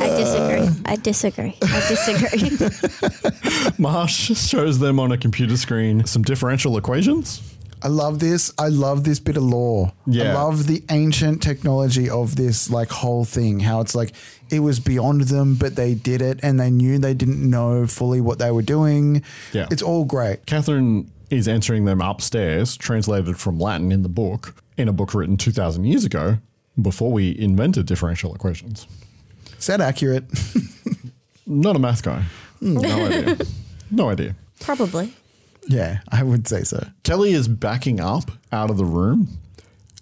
Speaker 4: I disagree. I disagree. I disagree.
Speaker 2: it. Marsh shows them on a computer screen some differential equations.
Speaker 3: I love this. I love this bit of lore.
Speaker 2: Yeah.
Speaker 3: I love the ancient technology of this like whole thing. How it's like it was beyond them, but they did it, and they knew they didn't know fully what they were doing.
Speaker 2: Yeah.
Speaker 3: it's all great.
Speaker 2: Catherine is entering them upstairs, translated from Latin in the book, in a book written 2,000 years ago before we invented differential equations.
Speaker 3: Is that accurate? Hmm.
Speaker 2: Not a math guy. No idea. No idea.
Speaker 4: Probably.
Speaker 3: Yeah, I would say so.
Speaker 2: Kelly is backing up out of the room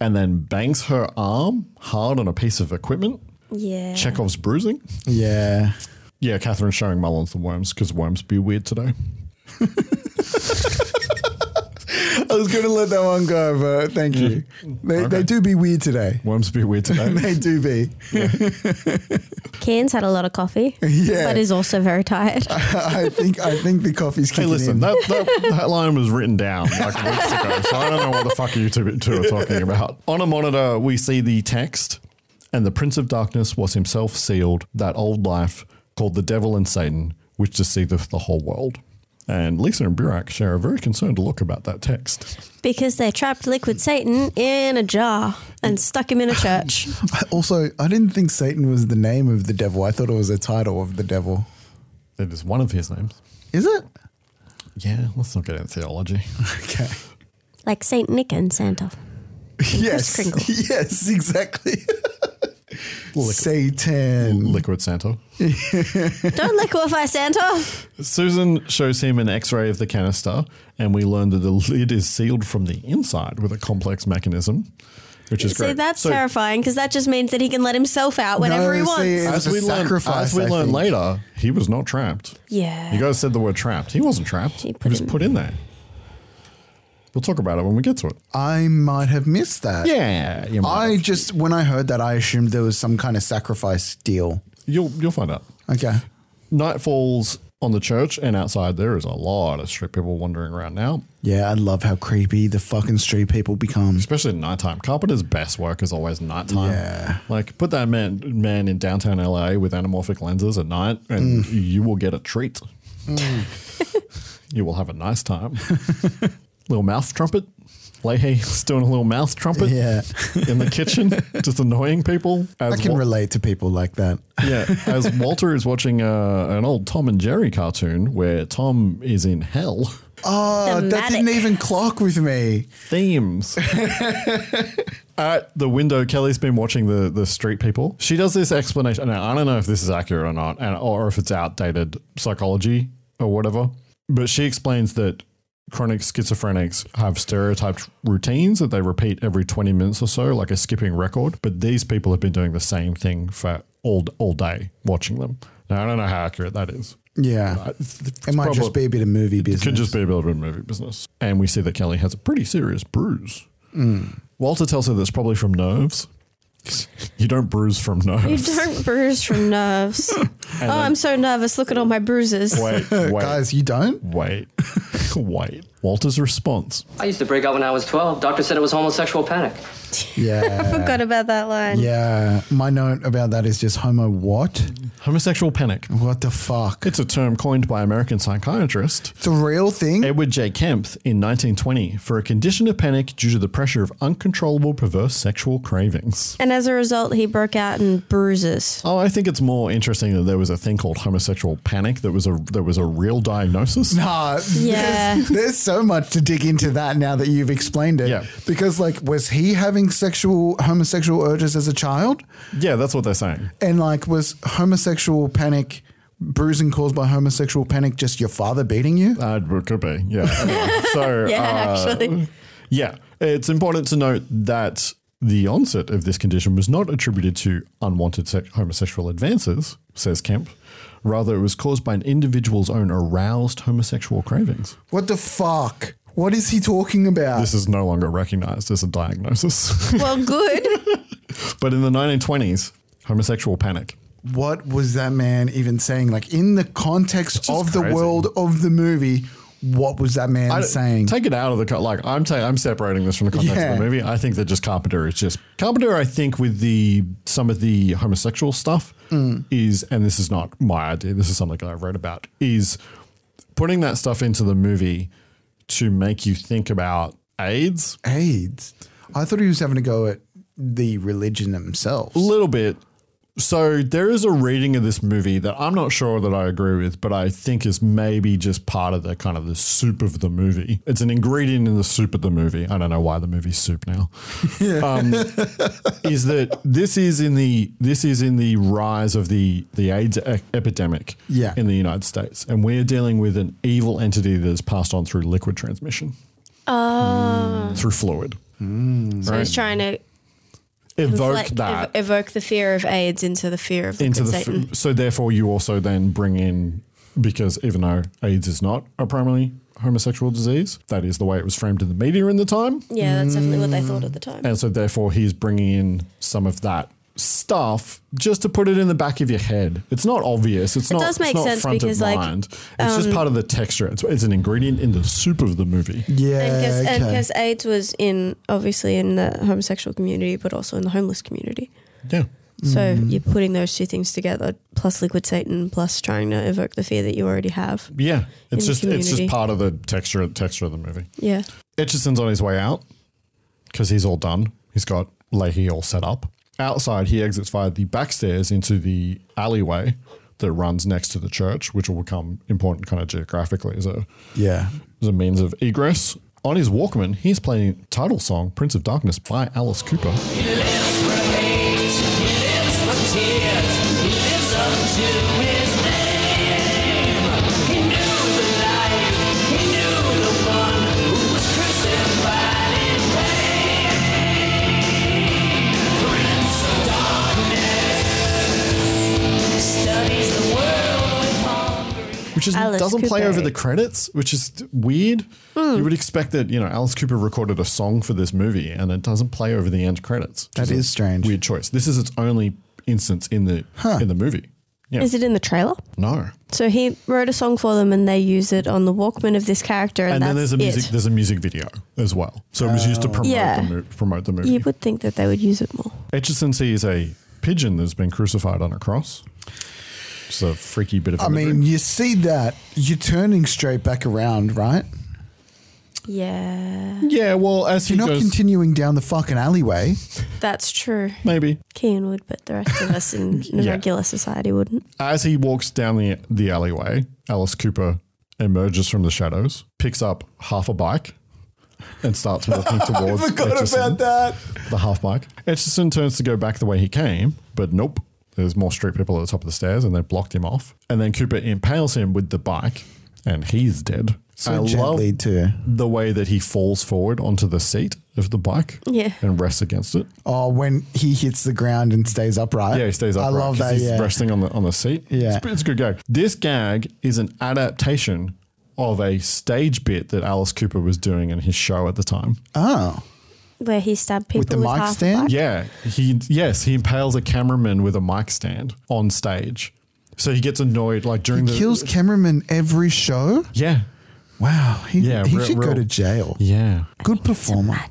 Speaker 2: and then bangs her arm hard on a piece of equipment.
Speaker 4: Yeah.
Speaker 2: Chekhov's bruising.
Speaker 3: Yeah.
Speaker 2: Yeah, Catherine's showing Mullins the worms because worms be weird today.
Speaker 3: I was going to let that one go, but thank you. They, they do be weird today.
Speaker 2: Worms be weird today.
Speaker 3: they do be.
Speaker 4: Cairns had a lot of coffee,
Speaker 3: Yeah.
Speaker 4: but is also very tired.
Speaker 3: I think I think the coffee's
Speaker 2: Hey,
Speaker 3: kicking
Speaker 2: listen,
Speaker 3: in.
Speaker 2: that, that, that line was written down like weeks ago, so I don't know what the fuck you two, two are talking about. On a monitor, we see the text, and the Prince of Darkness was himself sealed that old life called the Devil and Satan, which deceiveth the whole world. And Lisa and Burak share a very concerned look about that text.
Speaker 4: because they trapped liquid Satan in a jar and stuck him in a church.
Speaker 3: I- also, I didn't think Satan was the name of the devil. I thought it was a title of the devil.
Speaker 2: That is one of his names.
Speaker 3: Is it?
Speaker 2: Yeah, let's not get into theology.
Speaker 3: Okay.
Speaker 4: like Saint Nick and Santa.
Speaker 3: Yes.
Speaker 4: Kringle.
Speaker 3: Yes, exactly. Satan.
Speaker 2: Liquid Santa.
Speaker 4: Don't liquefy Santa.
Speaker 2: Susan shows him an x ray of the canister, and we learn that the lid is sealed from the inside with a complex mechanism, which is great.
Speaker 4: See, that's
Speaker 2: So,
Speaker 4: terrifying because that just means that he can let himself out whenever he
Speaker 3: No,
Speaker 4: wants.
Speaker 3: see, it's-
Speaker 2: As we,
Speaker 3: a
Speaker 2: learn,
Speaker 3: sacrifice,
Speaker 2: as we
Speaker 3: I
Speaker 2: learn
Speaker 3: think.
Speaker 2: later, he was not trapped.
Speaker 4: Yeah.
Speaker 2: You guys said the word trapped. He wasn't trapped. He, was put in there. We'll talk about it when we get to it.
Speaker 3: I might have missed that.
Speaker 2: Yeah, you might
Speaker 3: I just, when I heard that, I assumed there was some kind of sacrifice deal.
Speaker 2: You'll you'll find out.
Speaker 3: Okay.
Speaker 2: Night falls on the church, and outside there is a lot of street people wandering around now,
Speaker 3: Yeah, I love how creepy the fucking street people become.
Speaker 2: especially at nighttime. Carpenter's best work is always nighttime.
Speaker 3: Yeah.
Speaker 2: Like put that man man in downtown LA with anamorphic lenses at night, and
Speaker 3: Mm.
Speaker 2: you will get a treat. you will have a nice time. little mouth trumpet. Leahy's doing a little mouth trumpet
Speaker 3: Yeah.
Speaker 2: in the kitchen, just annoying people. As
Speaker 3: I can
Speaker 2: wa-
Speaker 3: relate to people like that.
Speaker 2: yeah, as Walter is watching uh, an old Tom and Jerry cartoon where Tom is in hell.
Speaker 3: Oh, that didn't
Speaker 4: Thematic.
Speaker 3: even clock with me.
Speaker 2: Themes. At the window, Kelly's been watching the, the street people. She does this explanation. Now, I don't know if this is accurate or not, and or if it's outdated psychology or whatever. But she explains that chronic schizophrenics have stereotyped routines that they repeat every 20 minutes or so, like a skipping record. But these people have been doing the same thing for all, all day, watching them. Now, I don't know how accurate that is.
Speaker 3: Yeah. It might just be a bit of movie business.
Speaker 2: It could just be a bit of a movie business. And we see that Kelly has a pretty serious bruise.
Speaker 3: Mm.
Speaker 2: Walter tells her that's probably from nerves. You don't bruise from
Speaker 4: You
Speaker 2: nerves.
Speaker 4: don't bruise from nerves. oh, I'm so nervous. Look at all my bruises.
Speaker 2: Wait, wait,
Speaker 3: Guys, you don't?
Speaker 2: wait, wait. Walter's response.
Speaker 5: I used to break out when I was 12. Doctor said it was homosexual panic.
Speaker 4: I
Speaker 3: Yeah.
Speaker 4: forgot about that line.
Speaker 3: yeah. My note about that is just homo what?
Speaker 2: Homosexual panic.
Speaker 3: What the fuck?
Speaker 2: It's a term coined by American psychiatrist
Speaker 3: It's a real thing.
Speaker 2: Edward J. Kempf in 1920 for a condition of panic due to the pressure of uncontrollable perverse sexual cravings.
Speaker 4: And as a result, he broke out in bruises.
Speaker 2: Oh, I think it's more interesting that there was a thing called homosexual panic that was a there was a real diagnosis.
Speaker 3: Nah,
Speaker 4: Yeah.
Speaker 3: there's, there's so much to dig into that now that you've explained it.
Speaker 2: Yeah.
Speaker 3: Because like, was he having sexual homosexual urges as a child?
Speaker 2: Yeah, that's what they're saying.
Speaker 3: And like, was homosexual panic bruising caused by homosexual panic just your father beating you?
Speaker 2: Uh, it could be. Yeah. Anyway, so
Speaker 4: Yeah,
Speaker 2: uh,
Speaker 4: actually.
Speaker 2: yeah, it's important to note that the onset of this condition was not attributed to unwanted sex- homosexual advances, says Kemp. Rather, it was caused by an individual's own aroused homosexual cravings.
Speaker 3: What the fuck? What is he talking about?
Speaker 2: This is no longer recognized as a diagnosis.
Speaker 4: Well, good.
Speaker 3: Mm.
Speaker 2: but in the 1920s, homosexual panic.
Speaker 3: what was that man even saying? Like in the context
Speaker 2: just
Speaker 3: of the
Speaker 2: crazy.
Speaker 3: world of the movie, what was that man
Speaker 2: I don't-
Speaker 3: saying?
Speaker 2: Take it out of the co- like. I'm ta- I'm separating this from the context of
Speaker 3: Yeah.
Speaker 2: the movie. I think that just Carpenter is just Carpenter. I think with the some of the homosexual stuff
Speaker 3: Mm.
Speaker 2: is, and this is not my idea. This is something I wrote about. Is putting that stuff into the movie to make you think about AIDS
Speaker 3: AIDS. I thought he was having a go at the religion themselves.
Speaker 2: a little bit. So there is a reading of this movie that I'm not sure that I agree with, but I think is maybe just part of the kind of the soup of the movie. It's an ingredient in the soup of the movie. I don't know why the movie's soup now. Um, is that this is in the this is in the rise of the the AIDS e- epidemic
Speaker 3: Yeah.
Speaker 2: in the United States, and we're dealing with an evil entity that is passed on through liquid transmission
Speaker 4: Oh.
Speaker 2: through fluid.
Speaker 4: So he's trying to
Speaker 2: evoke
Speaker 4: inflict-
Speaker 2: that.
Speaker 4: ev- evoke the fear of AIDS into the fear of
Speaker 2: into
Speaker 4: liquid
Speaker 2: the
Speaker 4: Satan.
Speaker 2: f- so therefore you also then bring in because even though AIDS is not a primarily homosexual disease, that is the way it was framed in the media in the time,
Speaker 4: yeah, that's definitely what they thought at the time.
Speaker 2: and so therefore he's bringing in some of that stuff just to put it in the back of your head. It's not obvious. It's
Speaker 4: It
Speaker 2: not.
Speaker 4: does make
Speaker 2: it's not
Speaker 4: sense
Speaker 2: front
Speaker 4: because,
Speaker 2: of
Speaker 4: like,
Speaker 2: mind. It's just
Speaker 4: um,
Speaker 2: part of the texture. It's, it's an ingredient in the soup of the movie. Yeah,
Speaker 4: And because AIDS was in obviously in the homosexual community, but also in the homeless community.
Speaker 2: Yeah. Mm.
Speaker 4: So you're putting those two things together, plus liquid Satan, plus trying to evoke the fear that you already have.
Speaker 2: yeah,
Speaker 4: in
Speaker 2: it's
Speaker 4: the
Speaker 2: just it's just
Speaker 4: community.
Speaker 2: part of the texture texture of the movie.
Speaker 4: Yeah.
Speaker 2: Etchison's on his way out because he's all done. He's got Leahy all set up. Outside, he exits via the back stairs into the alleyway that runs next to the church, which will become important kind of geographically as a
Speaker 3: Yeah.
Speaker 2: as a means of egress. On his Walkman, he's playing title song "Prince of Darkness" by Alice Cooper.
Speaker 5: He lives for hate, he lives for tears, he lives unto his name. He knew the life, he knew the one who was crucified in vain. Prince of darkness studies the world with hunger.
Speaker 2: which is
Speaker 5: Alice
Speaker 2: doesn't play
Speaker 5: Cooper.
Speaker 2: over the credits, which is weird.
Speaker 4: Hmm.
Speaker 2: You would expect that you know Alice Cooper recorded a song for this movie, and it doesn't play over the end credits. That is, strange. Weird choice. This is its only instance in the in the movie. Yeah.
Speaker 4: Is it in the trailer?
Speaker 2: No.
Speaker 4: So he wrote a song for them, and they use it on the Walkman of this character, and,
Speaker 2: And, then
Speaker 4: that's
Speaker 2: there's a music
Speaker 4: it.
Speaker 2: there's a music video as well. So it was used to promote
Speaker 4: Yeah.
Speaker 2: the mo- promote the movie.
Speaker 4: You would think that they would use it more.
Speaker 2: Etchison sees a pigeon that's been crucified on a cross. It's a freaky bit of.
Speaker 3: I
Speaker 2: imagery.
Speaker 3: mean, you see that, you're turning straight back around, right?
Speaker 4: Yeah.
Speaker 2: Yeah, well, as
Speaker 3: you're not continuing down the fucking alleyway,
Speaker 4: That's true.
Speaker 2: Maybe.
Speaker 4: Keen would, but the rest of us in in
Speaker 2: Yeah.
Speaker 4: regular society wouldn't.
Speaker 2: As he walks down the, the alleyway, Alice Cooper emerges from the shadows, picks up half a bike, and starts walking towards. Etchison,
Speaker 3: that.
Speaker 2: The half bike. Etchison turns to go back the way he came, but nope. There's more street people at the top of the stairs, and they blocked him off. And then Cooper impales him with the bike, and he's dead.
Speaker 3: So gently too.
Speaker 2: the way that he falls forward onto the seat of the bike
Speaker 3: Yeah.
Speaker 2: and rests against it.
Speaker 3: Oh, when he hits the ground and stays upright.
Speaker 2: Yeah, he stays upright.
Speaker 3: I love
Speaker 2: 'cause
Speaker 3: that.
Speaker 2: He's
Speaker 3: Yeah.
Speaker 2: resting on the on the seat.
Speaker 3: Yeah.
Speaker 2: it's, it's a good gag. This gag is an adaptation of a stage bit that Alice Cooper was doing in his show at the time.
Speaker 3: Oh,
Speaker 4: Where he stabbed people half bike.
Speaker 2: Yeah, he yes he impales a cameraman with a mic stand on stage, so he gets annoyed like during the
Speaker 3: kills cameraman every show.
Speaker 2: Yeah.
Speaker 3: Wow. He,
Speaker 2: Yeah,
Speaker 3: he
Speaker 2: real-
Speaker 3: should go
Speaker 2: real-
Speaker 3: to jail.
Speaker 2: Yeah.
Speaker 3: Good performer.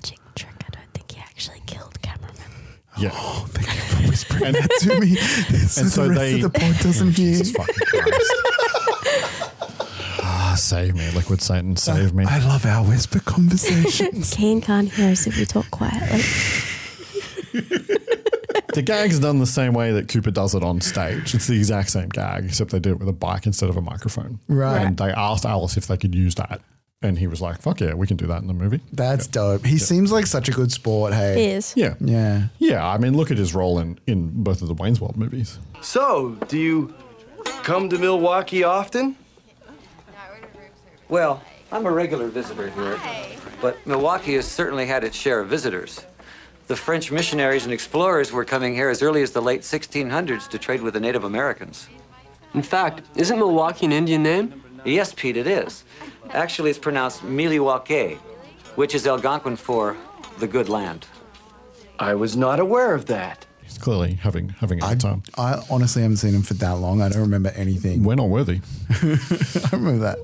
Speaker 2: Yeah.
Speaker 3: thank you for whispering that to me. So
Speaker 2: and
Speaker 3: the
Speaker 2: so
Speaker 3: rest
Speaker 2: they-
Speaker 3: of the pod doesn't hear.
Speaker 2: Ah, save me, Liquid Satan, save me.
Speaker 3: I love our whisper conversation.
Speaker 4: Kane can't hear us if we talk quietly.
Speaker 2: the gag's done the same way that Cooper does it on stage. It's the exact same gag, except they did it with a bike instead of a microphone.
Speaker 3: Right.
Speaker 2: And they asked Alice if they could use that. And he was like, fuck yeah, we can do that in the movie.
Speaker 3: That's dope. He seems like such a good sport. Hey,
Speaker 2: He is. Yeah.
Speaker 3: Yeah.
Speaker 2: Yeah. I mean, look at his role in, in both of the Wayne's World movies.
Speaker 41: So, do you come to Milwaukee often?
Speaker 8: Well, I'm a regular visitor here, but Milwaukee has certainly had its share of visitors. The French missionaries and explorers were coming here as early as the late 1600s to trade with the Native Americans. In fact, isn't Milwaukee an Indian name? Yes, Pete, it is. Actually, it's pronounced Miliwake, which is Algonquin for the good land. I was not aware of that.
Speaker 2: He's clearly having having a
Speaker 3: I,
Speaker 2: good time.
Speaker 3: I honestly haven't seen him for that long. I don't remember anything.
Speaker 2: We're not worthy.
Speaker 3: I remember that.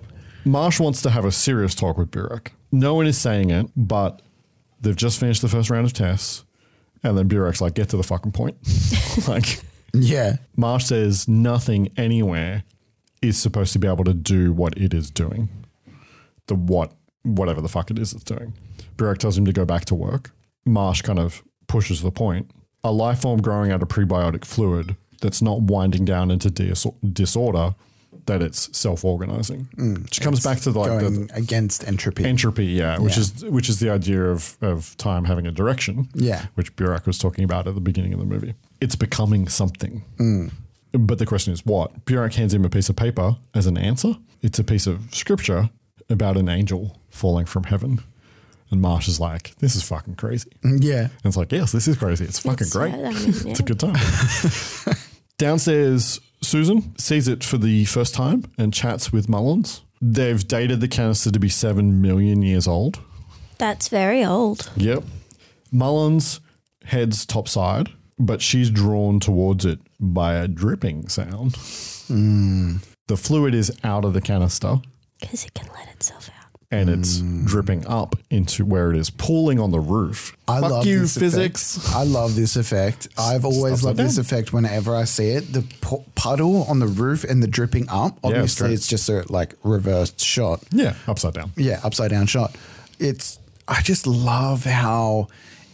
Speaker 2: Marsh wants to have a serious talk with Burek. No one is saying it, but they've just finished the first round of tests. And then Burek's like, get to the fucking point. like,
Speaker 3: yeah.
Speaker 2: Marsh says nothing anywhere is supposed to be able to do what it is doing. The what, whatever the fuck it is it's doing. Burek tells him to go back to work. Marsh kind of pushes the point. A life form growing out of prebiotic fluid that's not winding down into dis- disorder, that it's self organizing,
Speaker 3: Mm,
Speaker 2: which comes
Speaker 3: it's
Speaker 2: back to like the,
Speaker 3: going against entropy.
Speaker 2: entropy, yeah, which
Speaker 3: Yeah.
Speaker 2: is which is the idea of of time having a direction,
Speaker 3: Yeah.
Speaker 2: which Burak was talking about at the beginning of the movie. It's becoming something,
Speaker 3: Mm.
Speaker 2: but the question is what? Burak hands him a piece of paper as an answer. It's a piece of scripture about an angel falling from heaven, and Marsh is like, "This is fucking crazy."
Speaker 3: Mm, Yeah.
Speaker 2: And it's like, "Yes, this is crazy. It's fucking
Speaker 3: It's,
Speaker 2: great.
Speaker 3: uh, I mean,
Speaker 2: it's
Speaker 3: yeah.
Speaker 2: a good time." Downstairs, Susan sees it for the first time and chats with Mullins. They've dated the canister to be seven million years old.
Speaker 4: That's very old.
Speaker 2: Yep. Mullins heads topside, but she's drawn towards it by a dripping sound. The fluid is out of the canister
Speaker 4: Because it can let itself out.
Speaker 2: and it's
Speaker 3: Mm.
Speaker 2: dripping up into where it is pooling on the roof.
Speaker 3: I
Speaker 2: Fuck
Speaker 3: love
Speaker 2: you,
Speaker 3: this
Speaker 2: physics.
Speaker 3: effect. I love this effect. I've always
Speaker 2: Stuff like
Speaker 3: loved this
Speaker 2: that.
Speaker 3: effect whenever I see it. The pu- puddle on the roof and the dripping up.
Speaker 2: Yeah, it's
Speaker 3: Obviously,
Speaker 2: great.
Speaker 3: it's just a like reversed shot.
Speaker 2: Yeah, upside down.
Speaker 3: Yeah, upside down shot. It's. I just love how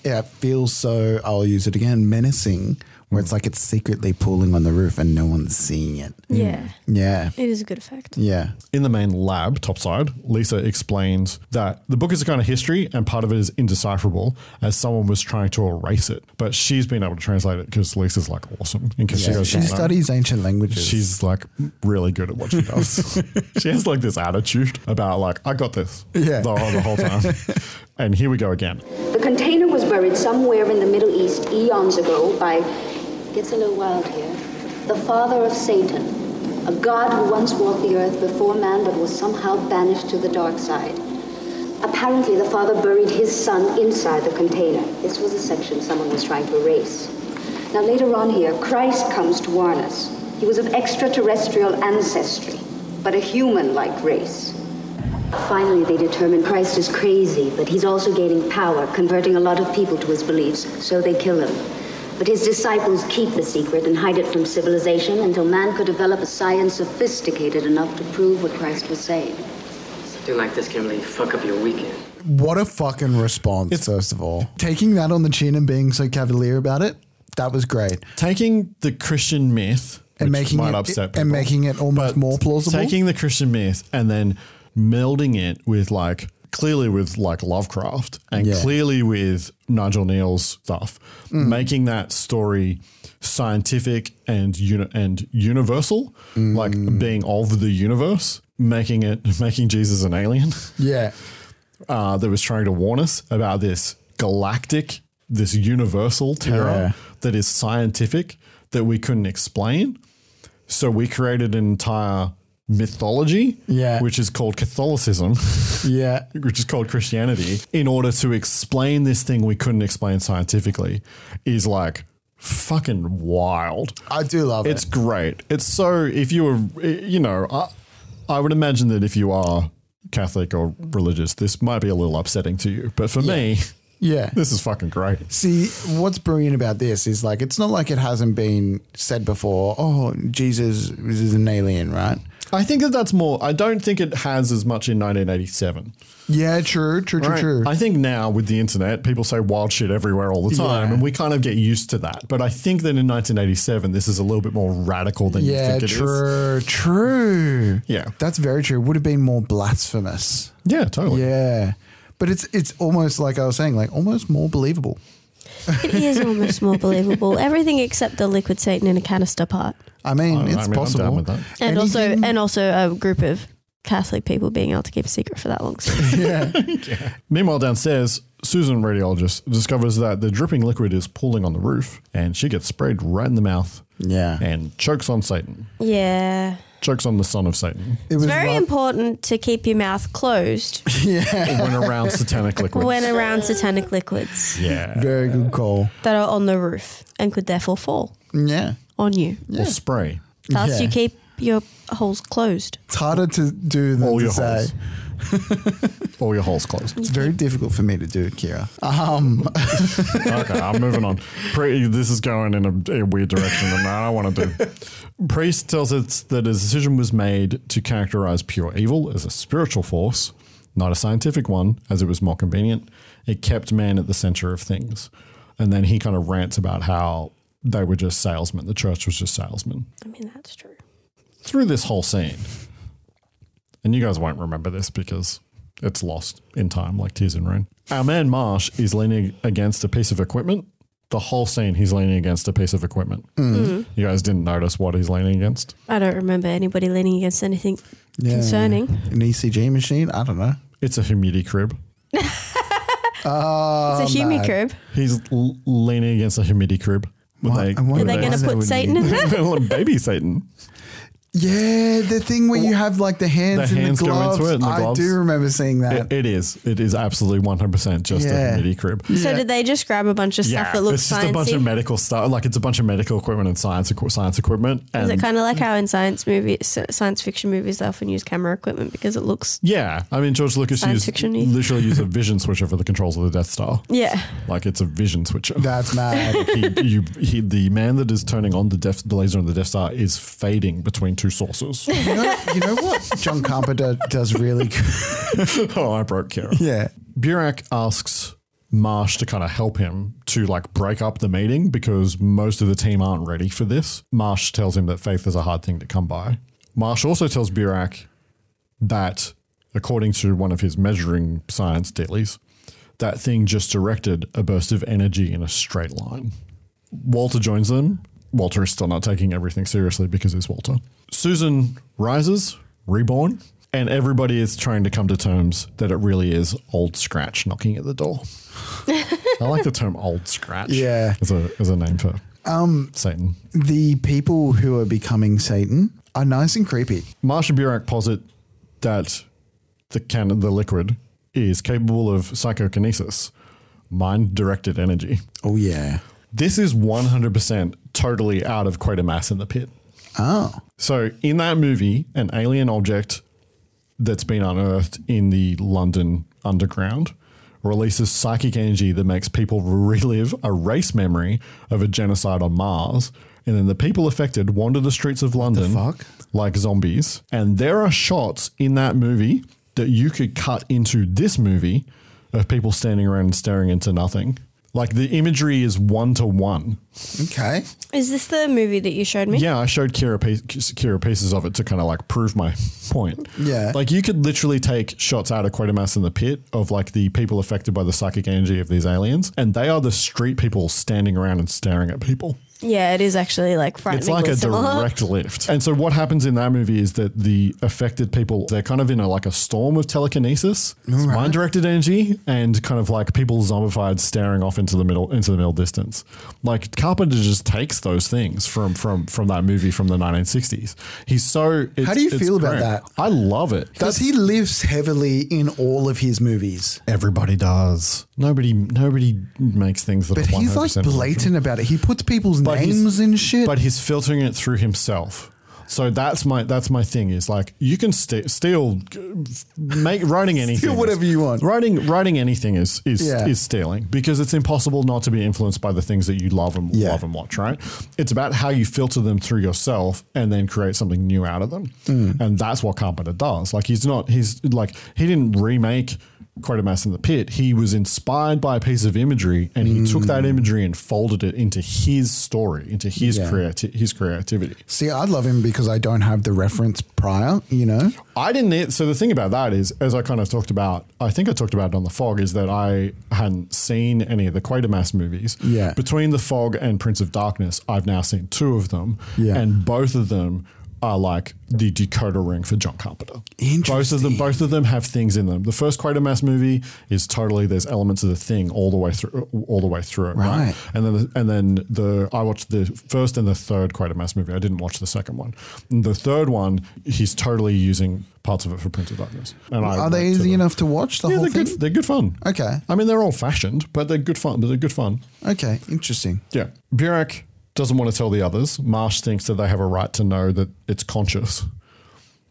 Speaker 3: it feels so. I'll use it again. Menacing, where
Speaker 2: Hmm.
Speaker 3: it's like it's secretly pooling on the roof and no one's seeing it.
Speaker 4: Yeah.
Speaker 3: Yeah.
Speaker 4: It is a good effect.
Speaker 3: Yeah.
Speaker 2: In the main lab, topside, Lisa explains that the book is a kind of history and part of it is indecipherable as someone was trying to erase it. But she's been able to translate it because Lisa's like awesome. In case
Speaker 3: Yeah,
Speaker 2: you guys
Speaker 3: she
Speaker 2: don't know.
Speaker 3: studies ancient languages.
Speaker 2: She's like really good at what she does. she has like this attitude about like I got this.
Speaker 3: Yeah.
Speaker 2: The, the whole time. and here we go again.
Speaker 1: The container was buried somewhere in the Middle East eons ago by, gets a little wild here, the father of Satan, a god who once walked the earth before man but was somehow banished to the dark side. Apparently, the father buried his son inside the container. This was a section someone was trying to erase. Now, later on here, Christ comes to warn us. He was of extraterrestrial ancestry, but a human like race. Finally, they determine Christ is crazy, but he's also gaining power, converting a lot of people to his beliefs, so they kill him. But his disciples keep the secret and hide it from civilization until man could develop a science sophisticated enough to prove what Christ was saying.
Speaker 42: Something like this can really fuck up your weekend.
Speaker 3: What a fucking response, first of all. Taking that on the chin and being so cavalier about it, that was great.
Speaker 2: Taking the Christian myth
Speaker 3: and
Speaker 2: which
Speaker 3: making
Speaker 2: might
Speaker 3: it,
Speaker 2: upset people.
Speaker 3: and making it almost more plausible.
Speaker 2: Taking the Christian myth and then melding it with like clearly with like Lovecraft and
Speaker 3: Yeah. Mm.
Speaker 2: clearly with Nigel Neal's stuff, making that story scientific and uni- and universal,
Speaker 3: Mm.
Speaker 2: like being of the universe, making it making Jesus an alien
Speaker 3: yeah.
Speaker 2: uh, that was trying to warn us about this galactic, this universal
Speaker 3: Yeah.
Speaker 2: terror that is scientific that we couldn't explain. So we created an entire mythology,
Speaker 3: Yeah.
Speaker 2: which is called Catholicism,
Speaker 3: yeah,
Speaker 2: which is called Christianity, in order to explain this thing we couldn't explain scientifically, is like fucking wild.
Speaker 3: I do love
Speaker 2: it's It's great. It's so if you were, you know, I, I would imagine that if you are Catholic or religious, this might be a little upsetting to you. But for me,
Speaker 3: Yeah.
Speaker 2: this is fucking great.
Speaker 3: See, what's brilliant about this is like it's not like it hasn't been said before. Oh, Jesus is an alien, right?
Speaker 2: I think that that's more. I don't think it has as much in 1987.
Speaker 3: Yeah, true, true, true,
Speaker 2: Right.
Speaker 3: true.
Speaker 2: I think now with the internet, people say wild shit everywhere all the time,
Speaker 3: Yeah.
Speaker 2: and we kind of get used to that. But I think that in 1987, this is a little bit more radical than
Speaker 3: yeah,
Speaker 2: you think it is.
Speaker 3: true, true.
Speaker 2: Yeah.
Speaker 3: that's very true. Would have been more blasphemous.
Speaker 2: Yeah, totally.
Speaker 3: Yeah, but it's it's almost like I was saying, like almost more believable.
Speaker 4: It is almost more believable. Everything except the liquid Satan in a canister part.
Speaker 3: I mean,
Speaker 2: I- I
Speaker 3: it's
Speaker 2: mean, I'm down
Speaker 3: possible.
Speaker 2: with that.
Speaker 4: And also and also a group of Catholic people being able to keep a secret for that long.
Speaker 2: Meanwhile, downstairs, Susan, radiologist, discovers that the dripping liquid is pooling on the roof, and she gets sprayed right in the mouth.
Speaker 3: Yeah,
Speaker 2: and chokes on Satan,
Speaker 4: yeah.
Speaker 2: chokes on the son of Satan.
Speaker 3: It
Speaker 4: It's very important to keep your mouth closed
Speaker 3: yeah.
Speaker 2: when around satanic liquids.
Speaker 4: when around satanic liquids
Speaker 2: yeah,
Speaker 3: Very good call.
Speaker 4: that are on the roof and could therefore fall
Speaker 3: Yeah.
Speaker 4: on you.
Speaker 2: or spray.
Speaker 4: Thus,
Speaker 3: Yeah.
Speaker 4: you keep your holes closed.
Speaker 3: It's harder to do than
Speaker 2: All
Speaker 3: to
Speaker 2: your
Speaker 3: say.
Speaker 2: holes. All your holes closed.
Speaker 3: It's very difficult for me to do, Kira. Um,
Speaker 2: okay, I'm moving on. Pre- this is going in a, a weird direction, and I don't want to do. Priest tells us that a decision was made to characterize pure evil as a spiritual force, not a scientific one, as it was more convenient. It kept man at the center of things, and then he kind of rants about how they were just salesmen. The church was just salesmen.
Speaker 4: I mean, that's true.
Speaker 2: Through this whole scene, and you guys won't remember this because it's lost in time like tears in rain. Our man Marsh is leaning against a piece of equipment. The whole scene, he's leaning against a piece of equipment.
Speaker 4: Mm. Mm.
Speaker 3: Mm-hmm.
Speaker 2: You guys didn't notice what he's leaning against?
Speaker 4: I don't remember anybody leaning against anything concerning.
Speaker 3: An ECG machine? I don't know.
Speaker 2: It's a humidity crib. Uh,
Speaker 3: Oh,
Speaker 4: it's a
Speaker 3: no.
Speaker 4: Humi crib.
Speaker 2: He's l- leaning against a humidity crib. Were they,
Speaker 4: Are they going to put Satan in there?
Speaker 2: Baby Satan.
Speaker 3: Yeah, the thing where you have like the hands,
Speaker 2: The hands
Speaker 3: and the
Speaker 2: go
Speaker 3: gloves.
Speaker 2: into it and the gloves.
Speaker 3: I do remember seeing that.
Speaker 2: It, it is. It is absolutely 100% just a
Speaker 3: Yeah.
Speaker 2: humidity crib.
Speaker 4: So did they just grab a bunch of stuff that looks
Speaker 2: it's just a bunch of
Speaker 4: sciencey?
Speaker 2: medical stuff. Like it's a bunch of medical equipment and science equi- science equipment.
Speaker 4: Is
Speaker 2: And
Speaker 4: it kind of like how in science movies, science fiction movies, they often use camera equipment because it looks
Speaker 2: yeah, I mean George Lucas
Speaker 4: Science
Speaker 2: used
Speaker 4: fiction-y?
Speaker 2: literally used a vision switcher for the controls of the Death Star.
Speaker 4: yeah.
Speaker 2: Like it's a vision switcher.
Speaker 3: That's mad.
Speaker 2: Like, he, you, he, the man that is turning on the, def, the laser on the Death Star is fading between two sources.
Speaker 3: you, know, you know what? John Carpenter does really good.
Speaker 2: oh, I broke Kara.
Speaker 3: Yeah.
Speaker 2: Burak asks Marsh to kind of help him to like break up the meeting because most of the team aren't ready for this. Marsh tells him that faith is a hard thing to come by. Marsh also tells Burak that, according to one of his measuring science dailies, that thing just directed a burst of energy in a straight line. Walter joins them. Walter is still not taking everything seriously because he's Walter. Susan rises, reborn, and everybody is trying to come to terms that it really is old Scratch knocking at the door. I like the term old Scratch.
Speaker 3: Yeah.
Speaker 2: As a, as a name for
Speaker 3: Um,
Speaker 2: Satan.
Speaker 3: the people who are becoming Satan are nice and creepy.
Speaker 2: Marsha Burak posit that the can the liquid is capable of psychokinesis, mind directed energy.
Speaker 3: Oh yeah.
Speaker 2: This is 100% totally out of Quatermass in the pit.
Speaker 3: Oh.
Speaker 2: So in that movie, an alien object that's been unearthed in the London underground releases psychic energy that makes people relive a race memory of a genocide on Mars. And then the people affected wander the streets of London like zombies. And there are shots in that movie that you could cut into this movie of people standing around and staring into nothing. Like the imagery is one to one.
Speaker 3: Okay.
Speaker 4: Is this the movie that you showed me?
Speaker 2: Yeah, I showed Kira, piece, Kira pieces of it to kind of like prove my point.
Speaker 3: Yeah.
Speaker 2: Like you could literally take shots out of Quatermass in the pit of like the people affected by the psychic energy of these aliens, and they are the street people standing around and staring at people.
Speaker 4: Yeah, it is actually like frighteningly
Speaker 2: It's like a
Speaker 4: similar.
Speaker 2: direct lift. And so what happens in that movie is that the affected people, they're kind of in a like a storm of telekinesis, mind directed energy, and kind of like people zombified staring off into the middle into the middle distance. Like Carpenter just takes those things from from from that movie from the 1960s. He's so it's,
Speaker 3: How do you
Speaker 2: it's
Speaker 3: feel about
Speaker 2: great.
Speaker 3: that?
Speaker 2: I love it.
Speaker 3: Because he lives heavily in all of his movies.
Speaker 2: Everybody does. Nobody nobody makes things that
Speaker 3: But
Speaker 2: are 100%
Speaker 3: he's like blatant about it. He puts people's names
Speaker 2: he's-
Speaker 3: and shit.
Speaker 2: But he's filtering it through himself. So that's my that's my thing is like you can st- steal, make writing anything
Speaker 3: Steal whatever you want.
Speaker 2: Writing writing anything is is
Speaker 3: Yeah.
Speaker 2: is stealing because it's impossible not to be influenced by the things that you love and
Speaker 3: Yeah.
Speaker 2: love and watch. Right? It's about how you filter them through yourself and then create something new out of them.
Speaker 3: Mm.
Speaker 2: And that's what Carpenter does. Like he's not he's like he didn't remake. Quatermass in the pit. He was inspired by a piece of imagery, and he
Speaker 3: Mm.
Speaker 2: took that imagery and folded it into his story, into his
Speaker 3: Yeah.
Speaker 2: creati- his creativity.
Speaker 3: See, I love him because I don't have the reference prior, you know?
Speaker 2: I didn't. e- So the thing about that is, as I kind of talked about, I think I talked about it on the fog, is that I hadn't seen any of the Quatermass movies.
Speaker 3: Yeah.
Speaker 2: Between the fog and Prince of Darkness, I've now seen two of them.
Speaker 3: Yeah.
Speaker 2: And both of them are like the decoder ring for John Carpenter. Both of them, both of them have things in them. The first Quatermass movie is totally there's elements of the thing all the way through, all the way through it.
Speaker 3: Right.
Speaker 2: And then the, and then the I watched the first and the third Quatermass movie. I didn't watch the second one. And the third one, he's totally using parts of it for Prince of Darkness. And I
Speaker 3: Are they
Speaker 2: went to
Speaker 3: easy
Speaker 2: the-
Speaker 3: enough to watch the
Speaker 2: Yeah,
Speaker 3: whole
Speaker 2: they're
Speaker 3: thing?
Speaker 2: good. They're good fun.
Speaker 3: Okay.
Speaker 2: I mean, they're old fashioned, but they're good fun. But they're good fun.
Speaker 3: Okay. Interesting.
Speaker 2: Yeah. Burek doesn't want to tell the others. Marsh thinks that they have a right to know that it's conscious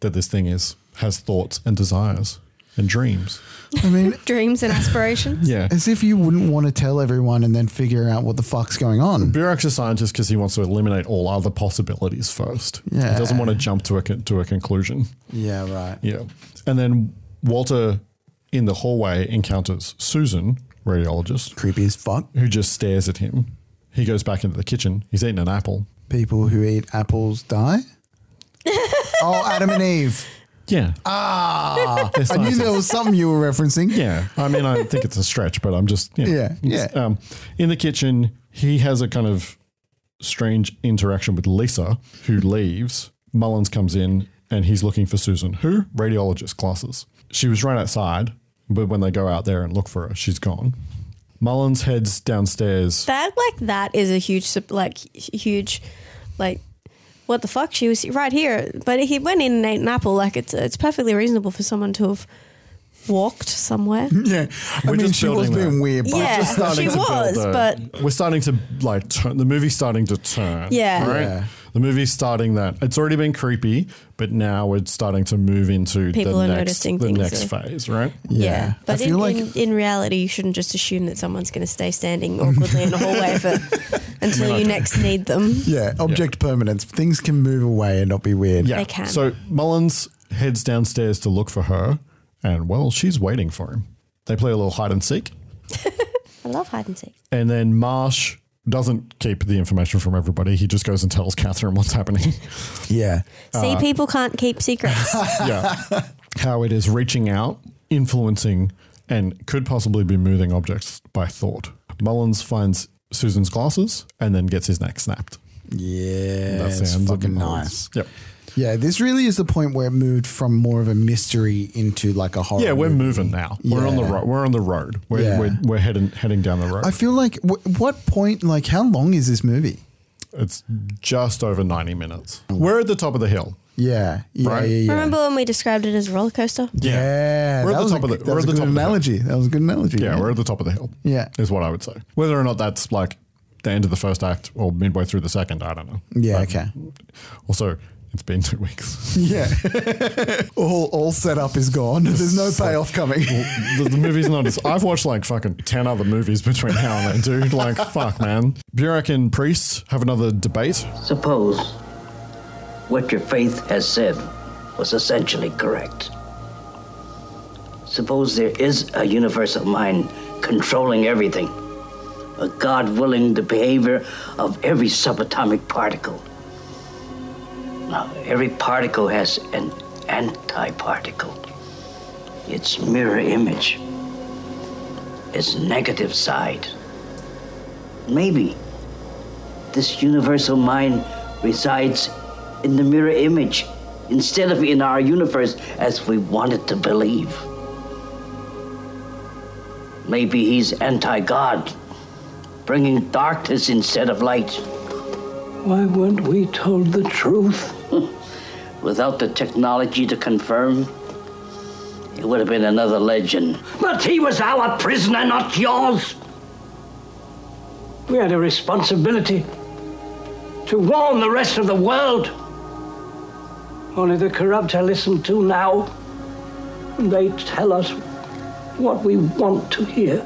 Speaker 2: that this thing is has thoughts and desires and dreams.
Speaker 3: I mean,
Speaker 4: Dreams and aspirations.
Speaker 2: Yeah.
Speaker 3: as if you wouldn't want to tell everyone and then figure out what the fuck's going on.
Speaker 2: Burek's a scientist because he wants to eliminate all other possibilities first. He
Speaker 3: Yeah.
Speaker 2: doesn't want to jump to a con- to a conclusion.
Speaker 3: Yeah, right.
Speaker 2: Yeah. And then Walter in the hallway encounters Susan, radiologist,
Speaker 3: Creepy as fuck.
Speaker 2: who just stares at him. He goes back into the kitchen. He's eating an apple.
Speaker 3: People who eat apples die? oh, Adam and Eve.
Speaker 2: Yeah.
Speaker 3: Ah,
Speaker 2: They're
Speaker 3: I knew
Speaker 2: scientists.
Speaker 3: there was something you were referencing.
Speaker 2: Yeah. I mean, I think it's a stretch, but I'm just you know,
Speaker 3: Yeah,
Speaker 2: it's, Um, in the kitchen, he has a kind of strange interaction with Lisa, who leaves. Mullins comes in and he's looking for Susan, who radiologist classes. She was right outside, but when they go out there and look for her, she's gone. Mullins heads downstairs.
Speaker 4: That like that is a huge sup- like hu- huge like what the fuck she was right here, but he went in and ate an apple. Like it's it's perfectly reasonable for someone to have walked somewhere.
Speaker 2: Hmm.
Speaker 3: Yeah, I mean, she was being weird, but
Speaker 4: Yeah,
Speaker 3: just starting
Speaker 4: she
Speaker 3: to build
Speaker 4: was,
Speaker 3: a-
Speaker 4: but
Speaker 2: we're starting to like turn, the movie's starting to turn.
Speaker 4: Yeah.
Speaker 2: right.
Speaker 4: Yeah.
Speaker 2: The movie's starting that. It's already been creepy, but now we're starting to move into
Speaker 4: People
Speaker 2: the
Speaker 4: are
Speaker 2: next,
Speaker 4: noticing
Speaker 2: the
Speaker 4: things,
Speaker 2: next
Speaker 4: yeah.
Speaker 2: phase, right?
Speaker 4: Yeah, but in,
Speaker 2: like
Speaker 4: in, in reality, you shouldn't just assume that someone's going to stay standing awkwardly in the hallway for until you next need them.
Speaker 3: Yeah, object permanence. Things can move away and not be weird.
Speaker 4: They can.
Speaker 2: So Mullins heads downstairs to look for her, and well, she's waiting for him. They play a little hide and seek,
Speaker 4: I love hide and seek.
Speaker 2: and then Marsh doesn't keep the information from everybody. He just goes and tells Catherine what's happening.
Speaker 3: Yeah.
Speaker 4: See, people can't keep secrets.
Speaker 2: Ah. yeah. How it is reaching out, influencing, and could possibly be moving objects by thought. Mullins finds Susan's glasses and then gets his neck snapped.
Speaker 3: Yeah,
Speaker 2: That's the
Speaker 3: it's
Speaker 2: ends of
Speaker 3: fucking
Speaker 2: Mullins.
Speaker 3: nice.
Speaker 2: Yep.
Speaker 3: Yeah, this really is the point where it moved from more of a mystery into like a horror.
Speaker 2: yeah, we're
Speaker 3: movie.
Speaker 2: moving now. We're on the
Speaker 3: Yeah.
Speaker 2: road. We're on the road. We're,
Speaker 3: Yeah.
Speaker 2: we're, we're heading heading down the road.
Speaker 3: I feel like w- what point? Like, how long is this movie?
Speaker 2: it's just over ninety minutes. We're at the top of the hill.
Speaker 3: Oh. Yeah, yeah,
Speaker 2: Right.
Speaker 3: yeah, yeah.
Speaker 4: Remember when we described it as a roller coaster?
Speaker 3: Yeah,
Speaker 2: We're at
Speaker 3: that
Speaker 2: the
Speaker 3: was
Speaker 2: top
Speaker 3: a,
Speaker 2: of the-
Speaker 3: that
Speaker 2: we're
Speaker 3: was
Speaker 2: at
Speaker 3: a
Speaker 2: the
Speaker 3: good
Speaker 2: top of the hill.
Speaker 3: analogy. That was a good analogy.
Speaker 2: Yeah, we're at the top of the hill.
Speaker 3: Yeah.
Speaker 2: is what I would say. Whether or not that's like the end of the first act or midway through the second, I don't know.
Speaker 3: Yeah, okay.
Speaker 2: Also, it's been two weeks.
Speaker 3: Yeah. all all setup is gone. There's no Oh, payoff coming.
Speaker 2: the, the movie's not as. I've watched like fucking 10 other movies between now and then, dude. Like, fuck, man. Burek and Priest have another debate.
Speaker 22: Suppose what your faith has said was essentially correct. Suppose there is a universe of mind controlling everything, a God willing the behavior of every subatomic particle. Now, every particle has an antiparticle, its mirror image, its negative side. Maybe this universal mind resides in the mirror image instead of in our universe as we wanted to believe. Maybe he's anti God, bringing darkness instead of light. Why weren't we told the truth? Without the technology to confirm, it would have been another legend. But he was our prisoner, not yours.
Speaker 12: We had a responsibility to warn the rest of the world. Only the corrupt are listened to now. They tell us what we want to hear.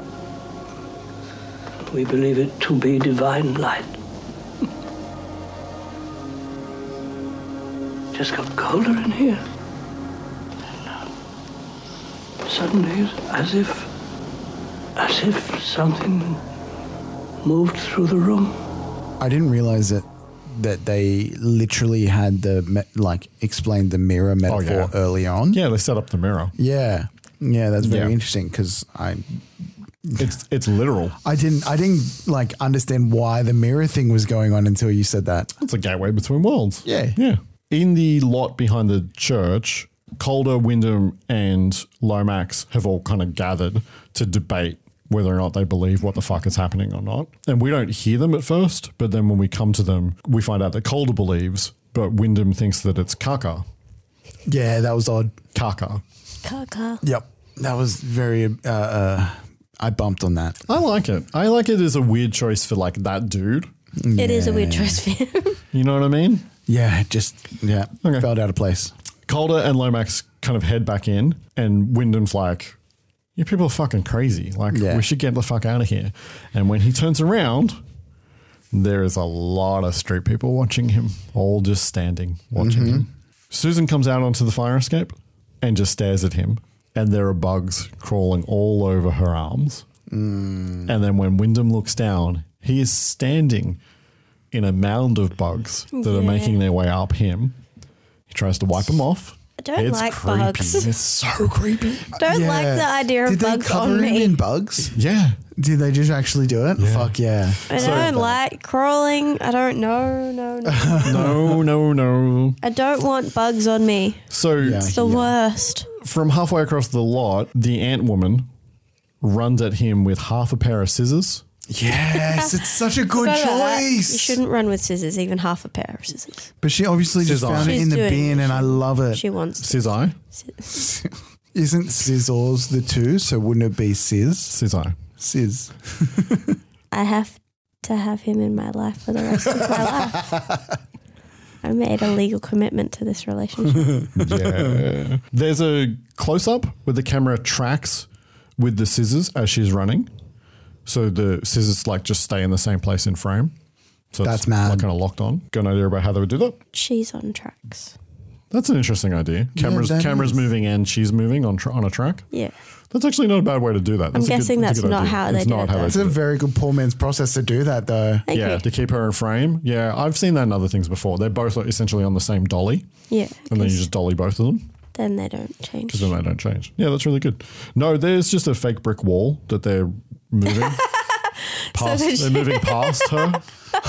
Speaker 12: We believe it to be divine light. Just got colder in here. Suddenly, it's as if, as if something moved through the room.
Speaker 3: I didn't realize that that they literally had the me- like explained the mirror metaphor
Speaker 2: Oh, yeah.
Speaker 3: early on.
Speaker 2: Yeah, they set up the mirror.
Speaker 3: Yeah, yeah, that's very
Speaker 2: Yeah.
Speaker 3: interesting because I
Speaker 2: It's it's literal.
Speaker 3: I didn't I didn't like understand why the mirror thing was going on until you said that.
Speaker 2: It's a gateway between worlds.
Speaker 3: Yeah.
Speaker 2: Yeah. In the lot behind the church, Calder, Wyndham, and Lomax have all kind of gathered to debate whether or not they believe what the fuck is happening or not. And we don't hear them at first, but then when we come to them, we find out that Calder believes, but Wyndham thinks that it's Kaka.
Speaker 3: Yeah, that was odd.
Speaker 2: Kaka.
Speaker 4: Kaka.
Speaker 3: Yep, that was very. Uh, uh, I bumped on that.
Speaker 2: I like it. I like it as a weird choice for like that dude.
Speaker 4: It is a weird choice for him.
Speaker 2: You know what I mean?
Speaker 3: Yeah, just yeah, felt out of place.
Speaker 2: Calder and Lomax kind of head back in, and Wyndham's like, "You people are fucking crazy. Like, we should get the fuck out of here." And when he turns around, there is a lot of street people watching him, all just standing watching
Speaker 3: Mm-hmm.
Speaker 2: him. Susan comes out onto the fire escape and just stares at him, and there are
Speaker 3: Mm.
Speaker 2: bugs crawling all over her arms. And then when Wyndham looks down, He is standing in a mound of bugs that are
Speaker 4: Yeah.
Speaker 2: making their way up him. He tries to wipe them off.
Speaker 4: I don't
Speaker 2: It's
Speaker 4: like
Speaker 2: creepy.
Speaker 4: bugs.
Speaker 2: It's so creepy.
Speaker 4: Don't like
Speaker 3: Yeah.
Speaker 4: the idea of
Speaker 3: Did they
Speaker 4: bugs
Speaker 3: cover
Speaker 4: on
Speaker 3: him
Speaker 4: me.
Speaker 3: in bugs?
Speaker 2: Yeah.
Speaker 3: Did they just actually do it? Fuck yeah.
Speaker 4: I don't like crawling. I don't know. No, no.
Speaker 2: no, no, no.
Speaker 4: I don't want bugs on me.
Speaker 2: So
Speaker 4: it's the worst.
Speaker 2: from halfway across the lot, the ant woman runs at him with half a pair of scissors.
Speaker 3: Yes, it's such a good
Speaker 4: Forgot about that.
Speaker 3: choice.
Speaker 4: You shouldn't run with scissors, even half a pair of scissors.
Speaker 3: But she obviously just
Speaker 4: She's
Speaker 3: found it
Speaker 4: on.
Speaker 3: in the
Speaker 4: She's doing
Speaker 3: bin, and I love it.
Speaker 4: She wants
Speaker 2: Scissor.
Speaker 3: Isn't scissors the two? So wouldn't it be sizz?
Speaker 2: Scissor.
Speaker 3: Sizz.
Speaker 4: I have to have him in my life for the rest of my life. I made a legal commitment to this relationship.
Speaker 2: yeah. There's a close up where the camera tracks with the scissors as she's running. So the scissors like just stay in the same place in frame. So That's it's mad. like kind of locked on. Got an idea about how they would do that?
Speaker 4: She's on tracks.
Speaker 2: That's an interesting idea. Cameras
Speaker 4: that
Speaker 2: cameras
Speaker 4: is.
Speaker 2: moving and she's moving on tra- on a track.
Speaker 4: Yeah.
Speaker 2: That's actually not a bad way to do that.
Speaker 4: I'm
Speaker 2: a good-
Speaker 4: guessing
Speaker 2: a
Speaker 4: that's
Speaker 2: good
Speaker 4: not
Speaker 2: idea.
Speaker 4: how they
Speaker 2: It's
Speaker 4: did
Speaker 2: not
Speaker 4: it,
Speaker 2: how
Speaker 4: though.
Speaker 2: they
Speaker 3: It's
Speaker 2: did
Speaker 3: a
Speaker 2: it.
Speaker 3: very good poor man's process to do that, though.
Speaker 2: Yeah, to keep her in frame. Yeah, I've seen that in other things before. They're both like, essentially on the same dolly,
Speaker 4: Yeah.
Speaker 2: and then you
Speaker 4: 'cause
Speaker 2: just dolly both of them
Speaker 4: then they don't change.
Speaker 2: because then they don't change. Yeah, that's really good. No, there's just a fake brick wall that they're moving past.
Speaker 4: that
Speaker 2: they're
Speaker 4: she-
Speaker 2: moving past her.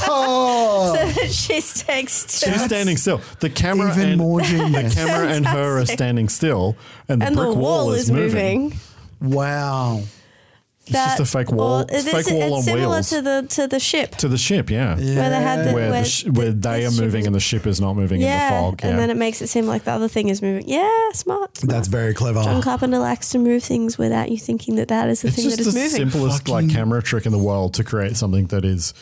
Speaker 4: Oh. So that she's texted.
Speaker 2: She's standing still. The camera
Speaker 3: Even
Speaker 2: and
Speaker 3: more
Speaker 2: the
Speaker 3: genius.
Speaker 2: camera and her are
Speaker 4: Fantastic.
Speaker 2: standing still, and the
Speaker 4: And
Speaker 2: brick
Speaker 4: the
Speaker 2: wall, is moving.
Speaker 3: Wow.
Speaker 2: It's just a fake wall.
Speaker 4: It's,
Speaker 2: fake wall on
Speaker 4: similar
Speaker 2: wheels.
Speaker 4: to the to the ship.
Speaker 2: To the ship, yeah.
Speaker 4: Where they had the-
Speaker 2: where,
Speaker 4: where
Speaker 2: the sh- where they are moving and the ship is not moving
Speaker 4: yeah,
Speaker 2: in the fog. Yeah.
Speaker 4: and then it makes it seem like the other thing is moving. Yeah, smart.
Speaker 3: That's very clever.
Speaker 4: John Carpenter likes to move things without you thinking that that is the
Speaker 2: it's
Speaker 4: thing
Speaker 2: just
Speaker 4: that is
Speaker 2: the
Speaker 4: moving.
Speaker 2: simplest like camera trick in the world to create something that is.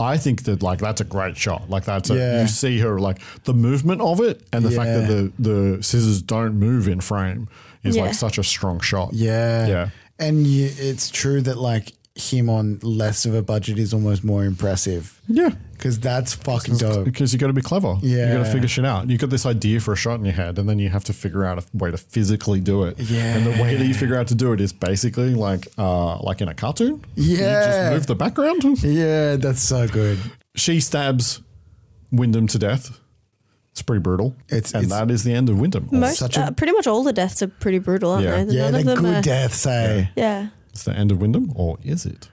Speaker 2: I think that like that's a great shot. Like that's
Speaker 3: Yeah.
Speaker 2: a, you see her like the movement of it and the fact
Speaker 3: Yeah.
Speaker 2: that the the scissors don't move in frame is
Speaker 3: Yeah.
Speaker 2: like such a strong shot.
Speaker 3: Yeah.
Speaker 2: Yeah.
Speaker 3: And you, it's true that like him on less of a budget is almost more impressive.
Speaker 2: Yeah.
Speaker 3: Because that's fucking dope.
Speaker 2: Because you got to be clever.
Speaker 3: Yeah.
Speaker 2: You got to figure shit out. You got this idea for a shot in your head, and then you have to figure out a way to physically do it.
Speaker 3: Yeah.
Speaker 2: And the way that you figure out to do it is basically like, uh, like in a cartoon. You
Speaker 3: Yeah.
Speaker 2: just move the background.
Speaker 3: Yeah, that's so good.
Speaker 2: She stabs Wyndham to death. It's pretty brutal. It's and that is the end of Wyndham.
Speaker 4: Most, uh, pretty much all the deaths are pretty brutal, aren't
Speaker 2: Yeah.
Speaker 4: they?
Speaker 2: Yeah,
Speaker 4: None of
Speaker 2: they're
Speaker 4: them
Speaker 2: good
Speaker 4: are-
Speaker 2: deaths, eh?
Speaker 4: Yeah.
Speaker 2: It's the end of Wyndham, or is it?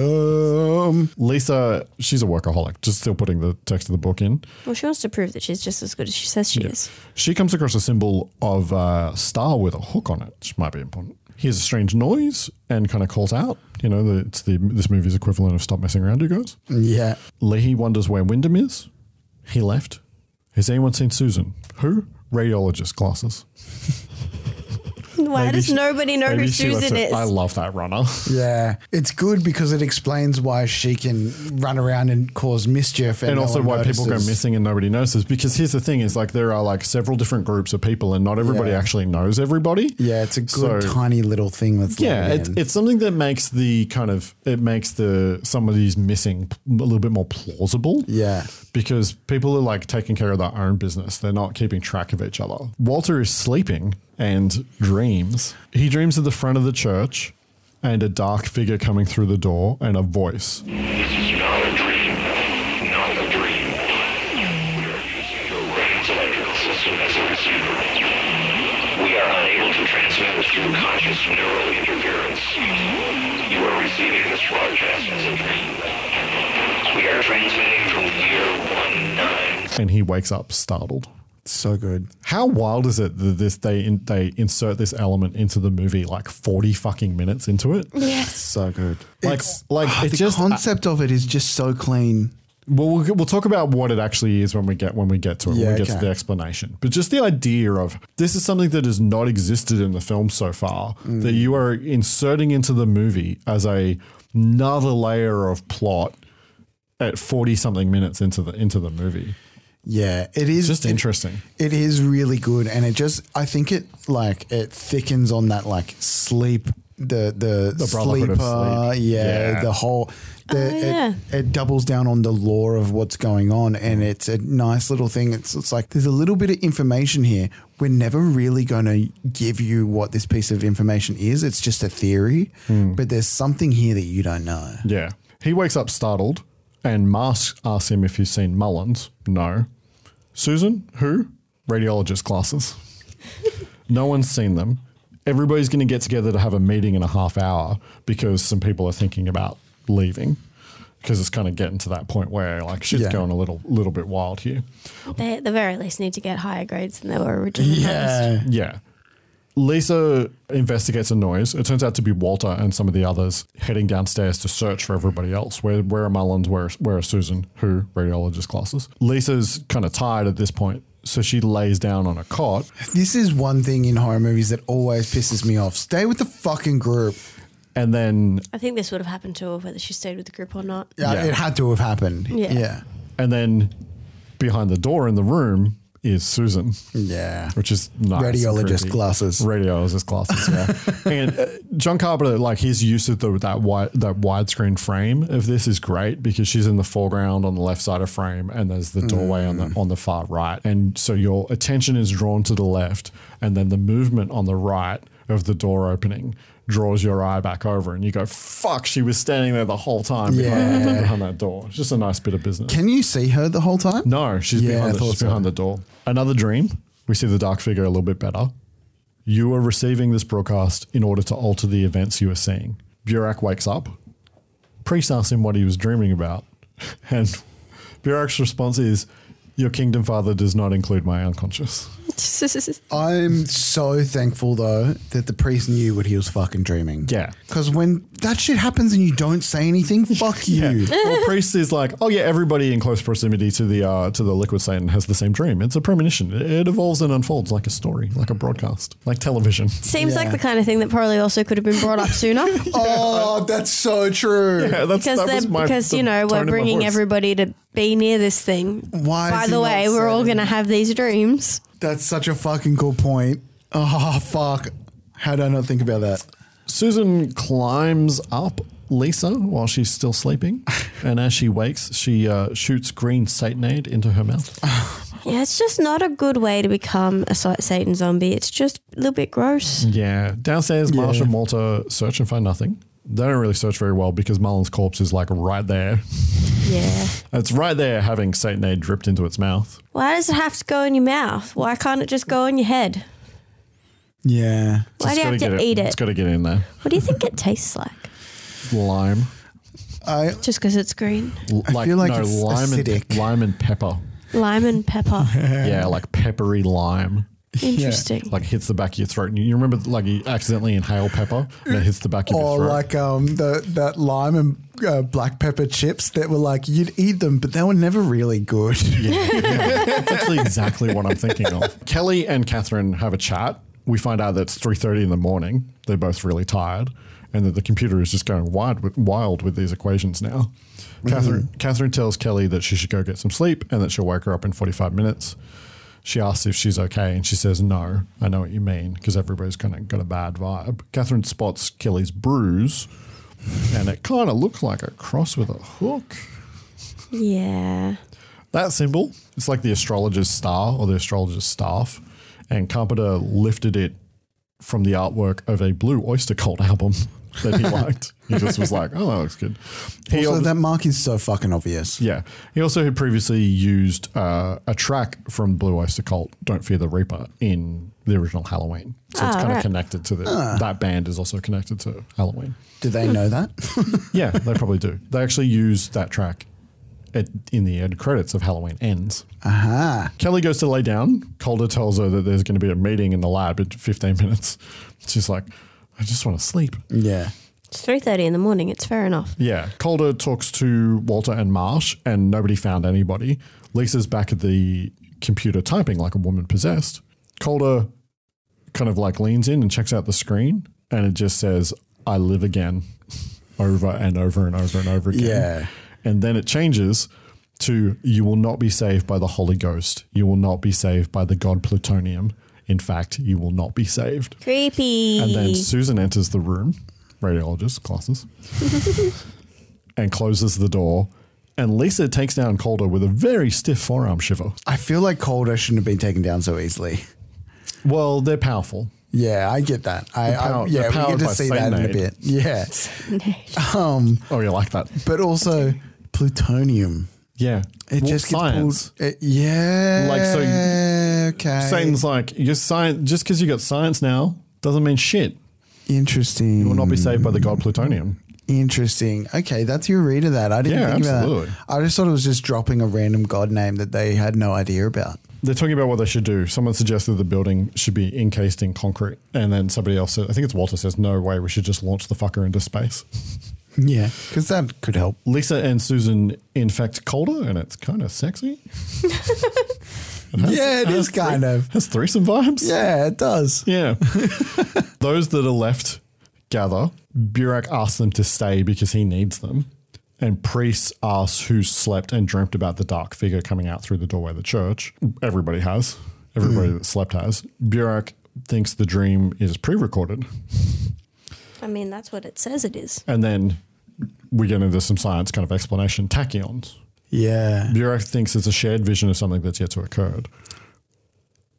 Speaker 2: Wyndham. Lisa, she's a workaholic. Just still putting the text of the book in.
Speaker 4: Well, she wants to prove that she's just as good as she says she is.
Speaker 2: She comes across a symbol of a star with a hook on it, which might be important. Hears a strange noise and kind of calls out. You know, that it's the this movie's equivalent of "Stop messing around, you guys."
Speaker 3: Yeah.
Speaker 2: Leahy wonders where Wyndham is. He left. Has anyone seen Susan? Who? Radiologist glasses.
Speaker 4: Why
Speaker 2: Maybe
Speaker 4: does
Speaker 2: she-
Speaker 4: nobody know who
Speaker 2: maybe she left
Speaker 4: Susan
Speaker 2: it.
Speaker 4: is?
Speaker 2: I love that runner.
Speaker 3: Yeah. It's good because it explains why she can run around and cause mischief and,
Speaker 2: and
Speaker 3: no
Speaker 2: also
Speaker 3: one
Speaker 2: why people go
Speaker 3: notices.
Speaker 2: missing and nobody notices. Because here's the thing: is like there are like several different groups of people, and not everybody
Speaker 3: Yeah.
Speaker 2: actually knows everybody.
Speaker 3: Yeah, it's a good
Speaker 2: So-
Speaker 3: tiny little thing that's
Speaker 2: Yeah,
Speaker 3: laid
Speaker 2: it's,
Speaker 3: in.
Speaker 2: it's something that makes the kind of it makes the somebody's missing p- a little bit more plausible.
Speaker 3: Yeah.
Speaker 2: because people are like taking care of their own business; they're not keeping track of each other. Walter is sleeping and dreams. He dreams of the front of the church and a dark figure coming through the door and a voice.
Speaker 5: This is not a dream. Not a dream. We are using your brain's electrical system as a receiver. We are unable to transmit through conscious neural interference. You are receiving this broadcast as a dream. We are transmitting from year 19.
Speaker 2: and he wakes up startled.
Speaker 3: So good.
Speaker 2: How wild is it that this they in, they insert this element into the movie like forty fucking minutes into it?
Speaker 4: Yes.
Speaker 3: So good. Ah,
Speaker 2: Like like it
Speaker 3: the
Speaker 2: just
Speaker 3: concept of it is just so clean.
Speaker 2: well, we'll we'll talk about what it actually is when we get when we get to it when
Speaker 3: Yeah,
Speaker 2: we get
Speaker 3: okay.
Speaker 2: to the explanation. But just the idea of this is something that has not existed in the film so far that you are inserting into the movie as a another layer of plot at forty something minutes into the into the movie.
Speaker 3: Yeah, it is
Speaker 2: just
Speaker 3: it-
Speaker 2: interesting.
Speaker 3: It is really good, and it just I think it like it thickens on that like sleep the the,
Speaker 2: The brotherhood
Speaker 3: sleeper
Speaker 2: of
Speaker 3: yeah,
Speaker 2: sleep. Yeah.
Speaker 3: the whole the,
Speaker 4: Oh, yeah.
Speaker 3: it, it doubles down on the lore of what's going on, and it's a nice little thing. It's it's like there's a little bit of information here. We're never really going to give you what
Speaker 2: Hmm.
Speaker 3: this piece of information is. It's just a theory, but there's something here that you don't know.
Speaker 2: Yeah. He wakes up startled, and Mask asks him if he's seen Mullins. No. Susan, who? Radiologist glasses. no one's seen them. Everybody's going to get together to have a meeting in a half hour because some people are thinking about leaving because it's kind of getting to that point where like shit's
Speaker 4: Yeah.
Speaker 2: going a little little bit wild here.
Speaker 4: They at the very least need to get higher grades than they were originally.
Speaker 2: Yeah. Lisa investigates a noise. It turns out to be Walter and some of the others heading downstairs to search for everybody else. Where where are Mullins? Where where are Susan? Who? Radiologist classes. Lisa's kind of tired at this point, so she lays down on a cot.
Speaker 3: This is one thing in horror movies that always pisses me off. Stay with the fucking group.
Speaker 2: And then
Speaker 4: I think this would have happened to her whether she stayed with the group or not.
Speaker 3: Yeah, it had to have happened.
Speaker 4: Yeah. Yeah.
Speaker 2: And then behind the door in the room is Susan.
Speaker 3: Yeah.
Speaker 2: Which is nice. and
Speaker 3: Radiologist
Speaker 2: creepy.
Speaker 3: glasses.
Speaker 2: Radiologist glasses, yeah. and uh, John Carpenter, like his use of the, that wide that widescreen frame of this is great because she's in the foreground on the left side of frame and there's the doorway on
Speaker 3: Mm.
Speaker 2: the on the far right. And so your attention is drawn to the left and then the movement on the right of the door opening draws your eye back over and you go, fuck, she was standing there the whole time behind,
Speaker 3: Yeah.
Speaker 2: behind that door. It's just a nice bit of business.
Speaker 3: Can you see her the whole time?
Speaker 2: No, she's
Speaker 3: Yeah, I
Speaker 2: behind, the,
Speaker 3: thought
Speaker 2: she's
Speaker 3: so.
Speaker 2: behind the door. Another dream. We see the dark figure a little bit better. You are receiving this broadcast in order to alter the events you are seeing. Burak wakes up. Priest asks him what he was dreaming about. And Burak's response is, Your kingdom father does not include my unconscious.
Speaker 3: I'm so thankful though that the priest knew what he was fucking dreaming.
Speaker 2: Yeah.
Speaker 3: Because when that shit happens and you don't say anything, fuck you.
Speaker 2: well, priest is like, oh yeah, everybody in close proximity to the uh, to the liquid satan has the same dream. It's a premonition. It, it evolves and unfolds like a story, like a broadcast, like television.
Speaker 4: Seems like the kind of thing that probably also could have been brought up sooner.
Speaker 3: oh, that's so true.
Speaker 2: Yeah, that's,
Speaker 4: because
Speaker 2: that was
Speaker 4: they're-
Speaker 2: my,
Speaker 4: because
Speaker 2: the
Speaker 4: you know
Speaker 2: tone
Speaker 4: we're
Speaker 2: of my
Speaker 4: bringing
Speaker 2: voice.
Speaker 4: everybody to be near this thing.
Speaker 3: Why
Speaker 4: By
Speaker 3: is he
Speaker 4: the way,
Speaker 3: not
Speaker 4: we're all
Speaker 3: saying
Speaker 4: going to have these dreams.
Speaker 3: That's such a fucking good point. Oh fuck. How did I not think about that?
Speaker 2: Susan climbs up Lisa while she's still sleeping, and as she wakes, she uh, shoots green satanade into her mouth.
Speaker 4: Yeah, it's just not a good way to become a sa- Satan zombie. It's just a little bit gross.
Speaker 2: Yeah. Downstairs, Marsh
Speaker 4: Yeah.
Speaker 2: and Walter search and find nothing. They don't really search very well because Marlon's corpse is like right there.
Speaker 4: Yeah.
Speaker 2: It's right there having satanade dripped into its mouth.
Speaker 4: Why does it have to go in your mouth? Why can't it just go in your head?
Speaker 3: Yeah.
Speaker 4: Why do you have to eat it?
Speaker 2: It's got to get in there.
Speaker 4: What do you think it tastes like?
Speaker 2: Lime.
Speaker 3: I
Speaker 4: just because it's green.
Speaker 2: L-
Speaker 4: I
Speaker 2: like,
Speaker 4: feel like
Speaker 2: no,
Speaker 4: it's
Speaker 2: lime
Speaker 4: acidic.
Speaker 2: and lime and pepper.
Speaker 4: Lime and pepper.
Speaker 2: yeah, like peppery lime.
Speaker 4: Interesting.
Speaker 2: Like hits the back of your throat. And you you remember like you accidentally inhale pepper and it hits the back of your
Speaker 4: Oh,
Speaker 3: Or
Speaker 2: throat.
Speaker 3: like um the that lime and uh, black pepper chips that were like you'd eat them, but they were never really good.
Speaker 2: That's actually exactly what I'm thinking of. Kelly and Catherine have a chat. We find out that it's 3.30 in the morning. They're both really tired and that the computer is just going wild with, wild with these equations now. Catherine, Catherine tells Kelly that she should go get some sleep and that she'll wake her up in 45 minutes. She asks if she's okay and she says, no, I know what you mean because everybody's kind of got a bad vibe. Catherine spots Kelly's bruise and it kind of looks like a cross with a hook.
Speaker 4: Yeah.
Speaker 2: That symbol, it's like the astrologer's star or the astrologer's staff. And Carpenter lifted it from the artwork of a Blue Oyster Cult album that he liked. he just was like, oh, that looks good. He
Speaker 3: also,
Speaker 2: obvi-
Speaker 3: that mark is so fucking obvious.
Speaker 2: yeah. He also had previously used uh, a track from Blue Oyster Cult, Don't Fear the Reaper, in the original Halloween. So it's
Speaker 3: Ah,
Speaker 2: kind of
Speaker 3: right.
Speaker 2: connected to the,
Speaker 3: Ah.
Speaker 2: that band is also connected to Halloween.
Speaker 3: Do they know that?
Speaker 2: yeah, they probably do. They actually use that track at, in the end credits of Halloween Ends.
Speaker 3: Aha.
Speaker 2: Kelly goes to lay down. Calder tells her that there's going to be a meeting in the lab in 15 minutes. She's like, I just want to sleep.
Speaker 3: Yeah.
Speaker 4: It's three thirty in the morning. It's fair enough.
Speaker 2: Yeah. Calder talks to Walter and Marsh, and nobody found anybody. Lisa's back at the computer typing like a woman possessed. Calder kind of like leans in and checks out the screen, and it just says, I live again, over and over and over and over again.
Speaker 3: Yeah.
Speaker 2: And then it changes to, You will not be saved by the Holy Ghost. You will not be saved by the God Plutonium. In fact, you will not be saved.
Speaker 4: Creepy.
Speaker 2: And then Susan enters the room, radiologist classes, and closes the door. And Lisa takes down Calder with a very stiff forearm shiver.
Speaker 3: I feel like Calder shouldn't have been taken down so easily.
Speaker 2: Well, they're powerful.
Speaker 3: Yeah, I get that. I,
Speaker 2: They're powered-
Speaker 3: I yeah,
Speaker 2: they're
Speaker 3: we
Speaker 2: powered
Speaker 3: get to
Speaker 2: by
Speaker 3: see that in a
Speaker 2: Satanate.
Speaker 3: bit. Yeah. Um,
Speaker 2: oh, you like that?
Speaker 3: But also plutonium.
Speaker 2: Yeah,
Speaker 3: It
Speaker 2: Well,
Speaker 3: just gets
Speaker 2: science.
Speaker 3: pulled. It, yeah.
Speaker 2: Like, so you-
Speaker 3: Okay.
Speaker 2: Satan's like your science. Just because you got science now doesn't mean shit.
Speaker 3: Interesting.
Speaker 2: You will not be saved by the god plutonium.
Speaker 3: Interesting. Okay, that's your read of that. I didn't
Speaker 2: Yeah,
Speaker 3: think
Speaker 2: absolutely.
Speaker 3: about that. I just thought it was just dropping a random god name that they had no idea about.
Speaker 2: They're talking about what they should do. Someone suggested the building should be encased in concrete, and then somebody else, said, I think it's Walter, says, "No way, we should just launch the fucker into space."
Speaker 3: Yeah, because that could help.
Speaker 2: Lisa and Susan infect Calder, and it's kind of sexy. It has-
Speaker 3: yeah, it
Speaker 2: has
Speaker 3: is kind
Speaker 2: three-
Speaker 3: of.
Speaker 2: has threesome vibes.
Speaker 3: Yeah, it does.
Speaker 2: Yeah. Those that are left gather. Burak asks them to stay because he needs them. And priests asks who slept and dreamt about the dark figure coming out through the doorway of the church. Everybody has. Everybody
Speaker 3: Hmm.
Speaker 2: that slept has. Burak thinks the dream is pre recorded.
Speaker 4: I mean, that's what it says it is.
Speaker 2: And then we get into some science kind of explanation tachyons.
Speaker 3: Yeah.
Speaker 2: Burak thinks it's a shared vision of something that's yet to occurred.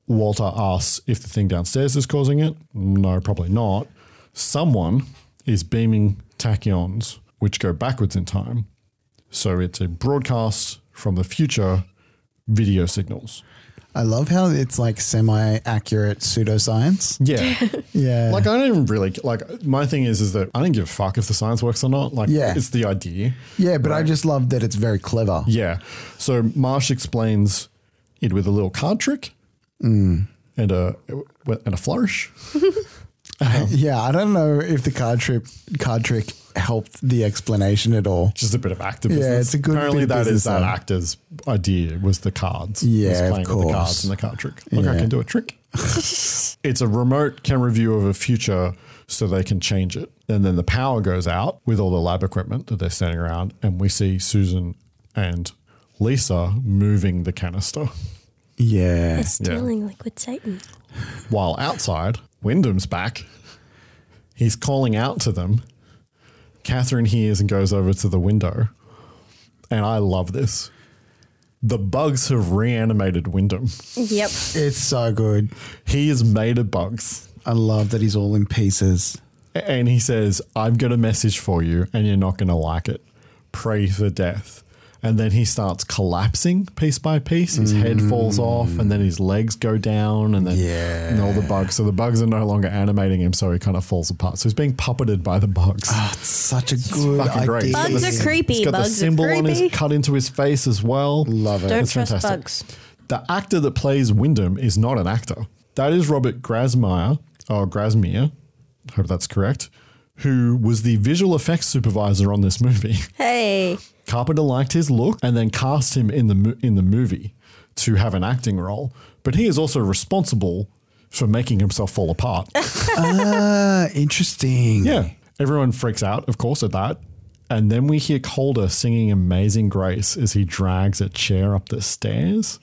Speaker 2: Walter asks if the thing downstairs is causing it. No, probably not. Someone is beaming tachyons, which go backwards in time. So it's a broadcast from the future video signals.
Speaker 3: I love how it's like semi accurate pseudoscience.
Speaker 2: Yeah.
Speaker 3: Yeah.
Speaker 2: Like I don't even really like my thing is is that I don't give a fuck if the science works or not. Like
Speaker 3: Yeah.
Speaker 2: it's the idea.
Speaker 3: yeah, but I just love that it's very clever.
Speaker 2: Yeah. So Marsh explains it with a little card trick
Speaker 3: Hmm.
Speaker 2: and a and a flourish. Um,
Speaker 3: yeah, I don't know if the card trip card trick helped the explanation at all.
Speaker 2: Just a bit of actor
Speaker 3: Yeah,
Speaker 2: business.
Speaker 3: it's a good
Speaker 2: Apparently,
Speaker 3: bit of
Speaker 2: that is
Speaker 3: business,
Speaker 2: that
Speaker 3: though.
Speaker 2: actor's idea was the cards.
Speaker 3: Yeah,
Speaker 2: was
Speaker 3: of
Speaker 2: playing with the
Speaker 3: course.
Speaker 2: cards and the card trick. Look, I
Speaker 3: Yeah.
Speaker 2: can do a trick. it's a remote camera view of a future, so they can change it. And then the power goes out with all the lab equipment that they're standing around, and we see Susan and Lisa moving the canister.
Speaker 3: Yeah,
Speaker 4: It's dealing liquid Satan.
Speaker 2: While outside, Wyndham's back. He's calling out to them. Catherine hears and goes over to the window. And I love this. The bugs have reanimated Wyndham.
Speaker 4: Yep.
Speaker 3: It's so good.
Speaker 2: He is made of bugs.
Speaker 3: I love that he's all in pieces.
Speaker 2: A- And he says, I've got a message for you, and you're not going to like it. Pray for death. And then he starts collapsing piece by piece. His
Speaker 3: Mm.
Speaker 2: head falls off, and then his legs go down, and then and all the bugs. So the bugs are no longer animating him, so he kind of falls apart. So he's being puppeted by the bugs.
Speaker 3: Ah, It's such a good
Speaker 2: fucking
Speaker 3: idea.
Speaker 2: great. It's got
Speaker 4: Bugs
Speaker 2: the-
Speaker 4: are creepy.
Speaker 2: It's got
Speaker 4: Bugs
Speaker 2: the
Speaker 4: are
Speaker 2: symbol on his
Speaker 4: creepy.
Speaker 2: cut into his face as well. Love
Speaker 3: it.
Speaker 4: Don't trust bugs.
Speaker 2: The actor that plays Wyndham is not an actor. That is Robert Grasmere, or Grasmere, hope that's correct, who was the visual effects supervisor on this movie.
Speaker 4: Hey.
Speaker 2: Carpenter liked his look and then cast him in the mo- in the movie to have an acting role, but he is also responsible for making himself fall apart.
Speaker 3: Ah, interesting.
Speaker 2: Yeah. Everyone freaks out, of course, at that. And then we hear Calder singing Amazing Grace as he drags a chair up the stairs.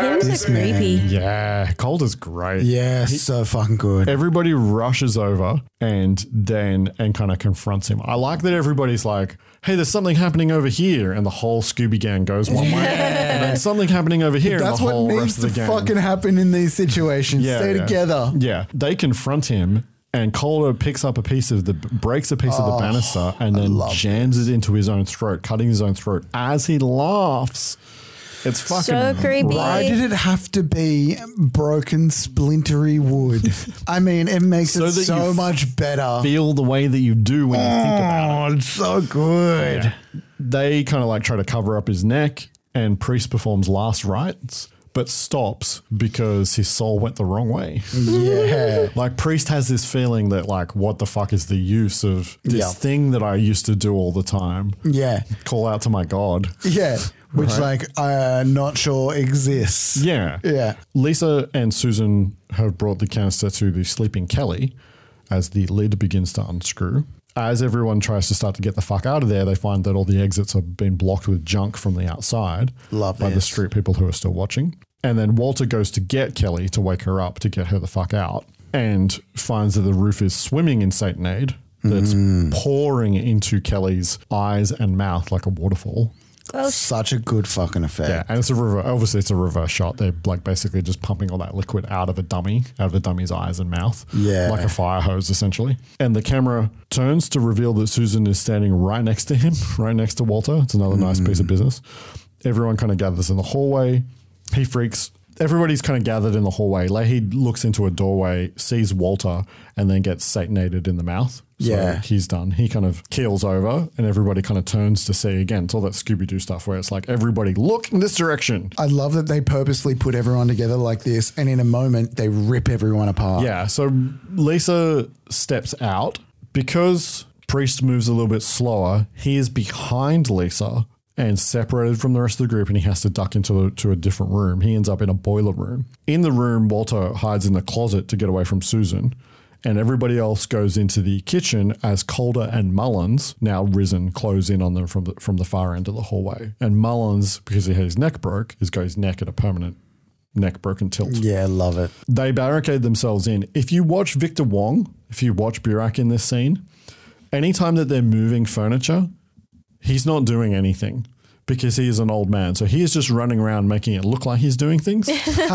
Speaker 4: Him's are creepy.
Speaker 2: Yeah, Calder's great.
Speaker 3: Yeah, so fucking good.
Speaker 2: Everybody rushes over and then and kind of confronts him. I like that everybody's like, hey, there's something happening over here. And the whole Scooby gang goes one way. And then something happening over here.
Speaker 3: That's
Speaker 2: and the
Speaker 3: what
Speaker 2: whole
Speaker 3: needs
Speaker 2: rest
Speaker 3: to
Speaker 2: of the gang.
Speaker 3: fucking happen in these situations. Stay together.
Speaker 2: Yeah, they confront him, and Calder picks up a piece of the breaks a piece of
Speaker 3: Oh,
Speaker 2: the banister, and then jams it. into his own throat, cutting his own throat as he laughs. It's fucking
Speaker 4: So creepy.
Speaker 3: Why did it have to be broken, splintery wood? I mean, it makes
Speaker 2: So
Speaker 3: it
Speaker 2: that you
Speaker 3: so
Speaker 2: f-
Speaker 3: much better.
Speaker 2: Feel the way that you do when you think about it.
Speaker 3: Oh, it's so good.
Speaker 2: Yeah. They kind of like try to cover up his neck, and Priest performs last rites, but stops because his soul went the wrong way.
Speaker 3: Yeah.
Speaker 2: Like Priest has this feeling that like, what the fuck is the use of this
Speaker 3: Yeah.
Speaker 2: thing that I used to do all the time?
Speaker 3: Yeah.
Speaker 2: Call out to my God.
Speaker 3: Yeah. Which,
Speaker 2: Right.
Speaker 3: like, I'm not sure exists.
Speaker 2: Yeah.
Speaker 3: Yeah.
Speaker 2: Lisa and Susan have brought the canister to the sleeping Kelly as the lid begins to unscrew. As everyone tries to start to get the fuck out of there, they find that all the exits have been blocked with junk from the outside
Speaker 3: Love
Speaker 2: by the
Speaker 3: this.
Speaker 2: street people who are still watching. And then Walter goes to get Kelly to wake her up to get her the fuck out and finds that the roof is swimming in Satanade that's
Speaker 3: Mm.
Speaker 2: pouring into Kelly's eyes and mouth like a waterfall.
Speaker 3: Such a good fucking effect.
Speaker 2: Yeah, and it's a reverse. Obviously, it's a reverse shot. They're like basically just pumping all that liquid out of a dummy, out of a dummy's eyes and mouth.
Speaker 3: Yeah.
Speaker 2: like a fire hose essentially. And the camera turns to reveal that Susan is standing right next to him, right next to Walter. It's another nice piece of business. Everyone kind of gathers in the hallway. He freaks. Everybody's kind of gathered in the hallway. Leahy looks into a doorway, sees Walter, and then gets satanated in the mouth. So
Speaker 3: Yeah.
Speaker 2: he's done. He kind of keels over, and everybody kind of turns to see again. It's all that Scooby Doo stuff where it's like everybody look in this direction.
Speaker 3: I love that they purposely put everyone together like this, and in a moment they rip everyone apart.
Speaker 2: Yeah. So Lisa steps out because Priest moves a little bit slower. He is behind Lisa and separated from the rest of the group, and he has to duck into the, to a different room. He ends up in a boiler room. In the room, Walter hides in the closet to get away from Susan. And everybody else goes into the kitchen as Calder and Mullins, now risen, close in on them from the, from the far end of the hallway. And Mullins, because he had his neck broke, has got his neck at a permanent neck broken tilt.
Speaker 3: Yeah, love it.
Speaker 2: They barricade themselves in. If you watch Victor Wong, if you watch Burak in this scene, anytime that they're moving furniture, he's not doing anything because he is an old man. So he is just running around making it look like he's doing things.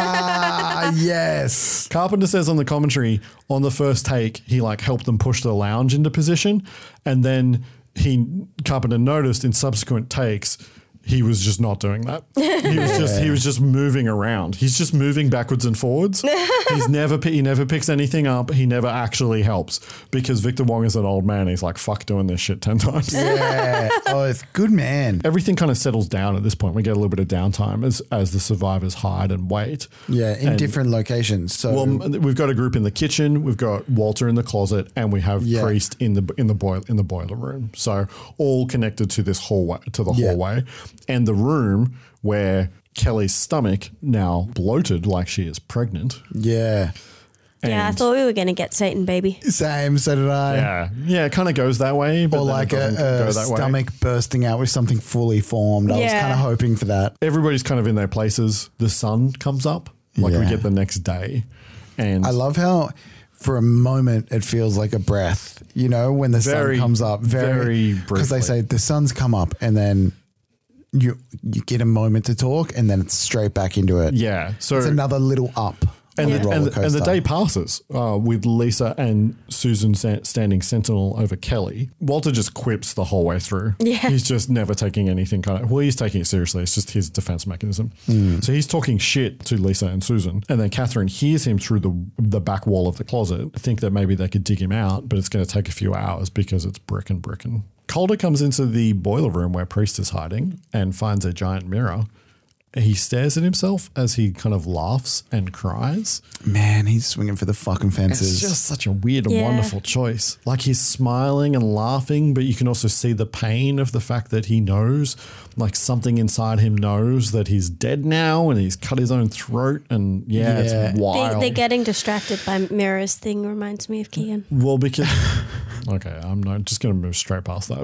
Speaker 3: ah, yes.
Speaker 2: Carpenter says on the commentary on the first take, he like helped them push the lounge into position, and then he Carpenter noticed in subsequent takes he was just not doing that. He was just he was just moving around. He's just moving backwards and forwards. He's never pi- he never picks anything up. He never actually helps because Victor Wong is an old man. He's like fuck doing this shit ten times.
Speaker 3: Yeah. oh, it's good man.
Speaker 2: Everything kind of settles down at this point. We get a little bit of downtime as as the survivors hide and wait.
Speaker 3: Yeah, in
Speaker 2: And-
Speaker 3: different locations. So
Speaker 2: well, m- we've got a group in the kitchen. We've got Walter in the closet, and we have
Speaker 3: Yeah.
Speaker 2: Priest in the in the boil in the boiler room. So all connected to this hallway to the
Speaker 3: Yeah.
Speaker 2: hallway, and the room where Kelly's stomach now bloated, like she is pregnant.
Speaker 3: Yeah,
Speaker 4: yeah, I
Speaker 2: And-
Speaker 4: thought we were going to get Satan, baby.
Speaker 3: same. So did I.
Speaker 2: yeah, yeah. It kind of goes that way, but
Speaker 3: Or
Speaker 2: then it
Speaker 3: like a,
Speaker 2: doesn't
Speaker 3: a
Speaker 2: go that way.
Speaker 3: stomach bursting out with something fully formed. I was
Speaker 4: Yeah.
Speaker 3: kind of hoping for that.
Speaker 2: Everybody's kind of in their places. The sun comes up, like we
Speaker 3: Yeah.
Speaker 2: get the next day, and
Speaker 3: I love how, for a moment, it feels like a breath. You know, when the
Speaker 2: Very-
Speaker 3: sun comes up, very
Speaker 2: very
Speaker 3: because they
Speaker 2: briefly.
Speaker 3: say the sun's come up, and then you you get a moment to talk, and then it's straight back into it.
Speaker 2: yeah. So
Speaker 3: it's another little up.
Speaker 2: and,
Speaker 3: on
Speaker 2: the,
Speaker 3: roller
Speaker 2: and, the- and the
Speaker 3: coaster.
Speaker 2: day passes uh, with Lisa and Susan sa- standing sentinel over Kelly. Walter just quips the whole way through.
Speaker 4: Yeah.
Speaker 2: He's just never taking anything kind of, well, he's taking it seriously. It's just his defense mechanism. So he's talking shit to Lisa and Susan. And then Catherine hears him through the, the back wall of the closet, think that maybe they could dig him out, but it's going to take a few hours because it's brick and brick and. Calder comes into the boiler room where Priest is hiding and finds a giant mirror. He stares at himself as he kind of laughs and cries.
Speaker 3: man, he's swinging for the fucking fences.
Speaker 2: It's just such a weird and
Speaker 4: Yeah.
Speaker 2: wonderful choice. Like he's smiling and laughing, but you can also see the pain of the fact that he knows, like something inside him knows that he's dead now and he's cut his own throat. And yeah,
Speaker 3: Yeah.
Speaker 2: it's
Speaker 3: They-
Speaker 4: They,
Speaker 2: wild.
Speaker 4: they're getting distracted by Mira's thing. Reminds me of Kean.
Speaker 2: well, because. okay, I'm not just going to move straight past that.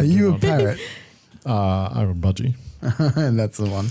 Speaker 3: Are you a parrot?
Speaker 2: uh, I'm a budgie.
Speaker 3: and that's the one.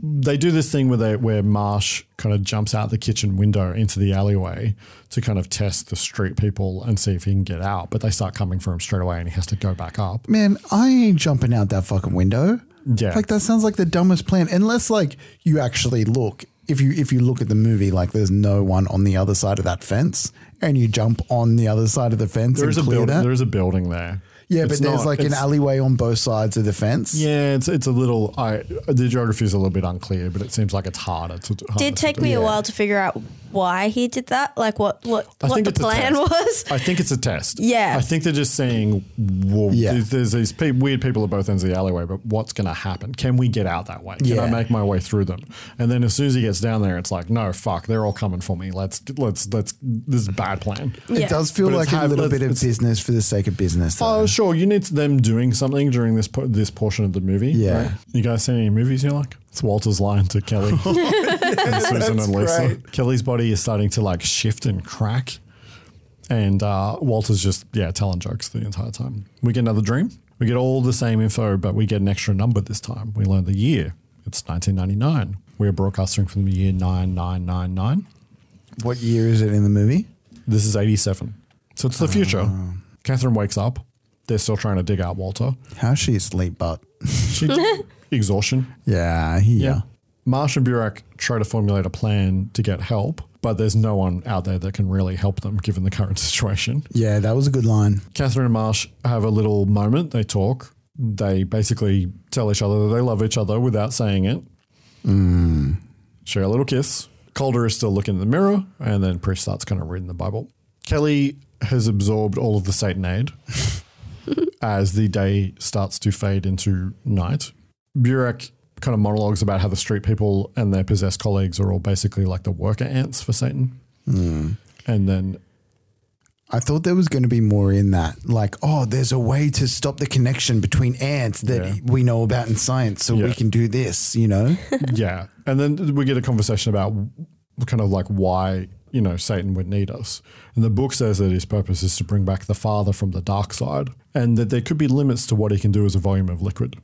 Speaker 2: they do this thing where they where Marsh kind of jumps out the kitchen window into the alleyway to kind of test the street people and see if he can get out. But they start coming for him straight away, and he has to go back up.
Speaker 3: Man, I ain't jumping out that fucking window.
Speaker 2: Yeah.
Speaker 3: Like that sounds like the dumbest plan. Unless like you actually look. If you if you look at the movie, like there's no one on the other side of that fence, and you jump on the other side of the fence
Speaker 2: There
Speaker 3: and
Speaker 2: is a
Speaker 3: clear
Speaker 2: building.
Speaker 3: that.
Speaker 2: There is a building there.
Speaker 3: yeah,
Speaker 2: It's
Speaker 3: but there's
Speaker 2: not-
Speaker 3: like an
Speaker 2: it's-
Speaker 3: alleyway on both sides of the fence.
Speaker 2: Yeah, it's it's a little. I the geography is a little bit unclear, but it seems like it's harder to. Harder
Speaker 4: Did take
Speaker 2: to do.
Speaker 4: me a while to figure out why he did that. Like what what
Speaker 2: I
Speaker 4: what
Speaker 2: think
Speaker 4: the
Speaker 2: it's a
Speaker 4: plan
Speaker 2: test.
Speaker 4: was.
Speaker 2: I think it's a test.
Speaker 4: Yeah.
Speaker 2: I think they're just saying, well,
Speaker 3: Yeah.
Speaker 2: there's, there's these pe- weird people at both ends of the alleyway, but what's going to happen? Can we get out that way? Can I
Speaker 3: Yeah.
Speaker 2: make my way through them? And then as soon as he gets down there, it's like, no, fuck, they're all coming for me. Let's, let's, let's, this is a bad plan.
Speaker 3: It
Speaker 4: Yeah.
Speaker 3: does feel
Speaker 2: But it's
Speaker 3: like a
Speaker 2: hard-
Speaker 3: little
Speaker 2: let's-
Speaker 3: bit of
Speaker 2: it's-
Speaker 3: business for the sake of business. though.
Speaker 2: Oh, sure. You need them doing something during this po- this portion of the movie.
Speaker 3: Yeah.
Speaker 2: You guys seen any movies you like? It's Walter's line to Kelly and Susan and Lisa. Kelly's body is starting to like shift and crack. And uh, Walter's just, yeah, telling jokes the entire time. We get another dream. We get all the same info, but we get an extra number this time. We learn the year. It's 1999. We're broadcasting from the year 9999.
Speaker 3: What year is it in the movie? Ah.
Speaker 2: This is 87. So it's the future. Catherine wakes up. They're still trying to dig out Walter.
Speaker 3: How's she asleep, but?
Speaker 2: She, exhaustion.
Speaker 3: Yeah, yeah.
Speaker 2: Marsh and Burek try to formulate a plan to get help, but there's no one out there that can really help them given the current situation.
Speaker 3: Yeah, that was a good line.
Speaker 2: Catherine and Marsh have a little moment. They talk. They basically tell each other that they love each other without saying it.
Speaker 3: Mm.
Speaker 2: Share a little kiss. Calder is still looking in the mirror, and then Priest starts kind of reading the Bible. Kelly has absorbed all of the Satanade as the day starts to fade into night. Burek kind of monologues about how the street people and their possessed colleagues are all basically like the worker ants for Satan.
Speaker 3: Mm.
Speaker 2: And then
Speaker 3: I thought there was going to be more in that. Like, oh, there's a way to stop the connection between ants that
Speaker 2: Yeah.
Speaker 3: we know about in science, so
Speaker 2: Yeah.
Speaker 3: we can do this, you know?
Speaker 2: yeah. And then we get a conversation about kind of like why, you know, Satan would need us. And the book says that his purpose is to bring back the Father from the dark side and that there could be limits to what he can do as a volume of liquid.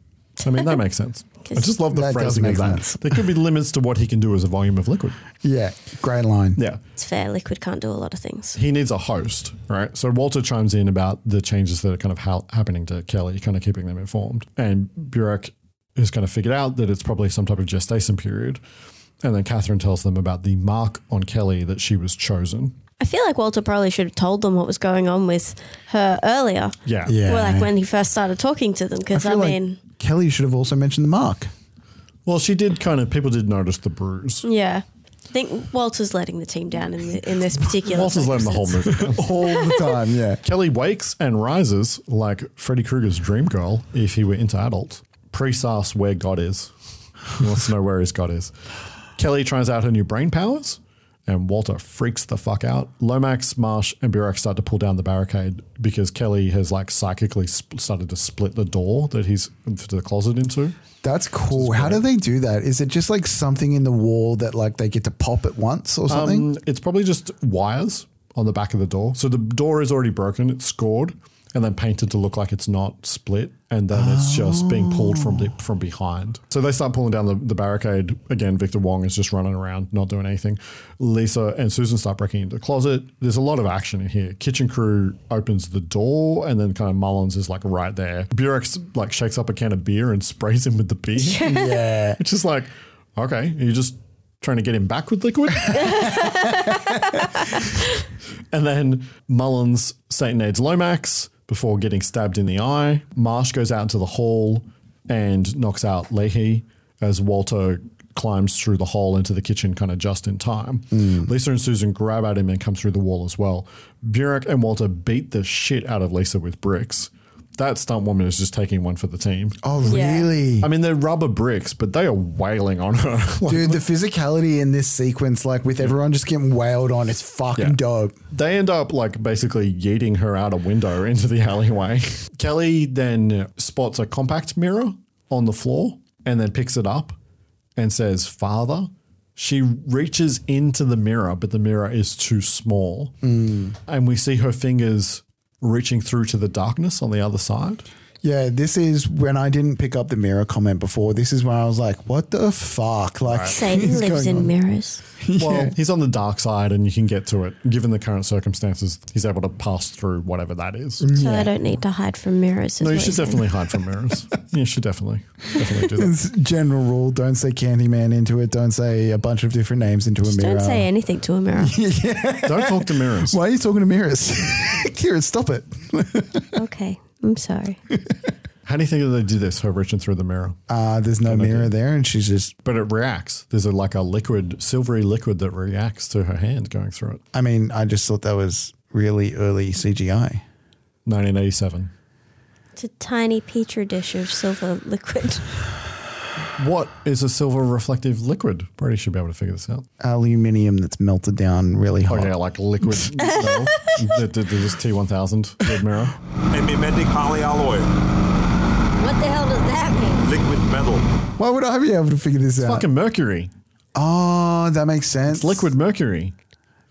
Speaker 2: I mean, that makes sense. I just love the
Speaker 3: That does
Speaker 2: phrasing of
Speaker 3: make
Speaker 2: that.
Speaker 3: sense.
Speaker 2: There could be limits to what he can do as a volume of liquid.
Speaker 3: yeah, great line.
Speaker 2: Yeah.
Speaker 4: It's fair. Liquid can't do a lot of things.
Speaker 2: He needs a host, right? So Walter chimes in about the changes that are kind of ha- happening to Kelly, kind of keeping them informed. And Burek has kind of figured out that it's probably some type of gestation period. And then Catherine tells them about the mark on Kelly that she was chosen.
Speaker 4: I feel like Walter probably should have told them what was going on with her earlier.
Speaker 2: Yeah.
Speaker 3: Yeah.
Speaker 4: Well, like when he first started talking to them, because I,
Speaker 3: feel like-
Speaker 4: mean,
Speaker 3: Kelly should have also mentioned the mark.
Speaker 2: Well, she did kind of, people did notice the bruise.
Speaker 4: yeah. I think Walter's letting the team down in, the, in this particular.
Speaker 2: Walter's letting the whole movie down.
Speaker 3: all the time, yeah.
Speaker 2: Kelly wakes and rises like Freddy Krueger's dream girl if he were into adults. Priest asks where God is. He wants to know where his God is. Kelly tries out her new brain powers, and Walter freaks the fuck out. Lomax, Marsh, and Burek start to pull down the barricade because Kelly has like psychically sp- started to split the door that he's to the closet into.
Speaker 3: That's cool. How do they do that? Is it just like something in the wall that like they get to pop at once or something?
Speaker 2: Um, it's probably just wires on the back of the door. So the door is already broken, it's scored and then painted to look like it's not split and then it's just being pulled from the, from behind. So they start pulling down the, the barricade. Again, Victor Wong is just running around, not doing anything. Lisa and Susan start breaking into the closet. There's a lot of action in here. Kitchen crew opens the door and then kind of Mullins is like right there. Burek like shakes up a can of beer and sprays him with the beer.
Speaker 3: Yeah.
Speaker 2: It's just like, okay, you're just trying to get him back with liquid. And then Mullins Satan aids Lomax before getting stabbed in the eye. Marsh goes out into the hall and knocks out Leahy as Walter climbs through the hole into the kitchen kind of just in time.
Speaker 3: Mm.
Speaker 2: Lisa and Susan grab at him and come through the wall as well. Burek and Walter beat the shit out of Lisa with bricks. That stunt woman is just taking one for the team.
Speaker 3: Oh, really?
Speaker 2: I mean, they're rubber bricks, but they are wailing on her. Like,
Speaker 3: Dude, the physicality in this sequence, like with everyone just getting wailed on, is fucking
Speaker 2: Yeah.
Speaker 3: dope.
Speaker 2: They end up like basically yeeting her out a window into the alleyway. Kelly then spots a compact mirror on the floor and then picks it up and says, Father. She reaches into the mirror, but the mirror is too small.
Speaker 3: Mm.
Speaker 2: And we see her fingers reaching through to the darkness on the other side.
Speaker 3: Yeah, this is when I didn't pick up the mirror comment before. This is when I was like, what the fuck? Like,
Speaker 4: Satan
Speaker 3: what's
Speaker 4: lives
Speaker 3: going
Speaker 4: in
Speaker 3: on?
Speaker 4: mirrors.
Speaker 2: Well, he's on the dark side and you can get to it. Given the current circumstances, he's able to pass through whatever that is.
Speaker 4: So I don't need to hide from mirrors. is
Speaker 2: No, you
Speaker 4: what
Speaker 2: should
Speaker 4: he's saying.
Speaker 2: definitely hide from mirrors. you should definitely, definitely do that.
Speaker 3: It's general rule don't say Candyman into it. Don't say a bunch of different names into
Speaker 4: Just
Speaker 3: a mirror.
Speaker 4: Don't say anything to a mirror.
Speaker 2: Don't talk to mirrors.
Speaker 3: Why are you talking to mirrors? Kieran, stop it.
Speaker 4: okay. I'm sorry.
Speaker 2: How do you think that they do this? Her reaching through the mirror,
Speaker 3: Uh, there's no mirror there, and she's just.
Speaker 2: but it reacts. There's a, like a liquid, silvery liquid that reacts to her hand going through it.
Speaker 3: I mean, I just thought that was really early CGI.
Speaker 2: 1987.
Speaker 4: It's a tiny petri dish of silver liquid.
Speaker 2: What is a silver reflective liquid? Brady should be able to figure this out.
Speaker 3: Aluminium that's melted down really hot.
Speaker 2: Oh yeah, like liquid. metal. the, the, the, this T1000 red mirror.
Speaker 43: A mimetic polyalloy,
Speaker 44: What the hell does that mean?
Speaker 43: liquid metal.
Speaker 3: Why would I be able to figure this out?
Speaker 2: Fucking mercury.
Speaker 3: Oh, that makes sense. It's
Speaker 2: liquid mercury.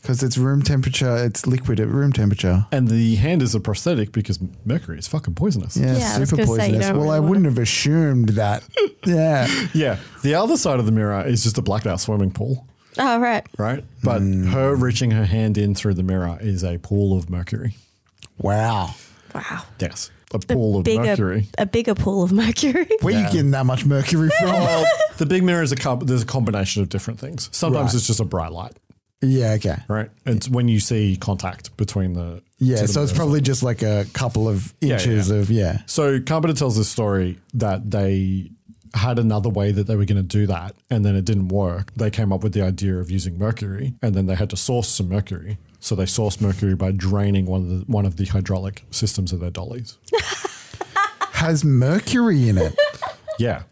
Speaker 3: Because it's room temperature, it's liquid at room temperature.
Speaker 2: And the hand is a prosthetic because mercury is fucking poisonous.
Speaker 3: Yeah, super poisonous. Well, I wouldn't have assumed that. yeah.
Speaker 2: Yeah. The other side of the mirror is just a blacked out swimming pool.
Speaker 4: oh, right.
Speaker 2: right? But
Speaker 3: Mm.
Speaker 2: her reaching her hand in through the mirror is a pool of mercury.
Speaker 3: Wow.
Speaker 4: Wow.
Speaker 2: Yes. A pool of
Speaker 4: bigger,
Speaker 2: mercury.
Speaker 4: A bigger pool of mercury.
Speaker 3: Where you getting that much mercury from?
Speaker 2: the big mirror is a com- there's a combination of different things. Sometimes
Speaker 3: Right.
Speaker 2: it's just a bright light,
Speaker 3: Yeah, okay.
Speaker 2: right? It's when you see contact between the
Speaker 3: Yeah,
Speaker 2: to the
Speaker 3: so it's
Speaker 2: mirrors.
Speaker 3: probably just like a couple of
Speaker 2: Yeah,
Speaker 3: inches
Speaker 2: yeah.
Speaker 3: of yeah.
Speaker 2: So Carpenter tells this story that they had another way that they were going to do that, and then it didn't work. They came up with the idea of using mercury, and then they had to source some mercury. So they sourced mercury by draining one of the one of the hydraulic systems of their dollies.
Speaker 3: Has mercury in it.
Speaker 2: Yeah,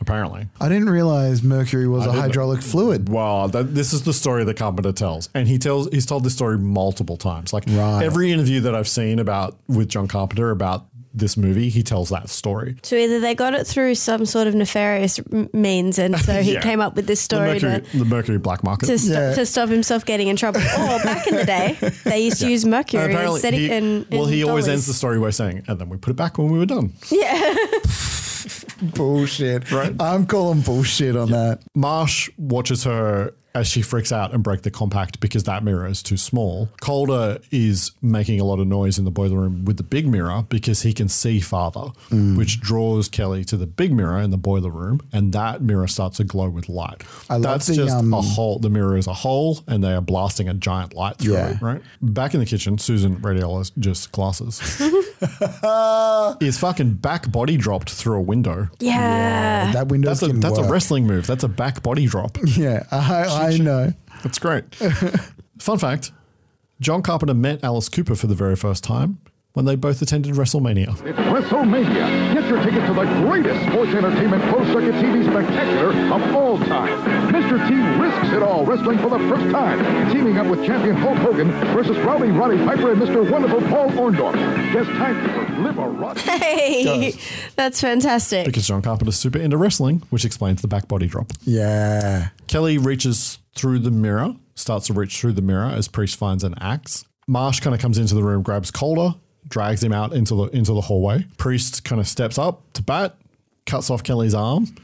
Speaker 2: apparently.
Speaker 3: I didn't realize mercury was
Speaker 2: I
Speaker 3: a
Speaker 2: didn't-
Speaker 3: hydraulic fluid.
Speaker 2: Wow, that, this is the story that Carpenter tells, and he tells he's told this story multiple times. Like
Speaker 3: Right.
Speaker 2: every interview that I've seen about with John Carpenter about this movie, he tells that story.
Speaker 4: So either they got it through some sort of nefarious m- means, and so he
Speaker 2: Yeah.
Speaker 4: came up with this
Speaker 2: the
Speaker 4: story to,
Speaker 2: Mercury, the Mercury black market.
Speaker 4: to, sto- to stop himself getting in trouble. Or back in the day, they used to use mercury
Speaker 2: And apparently
Speaker 4: instead
Speaker 2: he-
Speaker 4: of in,
Speaker 2: well,
Speaker 4: in
Speaker 2: he always
Speaker 4: dollars.
Speaker 2: ends the story by saying, "And then we put it back when we were done."
Speaker 4: Yeah.
Speaker 3: Bullshit. Right. I'm calling bullshit on that.
Speaker 2: Marsh watches her as she freaks out and break the compact because that mirror is too small. Calder is making a lot of noise in the boiler room with the big mirror because he can see farther,
Speaker 3: Mm.
Speaker 2: which draws Kelly to the big mirror in the boiler room, and that mirror starts to glow with light.
Speaker 3: I love
Speaker 2: That's
Speaker 3: the,
Speaker 2: just
Speaker 3: um,
Speaker 2: a hole. The mirror is a hole, and they are blasting a giant light through
Speaker 3: Yeah.
Speaker 2: it. Right back in the kitchen, Susan radiologist glasses is fucking back body dropped through a window.
Speaker 4: Yeah.
Speaker 3: That windows
Speaker 2: That's a
Speaker 3: can
Speaker 2: that's
Speaker 3: work.
Speaker 2: a wrestling move. That's a back body drop.
Speaker 3: Yeah, I, I know.
Speaker 2: That's great. Fun fact John Carpenter met Alice Cooper for the very first time when they both attended WrestleMania.
Speaker 45: It's WrestleMania. Get your tickets to the greatest sports entertainment closed circuit TV spectacular of all time. Mr. T risks it all wrestling for the first time, teaming up with champion Hulk Hogan versus Rowdy Roddy Piper and Mr. Wonderful Paul Orndorff. Guest timekeeper, live a rock.
Speaker 4: Hey, that's fantastic.
Speaker 2: Because John Carpenter's super into wrestling, which explains the back body drop.
Speaker 3: Yeah.
Speaker 2: Kelly reaches through the mirror, starts to reach through the mirror as Priest finds an axe. Marsh kind of comes into the room, grabs Calder, drags him out into the into the hallway. Priest kind of steps up to bat, cuts off Kelly's arm,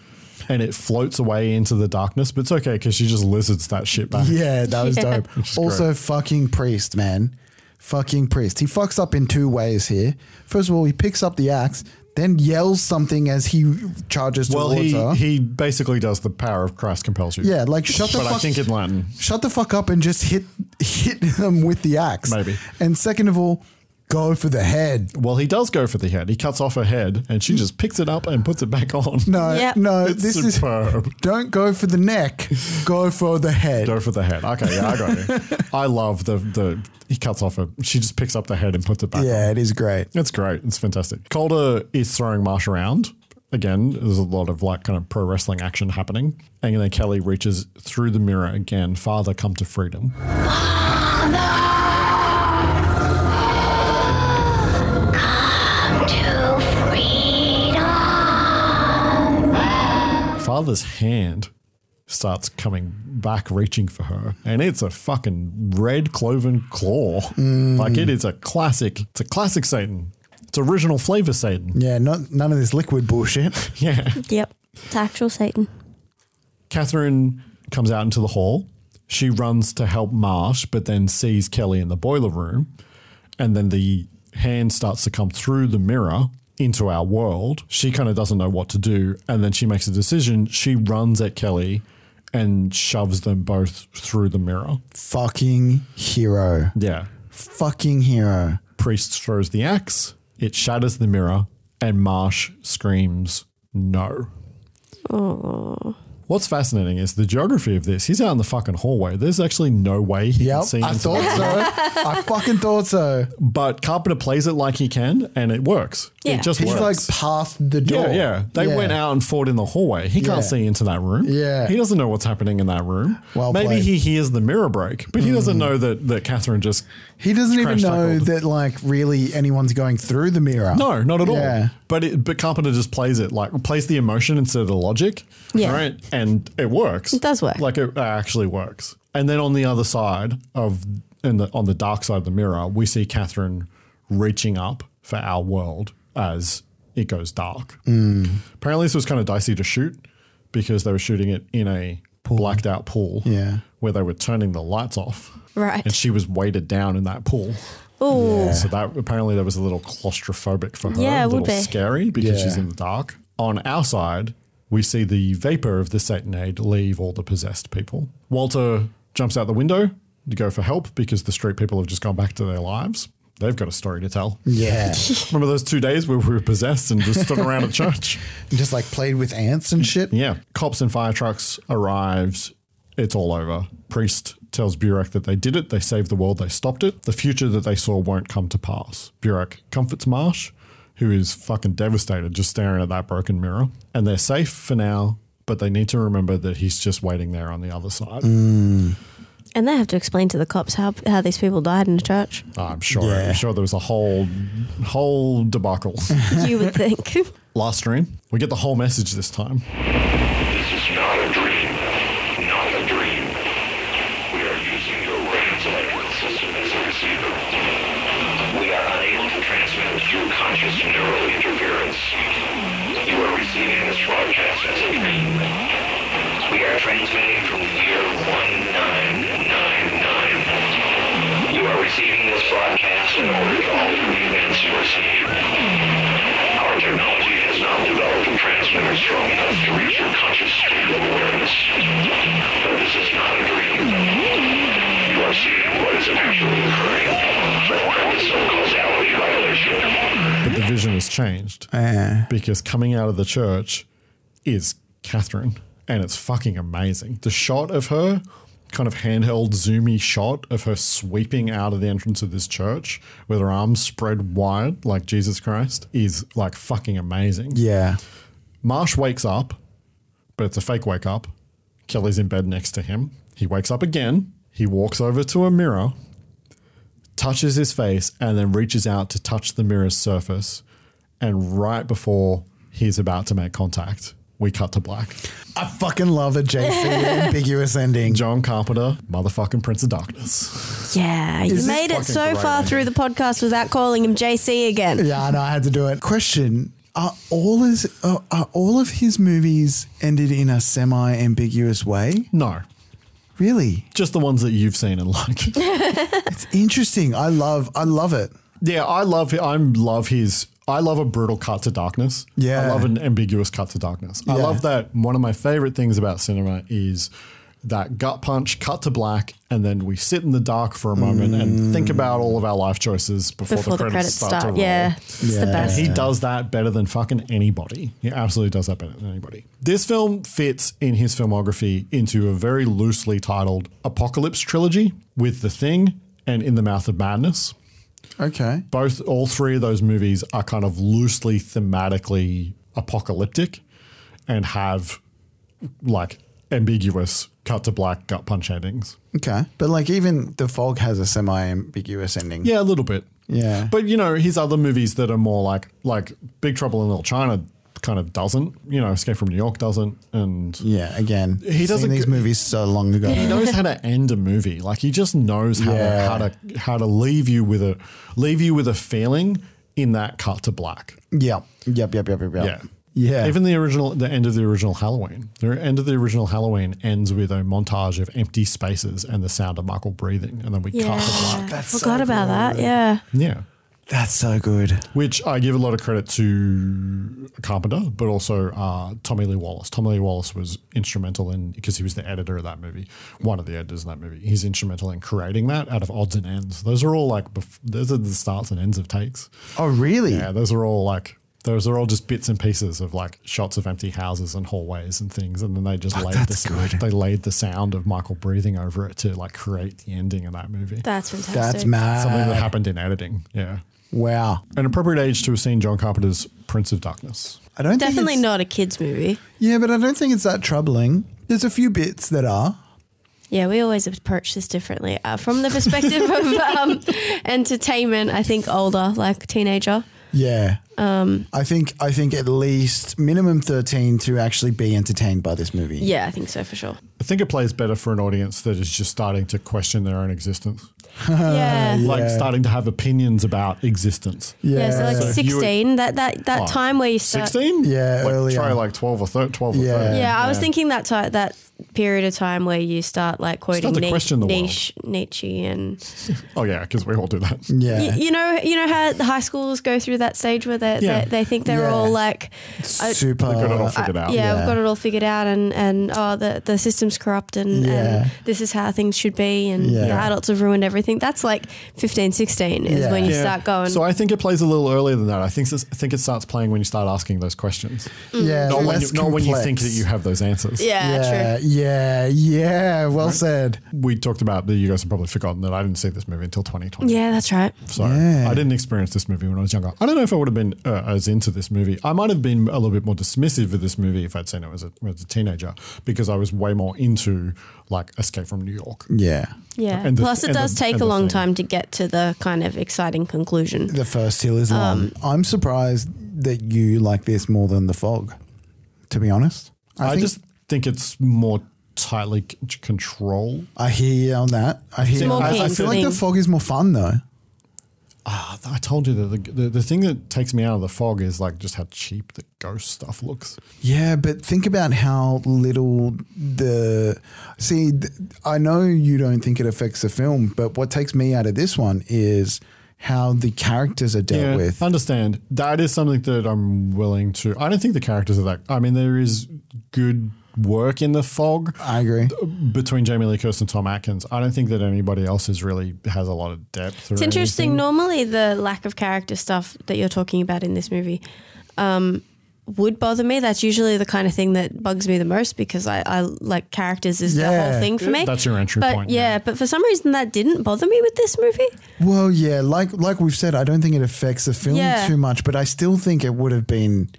Speaker 2: and it floats away into the darkness. But it's okay because she just lizards that shit back.
Speaker 3: Yeah, that was
Speaker 2: Yeah.
Speaker 3: dope.
Speaker 2: Which is
Speaker 3: Also,
Speaker 2: great.
Speaker 3: fucking priest, man. Fucking priest. He fucks up in two ways here. First of all, he picks up the axe, then yells something as he charges
Speaker 2: Well,
Speaker 3: towards
Speaker 2: he,
Speaker 3: her.
Speaker 2: he basically does the power of Christ compels you.
Speaker 3: Yeah, like, shut the
Speaker 2: but I
Speaker 3: fuck-
Speaker 2: think in Latin.
Speaker 3: Shut the fuck up and just hit hit them with the axe.
Speaker 2: Maybe.
Speaker 3: And second of all, go for the head.
Speaker 2: Well, he does go for the head. He cuts off her head, and she just picks it up and puts it back on.
Speaker 3: No, no, this
Speaker 2: superb.
Speaker 3: is don't go for the neck. Go for the head.
Speaker 2: Go for the head. Okay, yeah, I got it. I love the the. He cuts off her. She just picks up the head and puts it back.
Speaker 3: Yeah,
Speaker 2: on.
Speaker 3: it is great.
Speaker 2: It's great. It's fantastic. Calder is throwing Marsh around. Again, there's a lot of like kind of pro wrestling action happening. And then Kelly reaches through the mirror again. Father, come to freedom. Father's hand starts coming back, reaching for her, and it's a fucking red cloven claw. Like it is a classic. It's a classic Satan. It's original flavor Satan.
Speaker 3: Yeah, not none of this liquid bullshit.
Speaker 2: Yeah.
Speaker 4: Yep. It's actual Satan.
Speaker 2: Catherine comes out into the hall. She runs to help Marsh, but then sees Kelly in the boiler room. And then the hand starts to come through the mirror into our world. She kind of doesn't know what to do. And then she makes a decision. She runs at Kelly and shoves them both through the mirror.
Speaker 3: Fucking hero.
Speaker 2: Yeah.
Speaker 3: Fucking hero.
Speaker 2: Priest throws the axe, it shatters the mirror, and Marsh screams, No.
Speaker 4: Oh.
Speaker 2: What's fascinating is the geography of this. He's out in the fucking hallway. There's actually no way he
Speaker 3: Yep,
Speaker 2: can see.
Speaker 3: I
Speaker 2: into
Speaker 3: thought
Speaker 2: the-
Speaker 3: so. I fucking thought so.
Speaker 2: But Carpenter plays it like he can, and it works. It just
Speaker 3: He's
Speaker 2: works.
Speaker 3: like past the door.
Speaker 2: yeah, yeah. They
Speaker 3: Yeah.
Speaker 2: went out and fought in the hallway. He
Speaker 3: Yeah.
Speaker 2: can't see into that room.
Speaker 3: Yeah.
Speaker 2: He doesn't know what's happening in that room.
Speaker 3: Well
Speaker 2: Maybe
Speaker 3: played. Mm.
Speaker 2: he hears the mirror break, but he doesn't know that, that Catherine just.
Speaker 3: He doesn't even
Speaker 2: crash
Speaker 3: know
Speaker 2: tackled.
Speaker 3: that like really anyone's going through the mirror.
Speaker 2: No, not at all.
Speaker 3: Yeah.
Speaker 2: But it, but Carpenter just plays it like plays the emotion instead of the logic.
Speaker 4: Yeah.
Speaker 2: Right. And it works.
Speaker 4: It does work.
Speaker 2: Like it actually works. And then on the other side of in the on the dark side of the mirror, we see Catherine reaching up for our world as it goes dark.
Speaker 3: Mm.
Speaker 2: Apparently, this was kind of dicey to shoot because they were shooting it in a blacked out pool.
Speaker 3: Yeah.
Speaker 2: Where they were turning the lights off.
Speaker 4: Right.
Speaker 2: And she was weighted down in that pool.
Speaker 4: Ooh.
Speaker 2: So that apparently that was a little claustrophobic for her.
Speaker 4: Yeah, it
Speaker 2: a
Speaker 4: would
Speaker 2: little
Speaker 4: be.
Speaker 2: scary because
Speaker 46: Yeah.
Speaker 2: she's in the dark. On our side, we see the vapor of the Satanade leave all the possessed people. Walter jumps out the window to go for help because the street people have just gone back to their lives. They've got a story to tell.
Speaker 3: Yeah.
Speaker 2: Remember those two days where we were possessed and just stood around a church?
Speaker 3: Just like played with ants and shit?
Speaker 2: Yeah. Cops and fire trucks arrives. It's all over. Priest tells Burek that they did it. They saved the world. They stopped it. The future that they saw won't come to pass. Burek comforts Marsh, who is fucking devastated just staring at that broken mirror. And they're safe for now, but they need to remember that he's just waiting there on the other side.
Speaker 3: Mm.
Speaker 4: And they have to explain to the cops how, how these people died in the church.
Speaker 2: I'm sure. I'm sure there was a whole, whole debacle.
Speaker 4: you would think.
Speaker 2: Last stream, we get the whole message this time.
Speaker 7: This is not a dream. Not a dream. We are using your brain's system as a receiver. We are unable to transmit through conscious neural interference. You are receiving this broadcast as a dream. We are transmitting from year 1999. You are receiving this broadcast in order to alter the events you are seeing. Our technology has not developed a transmitter strong enough to reach your conscious state of awareness. But this is not a dream. You are seeing what is actually occurring. This causality violation.
Speaker 2: But the vision has changed because coming out of the church is Catherine, and it's fucking amazing. The shot of her, kind of handheld zoomy shot of her sweeping out of the entrance of this church with her arms spread wide like Jesus Christ, is like fucking amazing.
Speaker 3: Yeah.
Speaker 2: Marsh wakes up, but it's a fake wake up. Kelly's in bed next to him. He wakes up again. He walks over to a mirror, touches his face, and then reaches out to touch the mirror's surface. And right before he's about to make contact, we cut to black.
Speaker 3: I fucking love a JC ambiguous ending.
Speaker 2: John Carpenter, motherfucking Prince of Darkness.
Speaker 4: Yeah,
Speaker 3: Is this
Speaker 4: you made it
Speaker 3: fucking
Speaker 4: so
Speaker 3: great,
Speaker 4: far through the podcast without calling him JC again.
Speaker 3: Yeah, I know. I had to do it. Question: Are all his are, are all of his movies ended in a semi-ambiguous way?
Speaker 2: No,
Speaker 3: really.
Speaker 2: Just the ones that you've seen and liked.
Speaker 3: it's interesting. I love. I love it.
Speaker 2: Yeah, I love I love his I love a brutal cut to darkness.
Speaker 3: Yeah.
Speaker 2: I love an ambiguous cut to darkness. I
Speaker 3: Yeah.
Speaker 2: love that one of my favorite things about cinema is that gut punch, cut to black, and then we sit in the dark for a moment and think about all of our life choices before, the, credits start. to roll.
Speaker 4: yeah, it's the best.
Speaker 2: And he does that better than fucking anybody. He absolutely does that better than anybody. This film fits in his filmography into a very loosely titled apocalypse trilogy with The Thing and In the Mouth of Madness.
Speaker 3: Okay.
Speaker 2: Both, all three of those movies are kind of loosely thematically apocalyptic and have like ambiguous cut to black gut punch endings.
Speaker 3: Okay. But like, even the fog has a semi-ambiguous ending.
Speaker 2: Yeah, a little bit.
Speaker 3: Yeah.
Speaker 2: But you know, his other movies that are more like like Big Trouble in Little China kind of doesn't. You know, Escape from New York doesn't, and
Speaker 3: yeah, again,
Speaker 2: he
Speaker 3: Seen
Speaker 2: doesn't.
Speaker 3: these movies so long ago.
Speaker 2: he knows how to end a movie. Like he just knows how
Speaker 3: Yeah.
Speaker 2: to, how to how to leave you with a leave you with a feeling in that cut to black.
Speaker 3: Yep. Yep. Yep. Yep. Yep. yep.
Speaker 2: Yeah.
Speaker 3: Yeah.
Speaker 2: Even the original, the end of the original Halloween. The end of the original Halloween ends with a montage of empty spaces and the sound of Michael breathing, and then we
Speaker 4: yeah,
Speaker 2: cut to black.
Speaker 4: forgot about that. Yeah,
Speaker 2: Yeah.
Speaker 3: That's so good.
Speaker 2: Which I give a lot of credit to Carpenter, but also uh, Tommy Lee Wallace. Tommy Lee Wallace was instrumental in, because he was the editor of that movie, one of the editors in that movie. He's instrumental in creating that out of odds and ends. Those are all like, bef- those are the starts and ends of takes.
Speaker 3: Oh, really?
Speaker 2: Yeah, those are all like, those are all just bits and pieces of like shots of empty houses and hallways and things, and then they just laid the
Speaker 3: Oh, that's
Speaker 2: sound, they laid the sound of Michael breathing over it to like create the ending of that movie.
Speaker 4: that's fantastic.
Speaker 3: That's mad.
Speaker 2: Something that happened in editing. Yeah.
Speaker 3: Wow.
Speaker 2: An appropriate age to have seen John Carpenter's Prince of Darkness.
Speaker 3: I don't think
Speaker 4: Definitely
Speaker 3: it's-
Speaker 4: not a kids movie.
Speaker 3: Yeah, but I don't think it's that troubling. There's a few bits that are.
Speaker 4: Yeah, we always approach this differently uh, from the perspective of um, entertainment. I think older, like teenager.
Speaker 3: Yeah.
Speaker 4: Um,
Speaker 3: I think I think at least minimum 13 to actually be entertained by this movie.
Speaker 4: yeah, I think so for sure.
Speaker 2: I think it plays better for an audience that is just starting to question their own existence.
Speaker 4: Yeah.
Speaker 3: Uh,
Speaker 2: Like starting to have opinions about existence.
Speaker 4: Yeah, so like
Speaker 2: So if you were-
Speaker 4: sixteen. that that that
Speaker 2: Oh,
Speaker 4: time where you start.
Speaker 2: 16?
Speaker 3: Yeah,
Speaker 2: Like
Speaker 3: earlier.
Speaker 2: try like 12 or 13, 12 or
Speaker 3: Yeah.
Speaker 2: 13.
Speaker 4: Yeah, I was thinking that ti that period of time where you start like quoting
Speaker 2: Start to
Speaker 4: Ni-
Speaker 2: question the world.
Speaker 4: Nish- Nietzsche and
Speaker 2: Oh yeah, because we all do that.
Speaker 3: Yeah,
Speaker 4: Y- you know, you know how the high schools go through that stage where they
Speaker 2: Yeah.
Speaker 4: they they think they're
Speaker 2: Yeah.
Speaker 4: all like I-
Speaker 3: Super- They've got it all
Speaker 4: I-
Speaker 3: figured out.
Speaker 4: yeah,
Speaker 3: Yeah.
Speaker 4: we've got it all figured out, and and oh, the the system's corrupt, and,
Speaker 3: Yeah.
Speaker 4: and this is how things should be, and
Speaker 2: Yeah.
Speaker 4: the adults have ruined everything. That's like 15, 16 is when you
Speaker 2: Yeah.
Speaker 4: start going.
Speaker 2: So I think it plays a little earlier than that. I think s- I think it starts playing when you start asking those questions.
Speaker 4: Mm.
Speaker 3: Yeah,
Speaker 2: not, when you,
Speaker 3: less
Speaker 2: not when you
Speaker 3: complex.
Speaker 2: think that you have those answers.
Speaker 3: yeah, yeah, yeah. Well said.
Speaker 2: We talked about that. You guys have probably forgotten that I didn't see this movie until 2020.
Speaker 4: yeah, that's right.
Speaker 2: So I didn't experience this movie when I was younger. I don't know if I would have been uh, as into this movie. I might have been a little bit more dismissive of this movie if I'd seen it as a, as a teenager because I was way more into like Escape from New York.
Speaker 3: Yeah.
Speaker 4: Yeah.
Speaker 2: And the-
Speaker 4: Plus, it
Speaker 2: and the-
Speaker 4: does take
Speaker 2: and
Speaker 4: a
Speaker 2: the
Speaker 4: long
Speaker 2: thing.
Speaker 4: time to get to the kind of exciting conclusion.
Speaker 3: The first hill is long. I'm surprised that you like this more than the fog. To be honest,
Speaker 2: I, just think it's more tightly c- controlled.
Speaker 3: I hear you on that. I hear.
Speaker 2: It's
Speaker 3: You.
Speaker 2: more
Speaker 3: I, I
Speaker 2: keen
Speaker 3: feel
Speaker 2: for
Speaker 3: like the
Speaker 2: me.
Speaker 3: fog is more fun though.
Speaker 2: Ah, I told you that the, the the thing that takes me out of the fog is like just how cheap the ghost stuff looks.
Speaker 3: Yeah, but think about how little the. See, th- I know you don't think it affects the film, but what takes me out of this one is how the characters are dealt with.
Speaker 2: Understand. That is something that I'm willing to. I don't think the characters are that. I mean, there is good work in the fog. Uh,
Speaker 3: I agree.
Speaker 2: Between Jamie Lee Curtis and Tom Atkins, I don't think that anybody else is really has a lot of depth. or
Speaker 4: It's interesting.
Speaker 2: anything.
Speaker 4: Normally, the lack of character stuff that you're talking about in this movie um, would bother me. That's usually the kind of thing that bugs me the most because I, I like characters is the
Speaker 3: Yeah.
Speaker 4: whole thing for me.
Speaker 2: That's your entry
Speaker 4: but
Speaker 2: point,
Speaker 4: Yeah, but for some reason that didn't bother me with this movie.
Speaker 3: Well, yeah, like like we've said, I don't think it affects the film
Speaker 4: Yeah.
Speaker 3: too much, but I still think it would have been.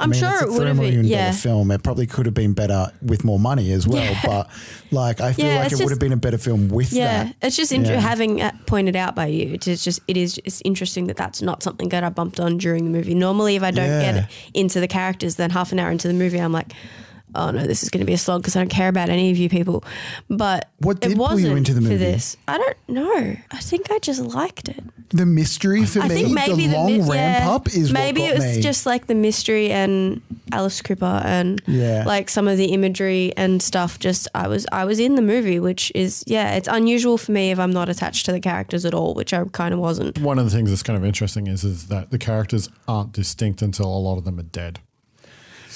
Speaker 3: I
Speaker 4: I'm
Speaker 3: mean,
Speaker 4: sure
Speaker 3: it's a
Speaker 4: it would
Speaker 3: $3
Speaker 4: have been-
Speaker 3: million dollar
Speaker 4: yeah.
Speaker 3: film. It probably could have been better with more money as well,
Speaker 4: Yeah.
Speaker 3: but like I feel
Speaker 4: Yeah,
Speaker 3: like it
Speaker 4: it's
Speaker 3: would
Speaker 4: just-
Speaker 3: have been a better film with
Speaker 4: Yeah,
Speaker 3: that.
Speaker 4: it's just inter-
Speaker 3: Yeah.
Speaker 4: having that pointed out by you. It's just- just it is it's interesting that that's not something that I bumped on during the movie. Normally, if I don't
Speaker 3: Yeah.
Speaker 4: get into the characters, then half an hour into the movie, I'm like, oh no, this is going to be a slog because I don't care about any of you people. But
Speaker 3: What
Speaker 4: it
Speaker 3: did pull you
Speaker 4: wasn't
Speaker 3: into the
Speaker 4: for
Speaker 3: movie?
Speaker 4: this. I don't know. I think I just liked it.
Speaker 3: The mystery for
Speaker 4: I
Speaker 3: me,
Speaker 4: think maybe
Speaker 3: the long
Speaker 4: mi-
Speaker 3: ramp
Speaker 4: yeah,
Speaker 3: up is
Speaker 4: maybe
Speaker 3: what
Speaker 4: it
Speaker 3: got
Speaker 4: was
Speaker 3: me.
Speaker 4: just like the mystery and Alice Cooper and
Speaker 3: Yeah.
Speaker 4: like some of the imagery and stuff. Just I was I was in the movie, which is yeah, it's unusual for me if I'm not attached to the characters at all, which I kind of wasn't.
Speaker 2: One of the things that's kind of interesting is is that the characters aren't distinct until a lot of them are dead.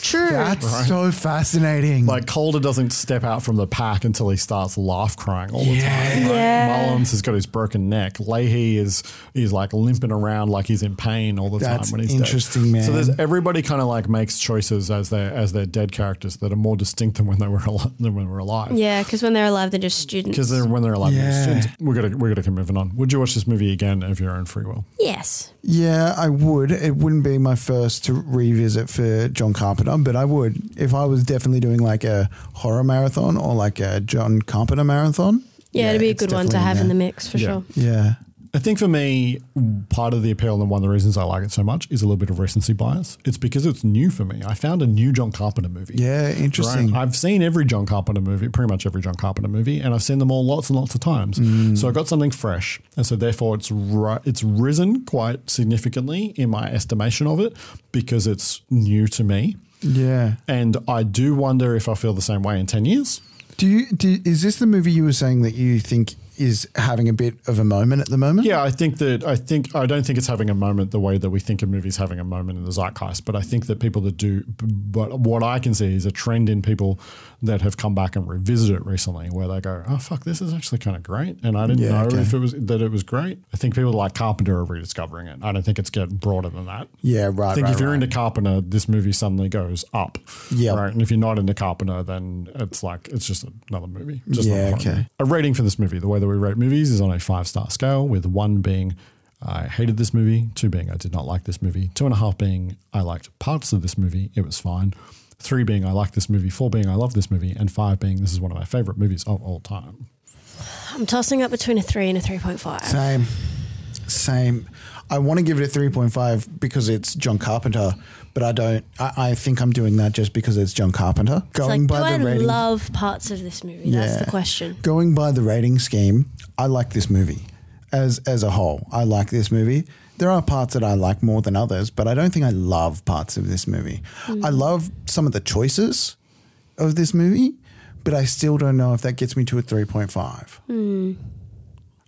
Speaker 4: True.
Speaker 3: That's
Speaker 2: Right.
Speaker 3: so fascinating.
Speaker 2: Like Calder doesn't step out from the pack until he starts laugh crying all the time. Right?
Speaker 4: Yeah.
Speaker 2: Mullins has got his broken neck. Leahy is is like limping around like he's in pain all the
Speaker 3: That's
Speaker 2: time when he's
Speaker 3: interesting,
Speaker 2: dead.
Speaker 3: man.
Speaker 2: So there's everybody kind of like makes choices as they as their dead characters that are more distinct than when they were al- than when they were alive.
Speaker 4: Yeah, because when they're alive, they're just students.
Speaker 2: Because they're when they're alive, they're
Speaker 3: Yeah.
Speaker 2: students. we're gonna we're gonna keep moving on. Would you watch this movie again of your own free will?
Speaker 4: yes,
Speaker 3: Yeah, I would. It wouldn't be my first to revisit for John Carpenter, but I would if I was definitely doing like a horror marathon or like a John Carpenter marathon.
Speaker 4: yeah, it'd be a
Speaker 3: it's
Speaker 4: good one to
Speaker 3: definitely
Speaker 4: have in the
Speaker 3: there.
Speaker 4: mix for
Speaker 2: Yeah.
Speaker 4: sure.
Speaker 3: Yeah.
Speaker 2: I think for me, part of the appeal and one of the reasons I like it so much is a little bit of recency bias. It's because it's new for me. I found a new John Carpenter movie.
Speaker 3: Yeah, interesting.
Speaker 2: I've seen every John Carpenter movie, pretty much every John Carpenter movie, and I've seen them all lots and lots of times.
Speaker 3: Mm.
Speaker 2: So I got something fresh, and so therefore it's ri- it's risen quite significantly in my estimation of it because it's new to me,
Speaker 3: Yeah.
Speaker 2: and I do wonder if I feel the same way in ten years.
Speaker 3: Do you do, is this the movie you were saying that you think is having a bit of a moment at the moment?
Speaker 2: Yeah, I think that I think I don't think it's having a moment the way that we think a movie's having a moment in the zeitgeist. But I think that people that do, but what I can see is a trend in people that have come back and revisited it recently, where they go, "Oh fuck, this is actually kind of great," and I didn't
Speaker 3: Yeah,
Speaker 2: know
Speaker 3: okay.
Speaker 2: if it was that it was great. I think people like Carpenter are rediscovering it. I don't think it's getting broader than that.
Speaker 3: Yeah,
Speaker 2: I
Speaker 3: right.
Speaker 2: think
Speaker 3: right,
Speaker 2: if you're
Speaker 3: right.
Speaker 2: into Carpenter, this movie suddenly goes up.
Speaker 3: Yep.
Speaker 2: Right. And if you're not into Carpenter, then it's like it's just another movie. Just
Speaker 3: Yeah,
Speaker 2: another horror
Speaker 3: okay.
Speaker 2: movie. A rating for this movie, the way that we rate movies is on a five star scale, with one being I hated this movie, two being I did not like this movie, two and a half being I liked parts of this movie, it was fine. Three being I like this movie, four being I love this movie, and five being this is one of my favorite movies of all time.
Speaker 4: I'm tossing up between a three and a three point five.
Speaker 3: Same. Same. I want to give it a 3.5 because it's John Carpenter, but I don't. I, I think I'm doing that just because it's John Carpenter.
Speaker 4: It's like,
Speaker 3: Going
Speaker 4: do
Speaker 3: by
Speaker 4: I
Speaker 3: the rating.
Speaker 4: love parts of this movie? That's the question.
Speaker 3: Going by the rating scheme, I like this movie as as a whole. I like this movie. There are parts that I like more than others, but I don't think I
Speaker 4: Hmm.
Speaker 3: love parts of this movie. I love some of the choices of this movie, but I still don't know if that gets me to a 3.5.
Speaker 4: Hmm.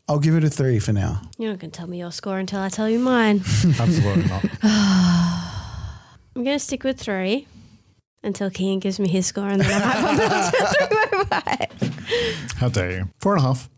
Speaker 3: I'll give it a three for now.
Speaker 4: You're not going to tell me your score until I tell you mine.
Speaker 3: Absolutely not.
Speaker 4: I'm going to stick with three until Kean gives me his score, and then I might bump it up to 3.5.
Speaker 2: How dare you? Four and a half.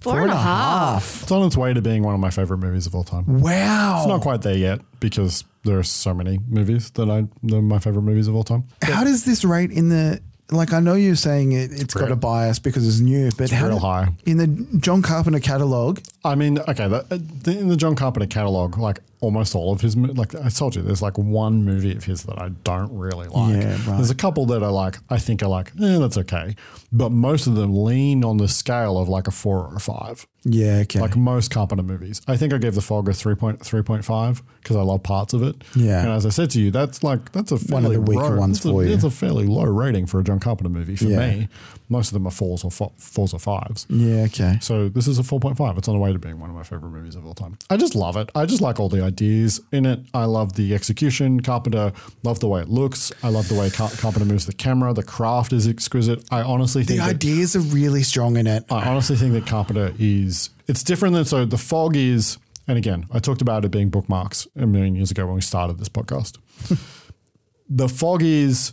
Speaker 4: Four and a half.
Speaker 2: It's on its way to being one of my favorite movies of all time.
Speaker 3: Wow.
Speaker 2: It's not quite there yet because there are so many movies that I that are my favorite movies of all time.
Speaker 3: How does this rate in the like? I know you're saying it, it's got a bias because it's new, but how
Speaker 2: real
Speaker 3: do-
Speaker 2: high.
Speaker 3: in the John Carpenter catalog?
Speaker 2: I mean, okay, that, uh, the- in the John Carpenter catalog, like almost all of his, mo- like I told you, there's like one movie of his that I don't really like.
Speaker 3: Yeah, right.
Speaker 2: There's a couple that are like I think are like, eh, that's okay, but most of them lean on the scale of like a four or a five.
Speaker 3: Yeah, okay.
Speaker 2: Like most Carpenter movies. I think I gave The Fog a 3.3.5 because I love parts of it.
Speaker 3: Yeah.
Speaker 2: And as I said to you, that's like, that's a
Speaker 3: One of
Speaker 2: fairly
Speaker 3: the weaker
Speaker 2: low-
Speaker 3: ones
Speaker 2: it's a-
Speaker 3: for you.
Speaker 2: It's a fairly low rating for a John Carpenter movie for
Speaker 3: Yeah.
Speaker 2: me. Most of them are fours or fi- fours or fives.
Speaker 3: Yeah, okay.
Speaker 2: So this is a 4.5. It's on the way to being one of my favorite movies of all time. I just love it. I just like all the ideas in it. I love the execution. Carpenter, love the way it looks. I love the way Car- Carpenter moves the camera. The craft is exquisite. I honestly
Speaker 3: The
Speaker 2: think that-
Speaker 3: ideas are really strong in it.
Speaker 2: I honestly think that Carpenter is it's different than so the fog is and again, I talked about it being bookmarks a million years ago when we started this podcast. the fog is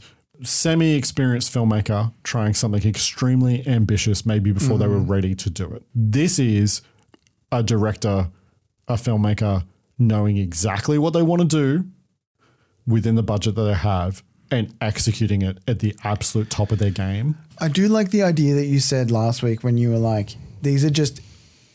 Speaker 2: semi-experienced filmmaker trying something extremely ambitious maybe before they were
Speaker 40: Mm.
Speaker 2: ready to do it. This is a director, a filmmaker knowing exactly what they want to do within the budget that they have and executing it at the absolute top of their game.
Speaker 3: I do like the idea that you said last week when you were like, these are just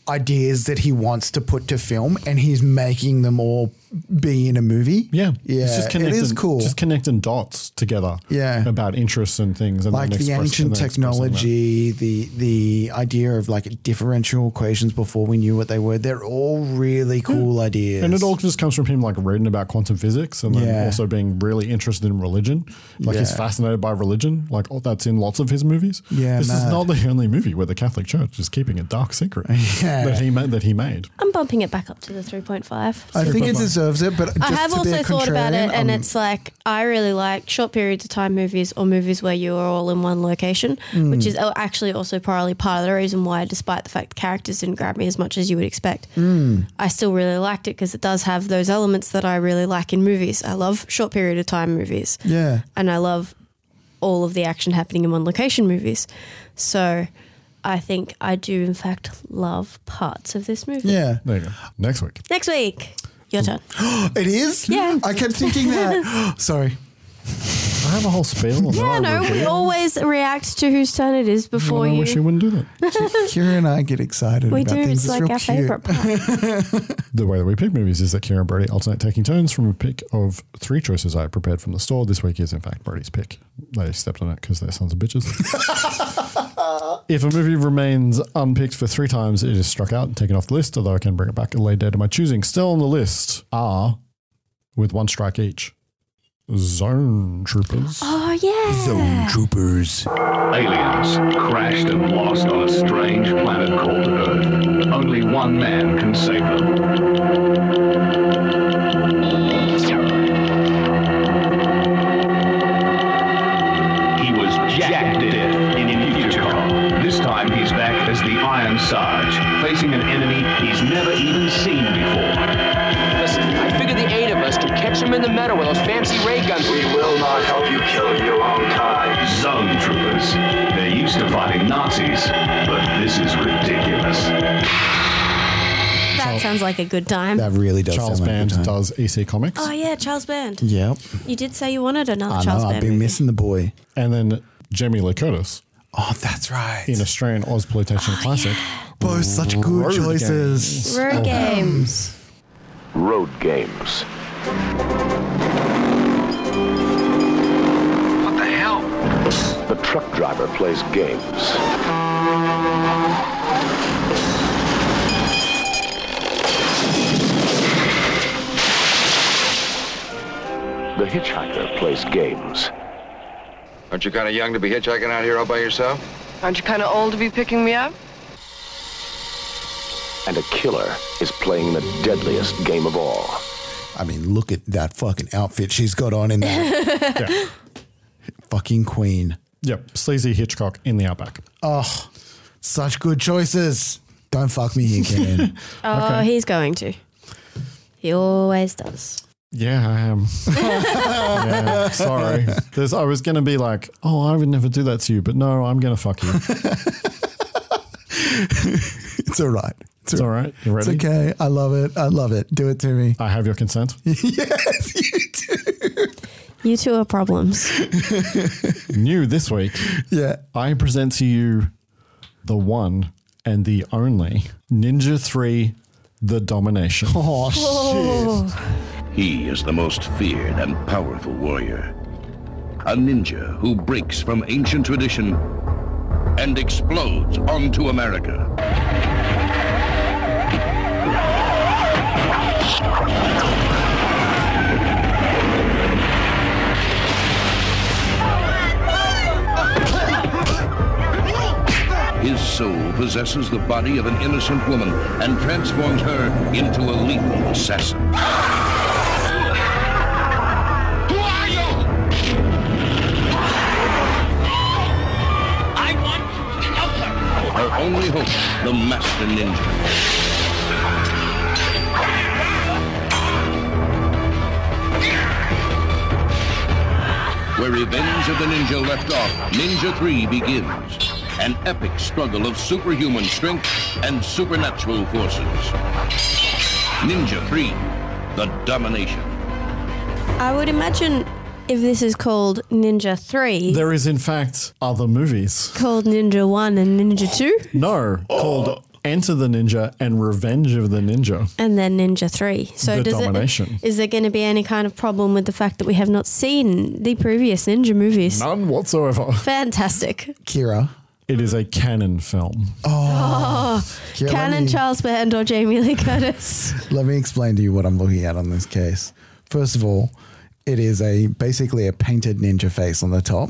Speaker 3: ideas that he wants to put to film and he's making them all be in a movie. Yeah. Yeah.
Speaker 2: It's just
Speaker 3: it
Speaker 2: connecting,
Speaker 3: is cool.
Speaker 2: Just connecting dots together.
Speaker 3: Yeah.
Speaker 2: About interests and things, and
Speaker 3: like
Speaker 2: then
Speaker 3: the
Speaker 2: express-
Speaker 3: ancient
Speaker 2: and then expressing
Speaker 3: technology, the the idea of like differential equations before we knew what they were. They're all really cool
Speaker 2: that.
Speaker 3: ideas.
Speaker 2: And it all just comes from him like reading about quantum physics and then
Speaker 3: Yeah.
Speaker 2: also being really interested in religion. Like he's
Speaker 3: Yeah.
Speaker 2: fascinated by religion. Like oh, that's in lots of his movies.
Speaker 3: Yeah,
Speaker 2: this is
Speaker 3: mad.
Speaker 2: not the only movie where the Catholic Church is keeping a dark secret
Speaker 3: Yeah.
Speaker 2: that he made. That he made.
Speaker 4: I'm bumping it back up to the 3.5.
Speaker 3: I think it deserves it, but
Speaker 4: I
Speaker 3: just
Speaker 4: have
Speaker 3: to be
Speaker 4: also
Speaker 3: a
Speaker 4: thought about it,
Speaker 3: contrarian, um,
Speaker 4: and
Speaker 3: I'm-
Speaker 4: it's like I really like short periods of time movies or movies where you are all in one location,
Speaker 3: Hmm.
Speaker 44: Mm.
Speaker 4: which is al- actually also probably part of the reason why, despite the fact the characters didn't grab me as much as you would expect,
Speaker 3: Hmm.
Speaker 4: I still really liked it because it does have those elements that I really like in movies. I love short period of time movies,
Speaker 3: Yeah.
Speaker 4: and I love all of the action happening in one location movies. So I think I do, in fact, love parts of this movie.
Speaker 3: Yeah.
Speaker 2: There you go. Next week.
Speaker 4: Next week, your turn.
Speaker 3: it is?
Speaker 4: Yeah.
Speaker 3: I kept thinking that. Oh, Sorry.
Speaker 2: I have a whole spiel. on
Speaker 4: Yeah,
Speaker 2: that
Speaker 4: no, we
Speaker 2: reveal.
Speaker 4: always react to whose turn it is before
Speaker 2: I
Speaker 4: you.
Speaker 2: wish you wouldn't do that.
Speaker 3: Kira and I get excited
Speaker 4: we
Speaker 3: about
Speaker 4: do.
Speaker 3: things.
Speaker 4: It's like
Speaker 3: real
Speaker 4: our
Speaker 3: cute.
Speaker 4: favorite part.
Speaker 2: The way that we pick movies is that Kieran and Brody alternate taking turns from a pick of three choices I prepared from the store. This week is, in fact, Brody's pick. They stepped on it because they're sons of bitches. if a movie remains unpicked for three times, it is struck out and taken off the list, although I can bring it back at a later date of my choosing. Still on the list are, with one strike each, Zone Troopers.
Speaker 4: Oh yeah.
Speaker 2: Zone Troopers.
Speaker 37: Aliens crashed and lost on a strange planet called Earth. Only one man can save them. He was Jack Dead in Future Car. This time he's back as the Iron Sarge, facing an enemy he's never even seen before.
Speaker 12: Listen, I figure the eight of us can catch him in the meadow with those fancy ray guns. We will not help you kill your own kind.
Speaker 37: Zone troopers. They're used to fighting Nazis, but this is ridiculous.
Speaker 4: That sounds like a good time.
Speaker 3: That really does
Speaker 2: Charles
Speaker 3: sound like a good
Speaker 2: Band
Speaker 3: time.
Speaker 2: does EC Comics.
Speaker 4: Oh yeah, Charles Band.
Speaker 3: Yep.
Speaker 4: You did say you wanted another
Speaker 2: I know,
Speaker 4: Oh, Charles
Speaker 2: I've
Speaker 4: Band.
Speaker 2: been
Speaker 4: movie.
Speaker 3: Missing the boy.
Speaker 2: And then Jamie Lee Curtis.
Speaker 3: Oh, that's right.
Speaker 2: In Australian Ozploitation Classic.
Speaker 3: Both such good
Speaker 2: Road
Speaker 3: choices. Oh.
Speaker 2: Games.
Speaker 4: Oh,
Speaker 2: Um,
Speaker 4: Road games.
Speaker 47: Road games.
Speaker 37: What the hell?
Speaker 47: The truck driver plays games. The hitchhiker plays games.
Speaker 38: Aren't you kind of young to be hitchhiking out here all by yourself?
Speaker 47: Aren't you kind of old to be picking me up? And a killer is playing the deadliest game of all.
Speaker 3: I mean, look at that fucking outfit she's got on in that. Fucking queen.
Speaker 2: Yep, sleazy Hitchcock in the outback.
Speaker 3: Oh, such good choices. Don't fuck me again.
Speaker 4: Oh, he's going to. He always does.
Speaker 2: Yeah, I am. Yeah, sorry. There's, I was going to be like, oh, I would never do that to you, but no, I'm going to fuck you.
Speaker 3: it's all right.
Speaker 2: It's, all right. You ready?
Speaker 3: It's okay. I love it. Uh, I love it. Do it to me.
Speaker 2: I have your consent.
Speaker 3: yes, you
Speaker 4: You two are problems.
Speaker 2: New this week.
Speaker 3: Yeah.
Speaker 2: I present to you the one and the only Ninja 3 The Domination.
Speaker 3: Oh,
Speaker 20: He is the most feared and powerful warrior. A ninja who breaks from ancient tradition and explodes onto America. His soul possesses the body of an innocent woman and transforms her into a lethal assassin.
Speaker 5: Who are you? I want you to help her.
Speaker 20: Her only hope, the Master Ninja. Where Revenge of the Ninja left off, Ninja 3 begins. An epic struggle of superhuman strength and supernatural forces. Ninja 3, The Domination.
Speaker 4: I would imagine if this is called Ninja 3,
Speaker 2: There is, in fact, other movies.
Speaker 4: called Ninja 1 and Ninja 2,
Speaker 2: No, called Enter the Ninja and Revenge of the Ninja.
Speaker 4: and then Ninja 3. So
Speaker 2: The
Speaker 4: does it-
Speaker 2: domination.
Speaker 4: is there going to be any kind of problem with the fact that we have not seen the previous Ninja movies?
Speaker 2: None whatsoever.
Speaker 4: Fantastic.
Speaker 3: Kira.
Speaker 2: It is a canon film.
Speaker 3: Yeah,
Speaker 4: Oh,
Speaker 3: Ah. let
Speaker 4: Canon
Speaker 3: me-
Speaker 4: Charles Band or Jamie Lee Curtis.
Speaker 3: Let me explain to you what I'm looking at on this case. First of all, it is a basically a painted ninja face on the top,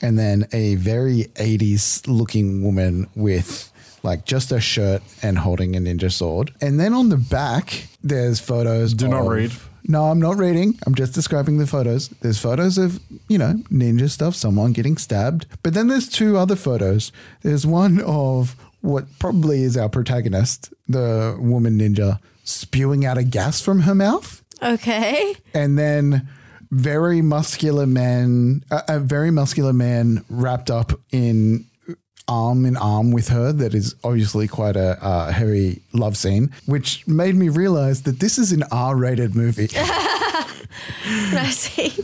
Speaker 3: and then a very 80s looking woman with like just a shirt and holding a ninja sword. And then on the back, there's photos. Do
Speaker 2: not read.
Speaker 3: No, I'm not reading. I'm just describing the photos. There's photos of, you know, ninja stuff, someone getting stabbed. But then there's two other photos. There's one of what probably is our protagonist, the woman ninja, spewing out a gas from her mouth.
Speaker 4: Okay.
Speaker 3: And then very muscular man, a, a very muscular man wrapped up in arm in arm with her. That is obviously quite a uh, heavy love scene, which made me realize that this is an R rated movie.
Speaker 4: I see.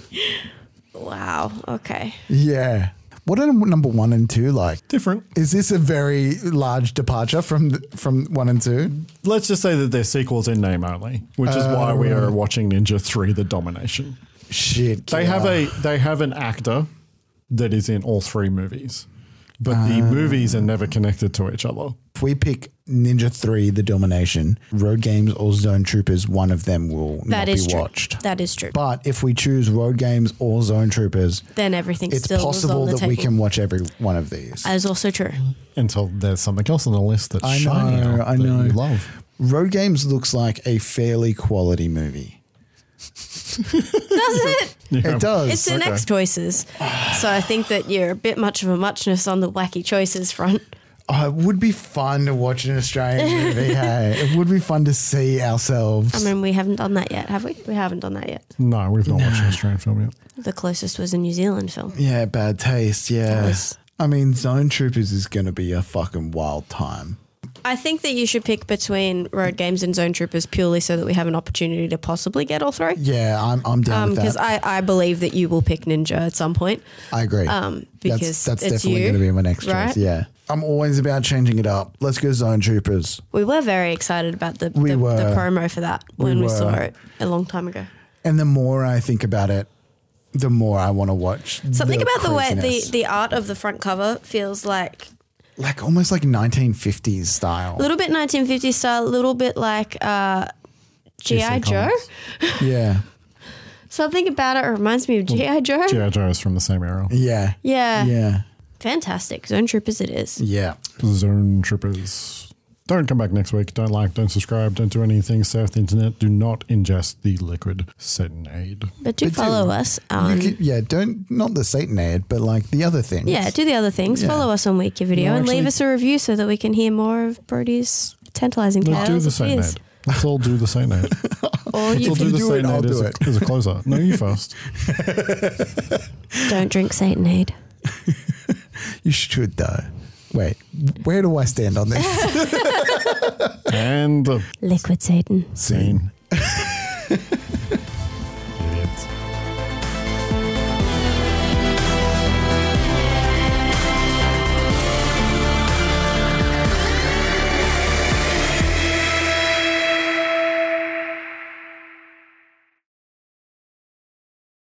Speaker 4: Wow. Okay.
Speaker 3: Yeah. What are number one and two like?
Speaker 2: Different.
Speaker 3: Is this a very large departure from the, from one and two?
Speaker 2: Let's just say that they're sequels in name only, which is why we
Speaker 4: Um,
Speaker 3: Oh.
Speaker 2: are watching Ninja 3 The Domination.
Speaker 3: Shit.
Speaker 2: They have a they have an actor that is in all three movies. But the
Speaker 4: Um,
Speaker 2: movies are never connected to each other.
Speaker 3: If we pick Ninja Three: The Domination, Road Games or Zone Troopers, one of them will
Speaker 4: That
Speaker 3: not
Speaker 4: is
Speaker 3: be
Speaker 4: true.
Speaker 3: watched.
Speaker 4: That is true.
Speaker 3: But if we choose Road Games or Zone Troopers,
Speaker 4: Then everything
Speaker 3: it's
Speaker 4: still is
Speaker 3: possible
Speaker 4: on the
Speaker 3: that we
Speaker 4: table.
Speaker 3: can watch every one of these.
Speaker 4: That is also true.
Speaker 2: Until there's something else on the list that's
Speaker 3: I
Speaker 2: shiny
Speaker 3: know,
Speaker 2: out
Speaker 3: I
Speaker 2: that
Speaker 3: know.
Speaker 2: you love.
Speaker 3: Road Games looks like a fairly quality movie.
Speaker 4: Does it?
Speaker 3: It does.
Speaker 4: It's the next choices. So I think that you're a bit much of a muchness on the wacky choices front.
Speaker 3: Oh, it would be fun to watch an Australian movie. hey, it would be fun to see ourselves.
Speaker 4: I mean, we haven't done that yet, have we? We haven't done that yet.
Speaker 2: No, we've not watched an Australian film yet.
Speaker 4: The closest was a New Zealand film.
Speaker 3: Yeah, bad taste. Yeah. I mean, Zone Troopers is going to be a fucking wild time.
Speaker 4: I think that you should pick between Road Games and Zone Troopers purely so that we have an opportunity to possibly get all three.
Speaker 3: Yeah, I'm, I'm down with
Speaker 4: Because
Speaker 3: that.
Speaker 4: I, I believe that you will pick Ninja at some point.
Speaker 3: I, agree.
Speaker 4: Um,
Speaker 3: That's-
Speaker 4: because
Speaker 3: that's,
Speaker 4: it's
Speaker 3: definitely
Speaker 4: you,
Speaker 3: going to be my next
Speaker 4: right?
Speaker 3: choice. Yeah. I'm always about changing it up. Let's go Zone Troopers.
Speaker 4: We were very excited about the,
Speaker 3: We
Speaker 4: the,
Speaker 3: were.
Speaker 4: the promo for that
Speaker 3: We
Speaker 4: when we, saw
Speaker 3: were.
Speaker 4: it a long time ago.
Speaker 3: And the more I think about it, the more I want to watch.
Speaker 4: Something about the way
Speaker 3: craziness.
Speaker 4: the, the art of the front cover feels like
Speaker 3: like almost like 1950s style.
Speaker 4: a little bit 1950 style, a little bit like uh, G.I.
Speaker 2: DC
Speaker 4: Joe.
Speaker 2: Comics.
Speaker 3: Yeah.
Speaker 4: Something about it reminds me of G.I. Joe.
Speaker 2: G.I. Joe is from the same era.
Speaker 3: Yeah.
Speaker 4: Yeah.
Speaker 3: Yeah.
Speaker 4: Fantastic. Zone Troopers it is.
Speaker 3: Yeah.
Speaker 2: Zone Troopers. Don't come back next week. Don't like, don't subscribe, don't do anything. Surf the internet. Do not ingest the liquid Satanade.
Speaker 4: But do follow us on.
Speaker 3: You could- yeah, don't not the Satan ad, but like the other things.
Speaker 4: yeah, do the other things.
Speaker 3: Yeah.
Speaker 4: Follow us on Wiki Video
Speaker 3: No,
Speaker 4: and leave
Speaker 3: actually-
Speaker 4: us a review so that we can hear more of Brody's tantalizing
Speaker 2: No,
Speaker 4: tales.
Speaker 2: do the
Speaker 4: of his.
Speaker 2: Satanade. Let's all do the Satanade.
Speaker 4: Or
Speaker 2: Let's
Speaker 4: you
Speaker 2: all
Speaker 4: can
Speaker 2: do the
Speaker 4: do it,
Speaker 2: Satanade
Speaker 4: I'll do
Speaker 2: as, a-
Speaker 4: it.
Speaker 2: as a closer. No, you first.
Speaker 4: Don't drink Satanade.
Speaker 3: You should though. Wait, where do I stand on this?
Speaker 2: and
Speaker 4: Liquid Satan.
Speaker 3: Scene.
Speaker 2: Idiots.